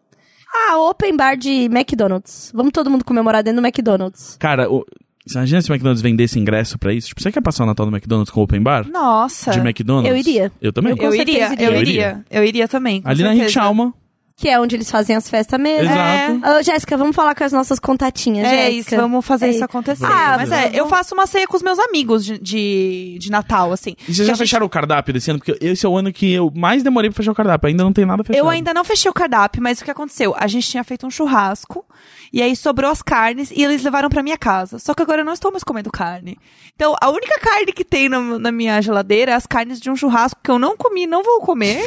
Speaker 2: Ah, open bar de McDonald's. Vamos todo mundo comemorar dentro do McDonald's.
Speaker 3: Cara, o... você imagina se o McDonald's vendesse ingresso pra isso? Tipo, você quer passar o Natal no McDonald's com open bar?
Speaker 1: Nossa.
Speaker 3: De McDonald's?
Speaker 2: Eu iria.
Speaker 3: Eu também.
Speaker 1: Eu iria,
Speaker 2: certeza
Speaker 1: eu
Speaker 3: iria.
Speaker 1: iria. Eu iria também. com
Speaker 3: Ali na Rick
Speaker 1: certeza.
Speaker 3: Chalma.
Speaker 2: Que é onde eles fazem as festas mesmo.
Speaker 3: Exato.
Speaker 2: Ô, Jéssica, vamos falar com as nossas contatinhas,
Speaker 1: É
Speaker 2: Jéssica.
Speaker 1: isso, vamos fazer
Speaker 2: É
Speaker 1: isso acontecer.
Speaker 2: Ah,
Speaker 1: Ah, mas é, eu faço uma ceia com os meus amigos de, de, de Natal, assim.
Speaker 3: E vocês
Speaker 1: Que
Speaker 3: já
Speaker 1: a gente-
Speaker 3: fecharam o cardápio desse ano? Porque esse é o ano que eu mais demorei pra fechar o cardápio. Ainda não tem nada fechado.
Speaker 1: Eu ainda não fechei o cardápio, mas o que aconteceu? A gente tinha feito um churrasco, e aí sobrou as carnes, e eles levaram pra minha casa. Só que agora eu não estou mais comendo carne. Então, a única carne que tem no- na minha geladeira é as carnes de um churrasco que eu não comi, não vou comer.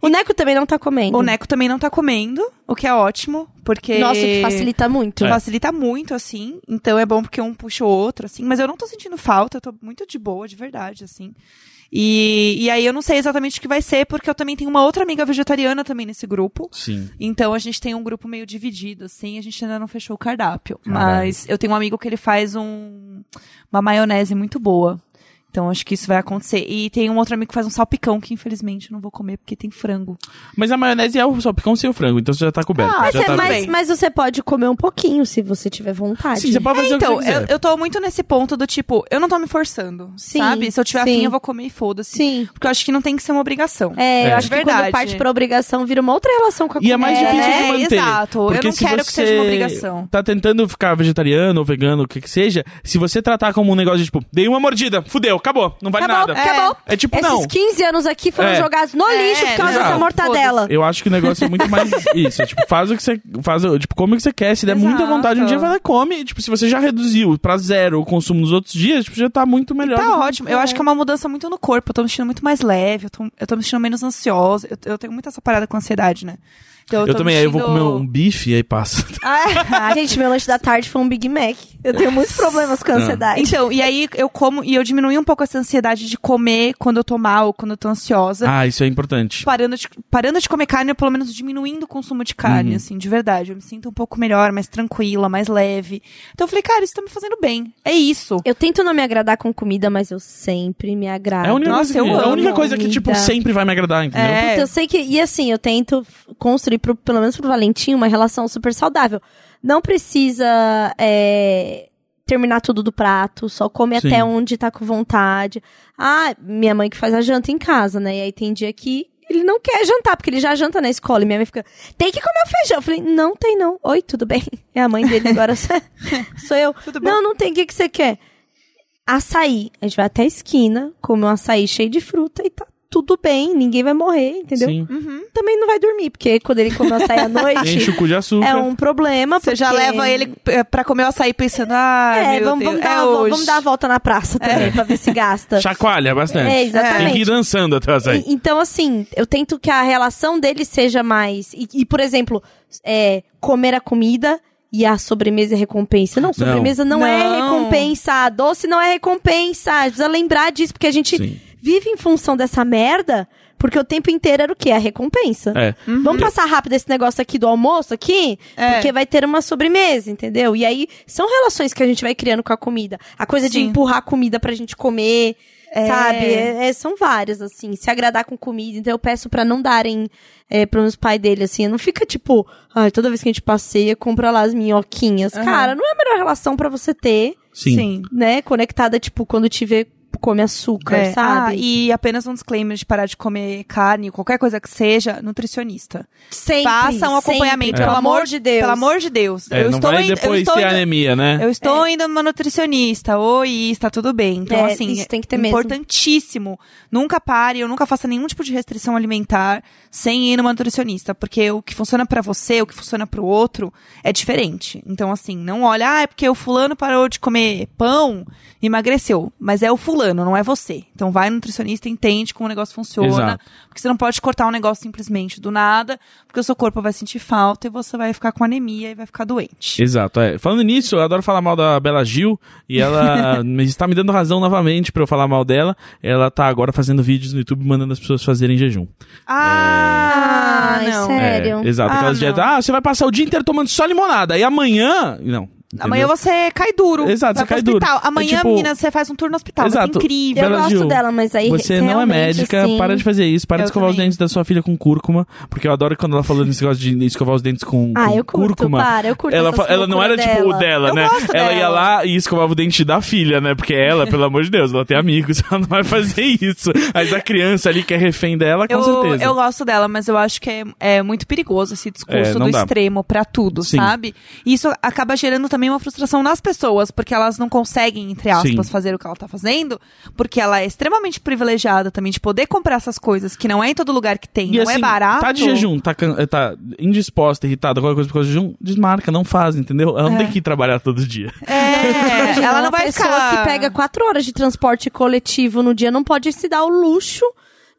Speaker 2: O Neco também não tá comendo.
Speaker 1: o Neco também não tá comendo, o que é ótimo, porque...
Speaker 2: Nossa, que facilita É. muito.
Speaker 3: É,
Speaker 1: Facilita muito, assim. Então é bom porque um puxa o outro, assim. Mas eu não tô sentindo falta, eu tô muito de boa, de verdade, assim. E, e aí eu não sei exatamente o que vai ser, porque eu também tenho uma outra amiga vegetariana também nesse grupo.
Speaker 3: Sim.
Speaker 1: Então a gente tem um grupo meio dividido, assim. A gente ainda não fechou o
Speaker 3: Ah,
Speaker 1: cardápio.
Speaker 3: Caralho.
Speaker 1: Mas eu tenho um amigo que ele faz um, uma maionese muito boa. Então acho que isso vai acontecer. E tem um outro amigo que faz um salpicão que infelizmente eu não vou comer porque tem frango.
Speaker 3: Mas a maionese é o salpicão sem o frango, então você já tá
Speaker 1: Ah,
Speaker 3: coberto.
Speaker 2: Mas,
Speaker 3: já
Speaker 2: é-
Speaker 3: tá
Speaker 2: mas-
Speaker 3: bem.
Speaker 2: mas você pode comer um pouquinho se você tiver vontade.
Speaker 3: Sim, você pode fazer o
Speaker 1: Então,
Speaker 3: que você
Speaker 1: eu,
Speaker 3: quiser.
Speaker 1: eu tô muito nesse ponto do tipo, eu não tô me forçando,
Speaker 2: Sim,
Speaker 1: sabe? Se eu tiver
Speaker 2: sim.
Speaker 1: afim, eu vou comer e foda-se.
Speaker 2: Sim.
Speaker 1: Porque eu acho que não tem que ser uma obrigação.
Speaker 2: É, eu
Speaker 3: É.
Speaker 2: acho que
Speaker 1: Verdade.
Speaker 2: quando parte pra obrigação, vira uma outra relação com a
Speaker 3: E é mais
Speaker 2: comida. né?
Speaker 3: difícil de
Speaker 1: É,
Speaker 3: manter.
Speaker 1: exato. Eu
Speaker 3: Porque
Speaker 1: não
Speaker 3: se
Speaker 1: quero que seja uma
Speaker 3: você
Speaker 1: obrigação.
Speaker 3: Tá tentando ficar vegetariano ou vegano, o que que seja, se você tratar como um negócio de tipo, dei uma mordida, fudeu, acabou, não vale
Speaker 2: Acabou,
Speaker 3: nada.
Speaker 2: acabou.
Speaker 3: É tipo,
Speaker 2: Esses
Speaker 3: não.
Speaker 2: 15 anos aqui foram
Speaker 3: É.
Speaker 2: jogados no
Speaker 1: É,
Speaker 2: lixo por causa
Speaker 3: exato.
Speaker 2: dessa mortadela.
Speaker 3: Eu acho que o negócio é muito mais isso. É, tipo, faz o que você. Faz, o- tipo, come o que você quer. Se der muita
Speaker 1: Exato.
Speaker 3: vontade um dia, vai lá e come. E, tipo, se você já reduziu pra zero o consumo nos outros dias, tipo, já tá muito melhor.
Speaker 1: Tá ótimo. Eu acho que é uma mudança muito no corpo. Eu tô me sentindo muito mais leve, eu tô, eu tô me sentindo menos ansiosa. Eu, eu tenho muito essa parada com ansiedade, né? Então,
Speaker 3: eu
Speaker 1: tô
Speaker 3: também,
Speaker 1: me
Speaker 3: aí eu vou
Speaker 1: sentindo- é.
Speaker 3: comer um bife e aí passa.
Speaker 2: Ah, gente, meu lanche da tarde foi um Big Mac. Eu tenho muitos problemas com ansiedade.
Speaker 1: Então, e aí eu como e eu diminui um pouco essa ansiedade de comer quando eu tô mal, quando eu tô ansiosa.
Speaker 3: Ah, isso é importante.
Speaker 1: Parando de, parando de comer carne, ou pelo menos diminuindo o consumo de
Speaker 3: Uhum.
Speaker 1: carne, assim, de verdade. Eu me sinto um pouco melhor, mais tranquila, mais leve. Então eu falei, cara, isso tá me fazendo bem. É isso.
Speaker 2: Eu tento não me agradar com comida, mas eu sempre me agrado.
Speaker 3: É a única,
Speaker 1: Nossa,
Speaker 3: coisa, que,
Speaker 1: eu
Speaker 3: é a
Speaker 1: amo
Speaker 3: única coisa que, tipo,
Speaker 2: comida.
Speaker 3: sempre vai me agradar, entendeu?
Speaker 1: É.
Speaker 2: Puta, eu sei que. E assim, eu tento f- construir, pro- pelo menos pro Valentim, uma relação super saudável. Não precisa é, terminar tudo do prato, só come
Speaker 3: Sim.
Speaker 2: até onde tá com vontade. Ah, minha mãe que faz a janta em casa, né? E aí tem dia que ele não quer jantar, porque ele já janta na escola. E minha mãe fica, tem que comer o feijão. Eu falei, não tem não. Oi, tudo bem? É a mãe dele agora, sou eu.
Speaker 3: Tá
Speaker 2: Não, não tem. O que, que você quer? açaí. A gente vai até a esquina, come um açaí cheio de fruta e tá tudo bem, ninguém vai morrer, entendeu?
Speaker 3: Sim.
Speaker 2: Também não vai dormir, porque quando ele come o açaí à
Speaker 3: Enche
Speaker 2: noite,
Speaker 3: o cu de açúcar.
Speaker 2: é um problema.
Speaker 1: Você já
Speaker 2: porque-
Speaker 1: leva ele eh, pra comer o açaí pensando, ah,
Speaker 2: É,
Speaker 1: meu
Speaker 2: vamos,
Speaker 1: Deus,
Speaker 2: vamos, dar
Speaker 1: é
Speaker 2: uma, vo-
Speaker 1: hoje. É.
Speaker 2: vamos dar a volta na praça também, pra ver se gasta.
Speaker 3: Chacoalha
Speaker 2: É,
Speaker 3: bastante. Tem que ir
Speaker 2: exatamente.
Speaker 3: dançando até o açaí.
Speaker 2: E- então, assim, eu tento que a relação dele seja mais. E, e, por exemplo, é, comer a comida e a sobremesa é recompensa. Não, sobremesa não, é
Speaker 1: Não.
Speaker 2: recompensa. A doce não é recompensa. A gente Precisa lembrar disso, porque a gente
Speaker 3: Sim.
Speaker 2: vive em função dessa merda, porque o tempo inteiro era o quê? A recompensa.
Speaker 3: É.
Speaker 1: Uhum.
Speaker 2: Vamos passar rápido esse negócio aqui do almoço aqui,
Speaker 1: É.
Speaker 2: porque vai ter uma sobremesa, entendeu? E aí são relações que a gente vai criando com a comida. A coisa de
Speaker 1: Sim.
Speaker 2: empurrar a comida pra gente comer, sabe? É- é- são várias, assim. Se agradar com comida. Então eu peço pra não darem é, pros pai dele, assim. Não fica tipo, ai, toda vez que a gente passeia, compra lá as minhoquinhas. Cara, não é a melhor relação pra você ter,
Speaker 3: Sim.
Speaker 2: né? Conectada, tipo, quando te vê, come açúcar,
Speaker 1: É. Ah,
Speaker 2: sabe?
Speaker 1: e apenas um disclaimer de parar de comer carne, qualquer coisa que seja, nutricionista.
Speaker 2: Sempre,
Speaker 1: Faça um
Speaker 2: sempre,
Speaker 1: acompanhamento, pelo amor de Deus. Pelo amor de Deus.
Speaker 3: É,
Speaker 1: eu
Speaker 3: não
Speaker 1: estou
Speaker 3: vai
Speaker 1: indo, eu
Speaker 3: depois
Speaker 1: estou
Speaker 3: ter
Speaker 1: indo,
Speaker 3: anemia, né?
Speaker 1: eu estou indo numa nutricionista. Oi, está tudo bem. Então,
Speaker 2: É,
Speaker 1: assim,
Speaker 2: isso tem que ter
Speaker 1: é
Speaker 2: mesmo.
Speaker 1: importantíssimo. Nunca pare, eu nunca faça nenhum tipo de restrição alimentar sem ir numa nutricionista. Porque o que funciona pra você, o que funciona pro outro, é diferente. Então, assim, não olha, ah, é porque o fulano parou de comer pão, emagreceu. Mas é o fulano, não é você. Então vai no nutricionista, entende como o negócio funciona.
Speaker 3: Exato.
Speaker 1: Porque você não pode cortar um negócio simplesmente do nada, porque o seu corpo vai sentir falta e você vai ficar com anemia e vai ficar doente.
Speaker 3: Exato, é. Falando nisso, eu adoro falar mal da Bela Gil e ela me- está me dando razão novamente pra eu falar mal dela. Ela tá agora fazendo vídeos no YouTube mandando as pessoas fazerem jejum.
Speaker 1: Ah,
Speaker 2: Ai,
Speaker 1: não.
Speaker 2: sério.
Speaker 3: É, exato.
Speaker 1: Ah,
Speaker 3: Aquelas
Speaker 1: não.
Speaker 3: dietas, ah, você vai passar o dia inteiro tomando só limonada e amanhã, não. entendeu?
Speaker 1: Amanhã você cai duro.
Speaker 3: Exato,
Speaker 1: vai
Speaker 3: você cai
Speaker 1: pro hospital.
Speaker 3: duro.
Speaker 1: Amanhã,
Speaker 3: É tipo-
Speaker 1: menina, você faz um tour no hospital. Vai ser
Speaker 3: Exato.
Speaker 2: Eu
Speaker 1: incrível.
Speaker 3: Bela
Speaker 2: gosto
Speaker 3: Gil,
Speaker 2: dela, mas aí
Speaker 3: Você não é
Speaker 2: realmente,
Speaker 3: médica,
Speaker 2: assim,
Speaker 3: para de fazer isso, para
Speaker 1: Eu
Speaker 3: de escovar os
Speaker 1: também.
Speaker 3: dentes da sua filha com cúrcuma, porque eu adoro quando ela falou nesse negócio de escovar os dentes com,
Speaker 2: Ah,
Speaker 3: com
Speaker 2: eu curto,
Speaker 3: cúrcuma.
Speaker 2: para, eu curto
Speaker 3: ela,
Speaker 2: essas
Speaker 3: fa- ela não era
Speaker 2: loucuras
Speaker 3: tipo o
Speaker 2: dela.
Speaker 3: dela,
Speaker 1: Eu
Speaker 3: né?
Speaker 1: gosto
Speaker 3: ela ia
Speaker 1: dela.
Speaker 3: lá e escovava o dente da filha, né? Porque ela, pelo amor de Deus, ela tem amigos, ela não vai fazer isso. Mas a criança ali que é refém dela, com
Speaker 1: Eu,
Speaker 3: certeza.
Speaker 1: eu gosto dela, mas eu acho que é, é muito perigoso esse
Speaker 3: É,
Speaker 1: discurso
Speaker 3: não
Speaker 1: do
Speaker 3: dá.
Speaker 1: extremo pra tudo,
Speaker 3: Sim.
Speaker 1: sabe? E isso acaba gerando também uma frustração nas pessoas, porque elas não conseguem, entre aspas,
Speaker 3: Sim.
Speaker 1: fazer o que ela tá fazendo, porque ela é extremamente privilegiada também de poder comprar essas coisas que não é em todo lugar que tem,
Speaker 3: E
Speaker 1: não
Speaker 3: assim,
Speaker 1: é barato.
Speaker 3: Tá de jejum, tá, can- eh, tá indisposta, irritada, qualquer coisa por causa de jejum, desmarca, não faz, entendeu? Ela não tem que ir trabalhar todo dia.
Speaker 1: É,
Speaker 2: Tá
Speaker 1: ela
Speaker 2: Imagina, É uma
Speaker 1: não vai
Speaker 2: pessoa
Speaker 1: ficar
Speaker 2: que pega quatro horas de transporte coletivo no dia não pode se dar o luxo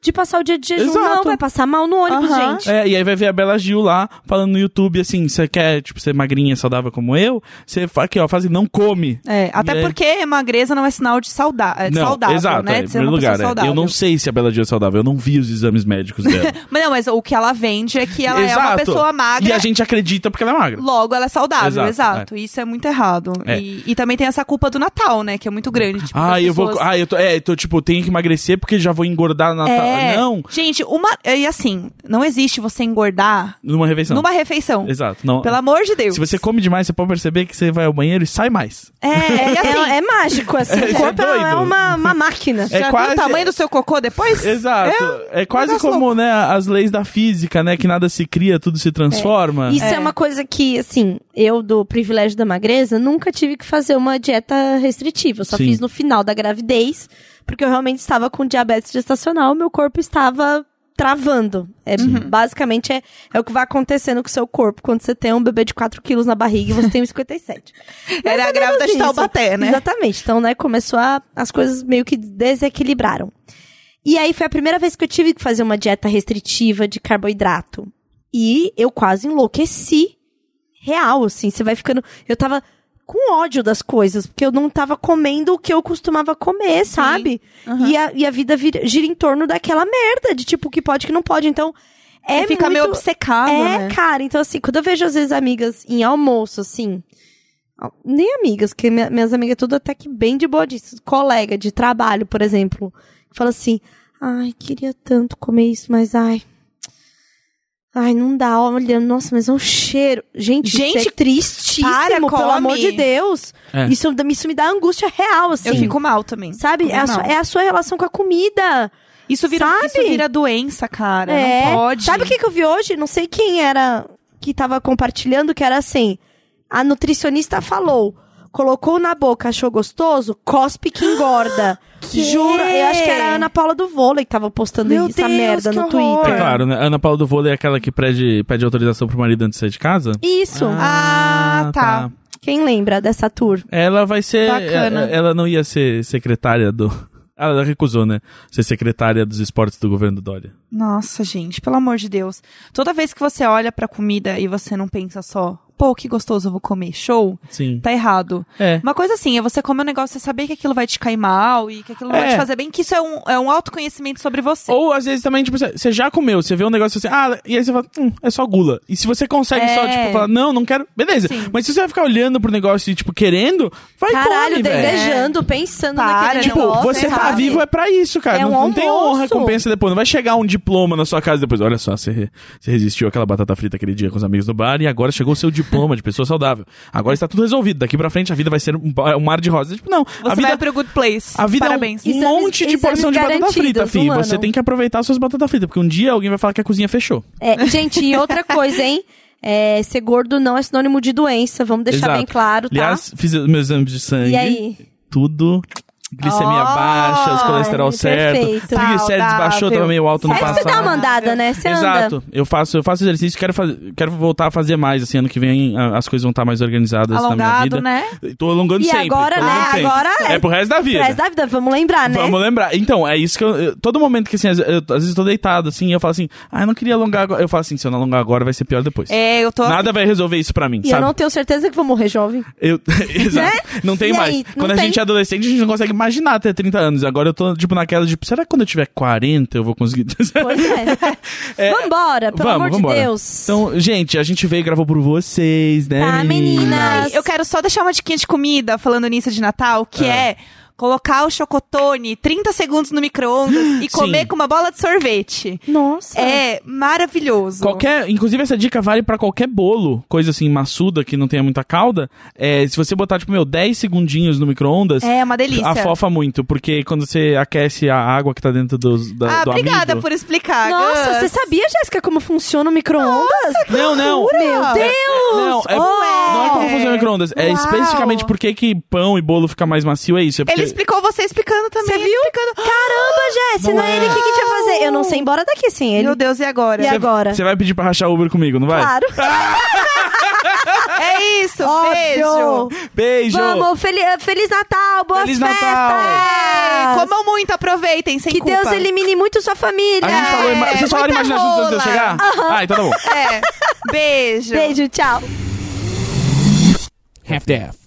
Speaker 2: de passar o dia de jejum.
Speaker 3: Exato.
Speaker 2: Não, vai passar mal no ônibus,
Speaker 1: Aham.
Speaker 2: gente.
Speaker 3: É, e aí vai ver a Bela Gil lá, falando no YouTube, assim, você quer, tipo, ser magrinha, saudável como eu? Você fa- aqui, ó, faz assim, não come.
Speaker 1: É, até
Speaker 3: É.
Speaker 1: porque magreza não é sinal de sauda é, de
Speaker 3: não,
Speaker 1: saudável,
Speaker 3: exato,
Speaker 1: né?
Speaker 3: é,
Speaker 1: De
Speaker 3: em
Speaker 1: ser uma
Speaker 3: primeiro lugar,
Speaker 1: pessoa
Speaker 3: é.
Speaker 1: saudável.
Speaker 3: eu não sei se a Bela Gil é saudável, eu não vi os exames médicos dela.
Speaker 1: Mas não, mas o que ela vende é que ela é uma
Speaker 3: Exato.
Speaker 1: pessoa magra.
Speaker 3: E a gente acredita porque ela é magra.
Speaker 1: Logo, ela é saudável,
Speaker 3: Exato,
Speaker 1: exato. Isso é muito errado.
Speaker 3: É.
Speaker 1: E, e também tem essa culpa do Natal, né? Que é muito grande. Tipo,
Speaker 3: Ah,
Speaker 1: das
Speaker 3: eu vou.
Speaker 1: pessoas-
Speaker 3: Ah, eu tô. É, eu tô, tipo, tenho que emagrecer porque já vou engordar na
Speaker 1: É.
Speaker 3: ta- tá, Não,
Speaker 1: Gente, uma. E assim, não existe você engordar
Speaker 3: numa refeição.
Speaker 1: numa refeição.
Speaker 3: Exato. Não.
Speaker 1: Pelo amor de Deus.
Speaker 3: Se você come demais, você pode perceber que você vai ao banheiro e sai mais.
Speaker 1: É, e assim,
Speaker 2: É, é mágico, assim.
Speaker 3: É,
Speaker 2: o
Speaker 3: isso é
Speaker 2: corpo é,
Speaker 3: doido.
Speaker 2: uma, uma máquina.
Speaker 3: É
Speaker 1: já viu
Speaker 3: quase-
Speaker 1: o tamanho do seu cocô depois?
Speaker 3: Exato. É,
Speaker 1: um
Speaker 3: quase
Speaker 1: negócio
Speaker 3: como, né, as leis da física, né? Que nada se cria, tudo se transforma.
Speaker 2: Isso é. uma coisa que, assim, eu, do privilégio da magreza, nunca tive que fazer uma dieta restritiva. Eu só
Speaker 3: Sim.
Speaker 2: fiz no final da gravidez, porque eu realmente estava com diabetes gestacional, meu corpo estava travando. É,
Speaker 1: Uhum.
Speaker 2: Basicamente, é, é o que vai acontecendo com o seu corpo quando você tem um bebê de 4 quilos na barriga e você tem um 57. Mais
Speaker 1: Era
Speaker 2: ou
Speaker 1: a grávida
Speaker 2: menos
Speaker 1: de
Speaker 2: isso.
Speaker 1: Taubaté, né?
Speaker 2: Exatamente. Então, né, começou a... As coisas meio que desequilibraram. E aí, foi a primeira vez que eu tive que fazer uma dieta restritiva de carboidrato. E eu quase enlouqueci. Real, assim. Você vai ficando. Eu tava com ódio das coisas, porque eu não tava comendo o que eu costumava comer, sabe? E, a, e a vida vira- gira em torno daquela merda de tipo o que pode e o que não pode. Então. É
Speaker 1: Você fica
Speaker 2: muito...
Speaker 1: meio obcecado,
Speaker 2: É,
Speaker 1: né?
Speaker 2: cara, então assim, quando eu vejo às vezes amigas em almoço, assim. al- Nem amigas, porque minha- minhas amigas é tudo até que bem de boa disso. Colega de trabalho, por exemplo. que Fala assim, ai, queria tanto comer isso, mas ai. Ai, não dá, olha, nossa, mas é um cheiro. Gente,
Speaker 1: Gente,
Speaker 2: isso é tristíssimo,
Speaker 1: para,
Speaker 2: pelo
Speaker 1: come.
Speaker 2: amor de Deus.
Speaker 3: É.
Speaker 2: Isso, dá- isso me dá angústia real, assim.
Speaker 1: Eu fico mal também.
Speaker 2: Sabe? É a, sua, é a sua relação com a comida.
Speaker 1: Isso vira,
Speaker 2: Sabe?
Speaker 1: isso vira doença, cara.
Speaker 2: É.
Speaker 1: né? Não pode.
Speaker 2: Sabe o que, que eu vi hoje? Não sei quem era que tava compartilhando, que era assim. A nutricionista falou. Colocou na boca, achou gostoso, cospe que engorda.
Speaker 1: Que?
Speaker 2: Jura? Eu acho que era a Ana Paula do vôlei que tava postando
Speaker 1: Meu
Speaker 2: essa
Speaker 1: Deus,
Speaker 2: merda
Speaker 1: que
Speaker 2: no
Speaker 1: horror.
Speaker 2: Twitter.
Speaker 3: É claro, né? Ana Paula do Vôlei é aquela que pede, pede autorização pro marido antes de sair de casa?
Speaker 2: Isso.
Speaker 1: Ah, tá.
Speaker 2: Quem lembra dessa tour?
Speaker 3: Ela vai ser.
Speaker 1: Bacana.
Speaker 3: é- Ela não ia ser secretária do. Ela recusou, né? Ser secretária dos esportes do governo do Dória.
Speaker 1: Nossa, gente, pelo amor de Deus. Toda vez que você olha pra comida e você não pensa só, pô, que gostoso eu vou comer, show,
Speaker 3: Sim.
Speaker 1: tá errado.
Speaker 3: É.
Speaker 1: Uma coisa assim, é você comer um negócio, você saber que aquilo vai te cair mal e que aquilo não vai
Speaker 3: É.
Speaker 1: te fazer bem, que isso é um, é um autoconhecimento sobre você.
Speaker 3: Ou às vezes também, tipo, você- você já comeu, você vê um negócio assim, ah, e aí você fala, hum, é só gula. E se você consegue só,
Speaker 1: É.
Speaker 3: tipo, falar, não, não quero, beleza. Mas se você vai ficar olhando pro negócio e, tipo, querendo, vai
Speaker 2: Caralho,
Speaker 3: come, velho.
Speaker 2: desejando, pensando
Speaker 1: É. Para,
Speaker 2: naquele
Speaker 1: tipo,
Speaker 2: negócio, né?
Speaker 3: Você tá
Speaker 2: É, sabe?
Speaker 3: vivo é pra isso, cara.
Speaker 2: É
Speaker 3: não,
Speaker 2: um
Speaker 3: não tem
Speaker 2: almoço.
Speaker 3: honra, recompensa depois. Não vai chegar um diploma na sua casa depois. Olha só, você, re- você resistiu àquela batata frita aquele dia com os amigos do bar e agora chegou o seu diploma de pessoa saudável. Agora está tudo resolvido. Daqui pra frente a vida vai ser um, ba- um mar de rosas. Tipo, não.
Speaker 1: Você
Speaker 3: a vida
Speaker 1: vai pro Good Place.
Speaker 3: a vida
Speaker 1: Parabéns.
Speaker 3: é um- um,
Speaker 2: Exames-
Speaker 3: monte de
Speaker 2: exames
Speaker 3: porção de batata
Speaker 2: garantidos,
Speaker 3: frita,
Speaker 2: um
Speaker 3: filho. Você
Speaker 2: ano.
Speaker 3: tem que aproveitar suas batatas fritas, porque um dia alguém vai falar que a cozinha fechou.
Speaker 2: É, gente, e outra coisa, hein? É, ser gordo não é sinônimo de doença, vamos deixar
Speaker 3: Exato.
Speaker 2: bem claro, tá?
Speaker 3: Aliás, fiz os meus exames de sangue.
Speaker 2: e aí?
Speaker 3: Tudo. Glicemia
Speaker 1: Oh,
Speaker 3: baixa, os colesterol certo.
Speaker 2: perfeito.
Speaker 3: Triglicérides baixou,
Speaker 1: Saudável.
Speaker 3: tava meio alto no
Speaker 2: Aí
Speaker 3: passado.
Speaker 2: você dá uma andada, né? Você anda.
Speaker 3: Exato. Eu faço, eu faço exercício, quero, fazer, quero voltar a fazer mais. Assim, ano que vem a- as coisas vão estar mais organizadas na minha
Speaker 1: Alongado,
Speaker 3: vida.
Speaker 1: né?
Speaker 3: Tô alongando
Speaker 2: E
Speaker 3: sempre.
Speaker 2: agora,
Speaker 3: tô
Speaker 2: né?
Speaker 3: alongando sempre.
Speaker 2: Agora é-
Speaker 3: é pro resto da vida.
Speaker 2: Traz da vida, vamos lembrar, né?
Speaker 3: Vamos lembrar. Então, é isso que eu, eu- Todo momento que assim, às- eu, às vezes eu tô deitado, assim, e eu falo assim, ah, eu não queria alongar agora. Eu falo assim, se eu não alongar agora, vai ser pior depois.
Speaker 1: É, eu tô.
Speaker 3: Nada vai resolver isso pra mim,
Speaker 2: assim. E eu
Speaker 3: sabe?
Speaker 2: não tenho certeza que vou morrer jovem.
Speaker 3: Eu- Exato.
Speaker 2: Né?
Speaker 3: Não tem
Speaker 2: E
Speaker 3: mais.
Speaker 2: aí? Não
Speaker 3: quando a
Speaker 2: tem.
Speaker 3: gente é adolescente, a gente não consegue imaginar ter 30 anos. Agora eu tô, tipo, naquela, tipo, será que quando eu tiver 40 eu vou conseguir?
Speaker 2: Pois é. vambora, pelo amor
Speaker 3: vambora.
Speaker 2: de Deus.
Speaker 3: Então, gente, a gente veio e gravou por vocês, né?
Speaker 2: Tá, meninas?
Speaker 1: Eu quero só deixar uma diquinha de comida falando nisso de Natal, que é. Colocar o chocotone 30 segundos no micro-ondas e comer com uma bola de sorvete.
Speaker 2: Nossa.
Speaker 1: É maravilhoso.
Speaker 3: Qualquer, inclusive essa dica vale pra qualquer bolo, coisa assim, maçuda, que não tenha muita calda. É, se você botar, tipo, meu, 10 segundinhos no micro-ondas,
Speaker 1: É uma delícia.
Speaker 3: afofa muito, porque quando você aquece a água que tá dentro dos, da,
Speaker 1: ah,
Speaker 3: do
Speaker 1: obrigada
Speaker 3: amido-
Speaker 1: por explicar.
Speaker 2: Nossa,
Speaker 1: Gus.
Speaker 2: você sabia, Jéssica, como funciona o micro-ondas?
Speaker 3: Não, não.
Speaker 2: Meu Deus!
Speaker 3: Não,
Speaker 2: Ué!
Speaker 3: é, não é como fazer micro-ondas. É
Speaker 1: Uau.
Speaker 3: especificamente por que que pão e bolo fica mais macio, é isso. É porque...
Speaker 1: Ele explicou você explicando também.
Speaker 2: Você
Speaker 1: ele
Speaker 2: viu?
Speaker 1: Explicando...
Speaker 2: Caramba, Jéssica, não é ele, o que, que a gente vai fazer? Eu não sei ir embora daqui sem ele.
Speaker 1: Meu Deus, e agora?
Speaker 2: E agora?
Speaker 3: Você vai pedir pra rachar Uber comigo, não vai?
Speaker 2: Claro.
Speaker 1: É É isso,
Speaker 2: Óbvio.
Speaker 1: beijo.
Speaker 3: Beijo!
Speaker 2: Vamos, Feliz, Feliz Natal, boas
Speaker 3: Feliz
Speaker 2: festas!
Speaker 1: É, comam muito, aproveitem, sem
Speaker 2: Que
Speaker 1: culpa.
Speaker 2: Deus elimine muito sua família!
Speaker 3: A gente falou. ima- Vocês falaram
Speaker 1: É, muita
Speaker 3: imaginar juntos antes de eu
Speaker 1: rola.
Speaker 3: chegar? Ah, então tá bom.
Speaker 1: É, beijo.
Speaker 2: Beijo, tchau!
Speaker 3: Half-Death.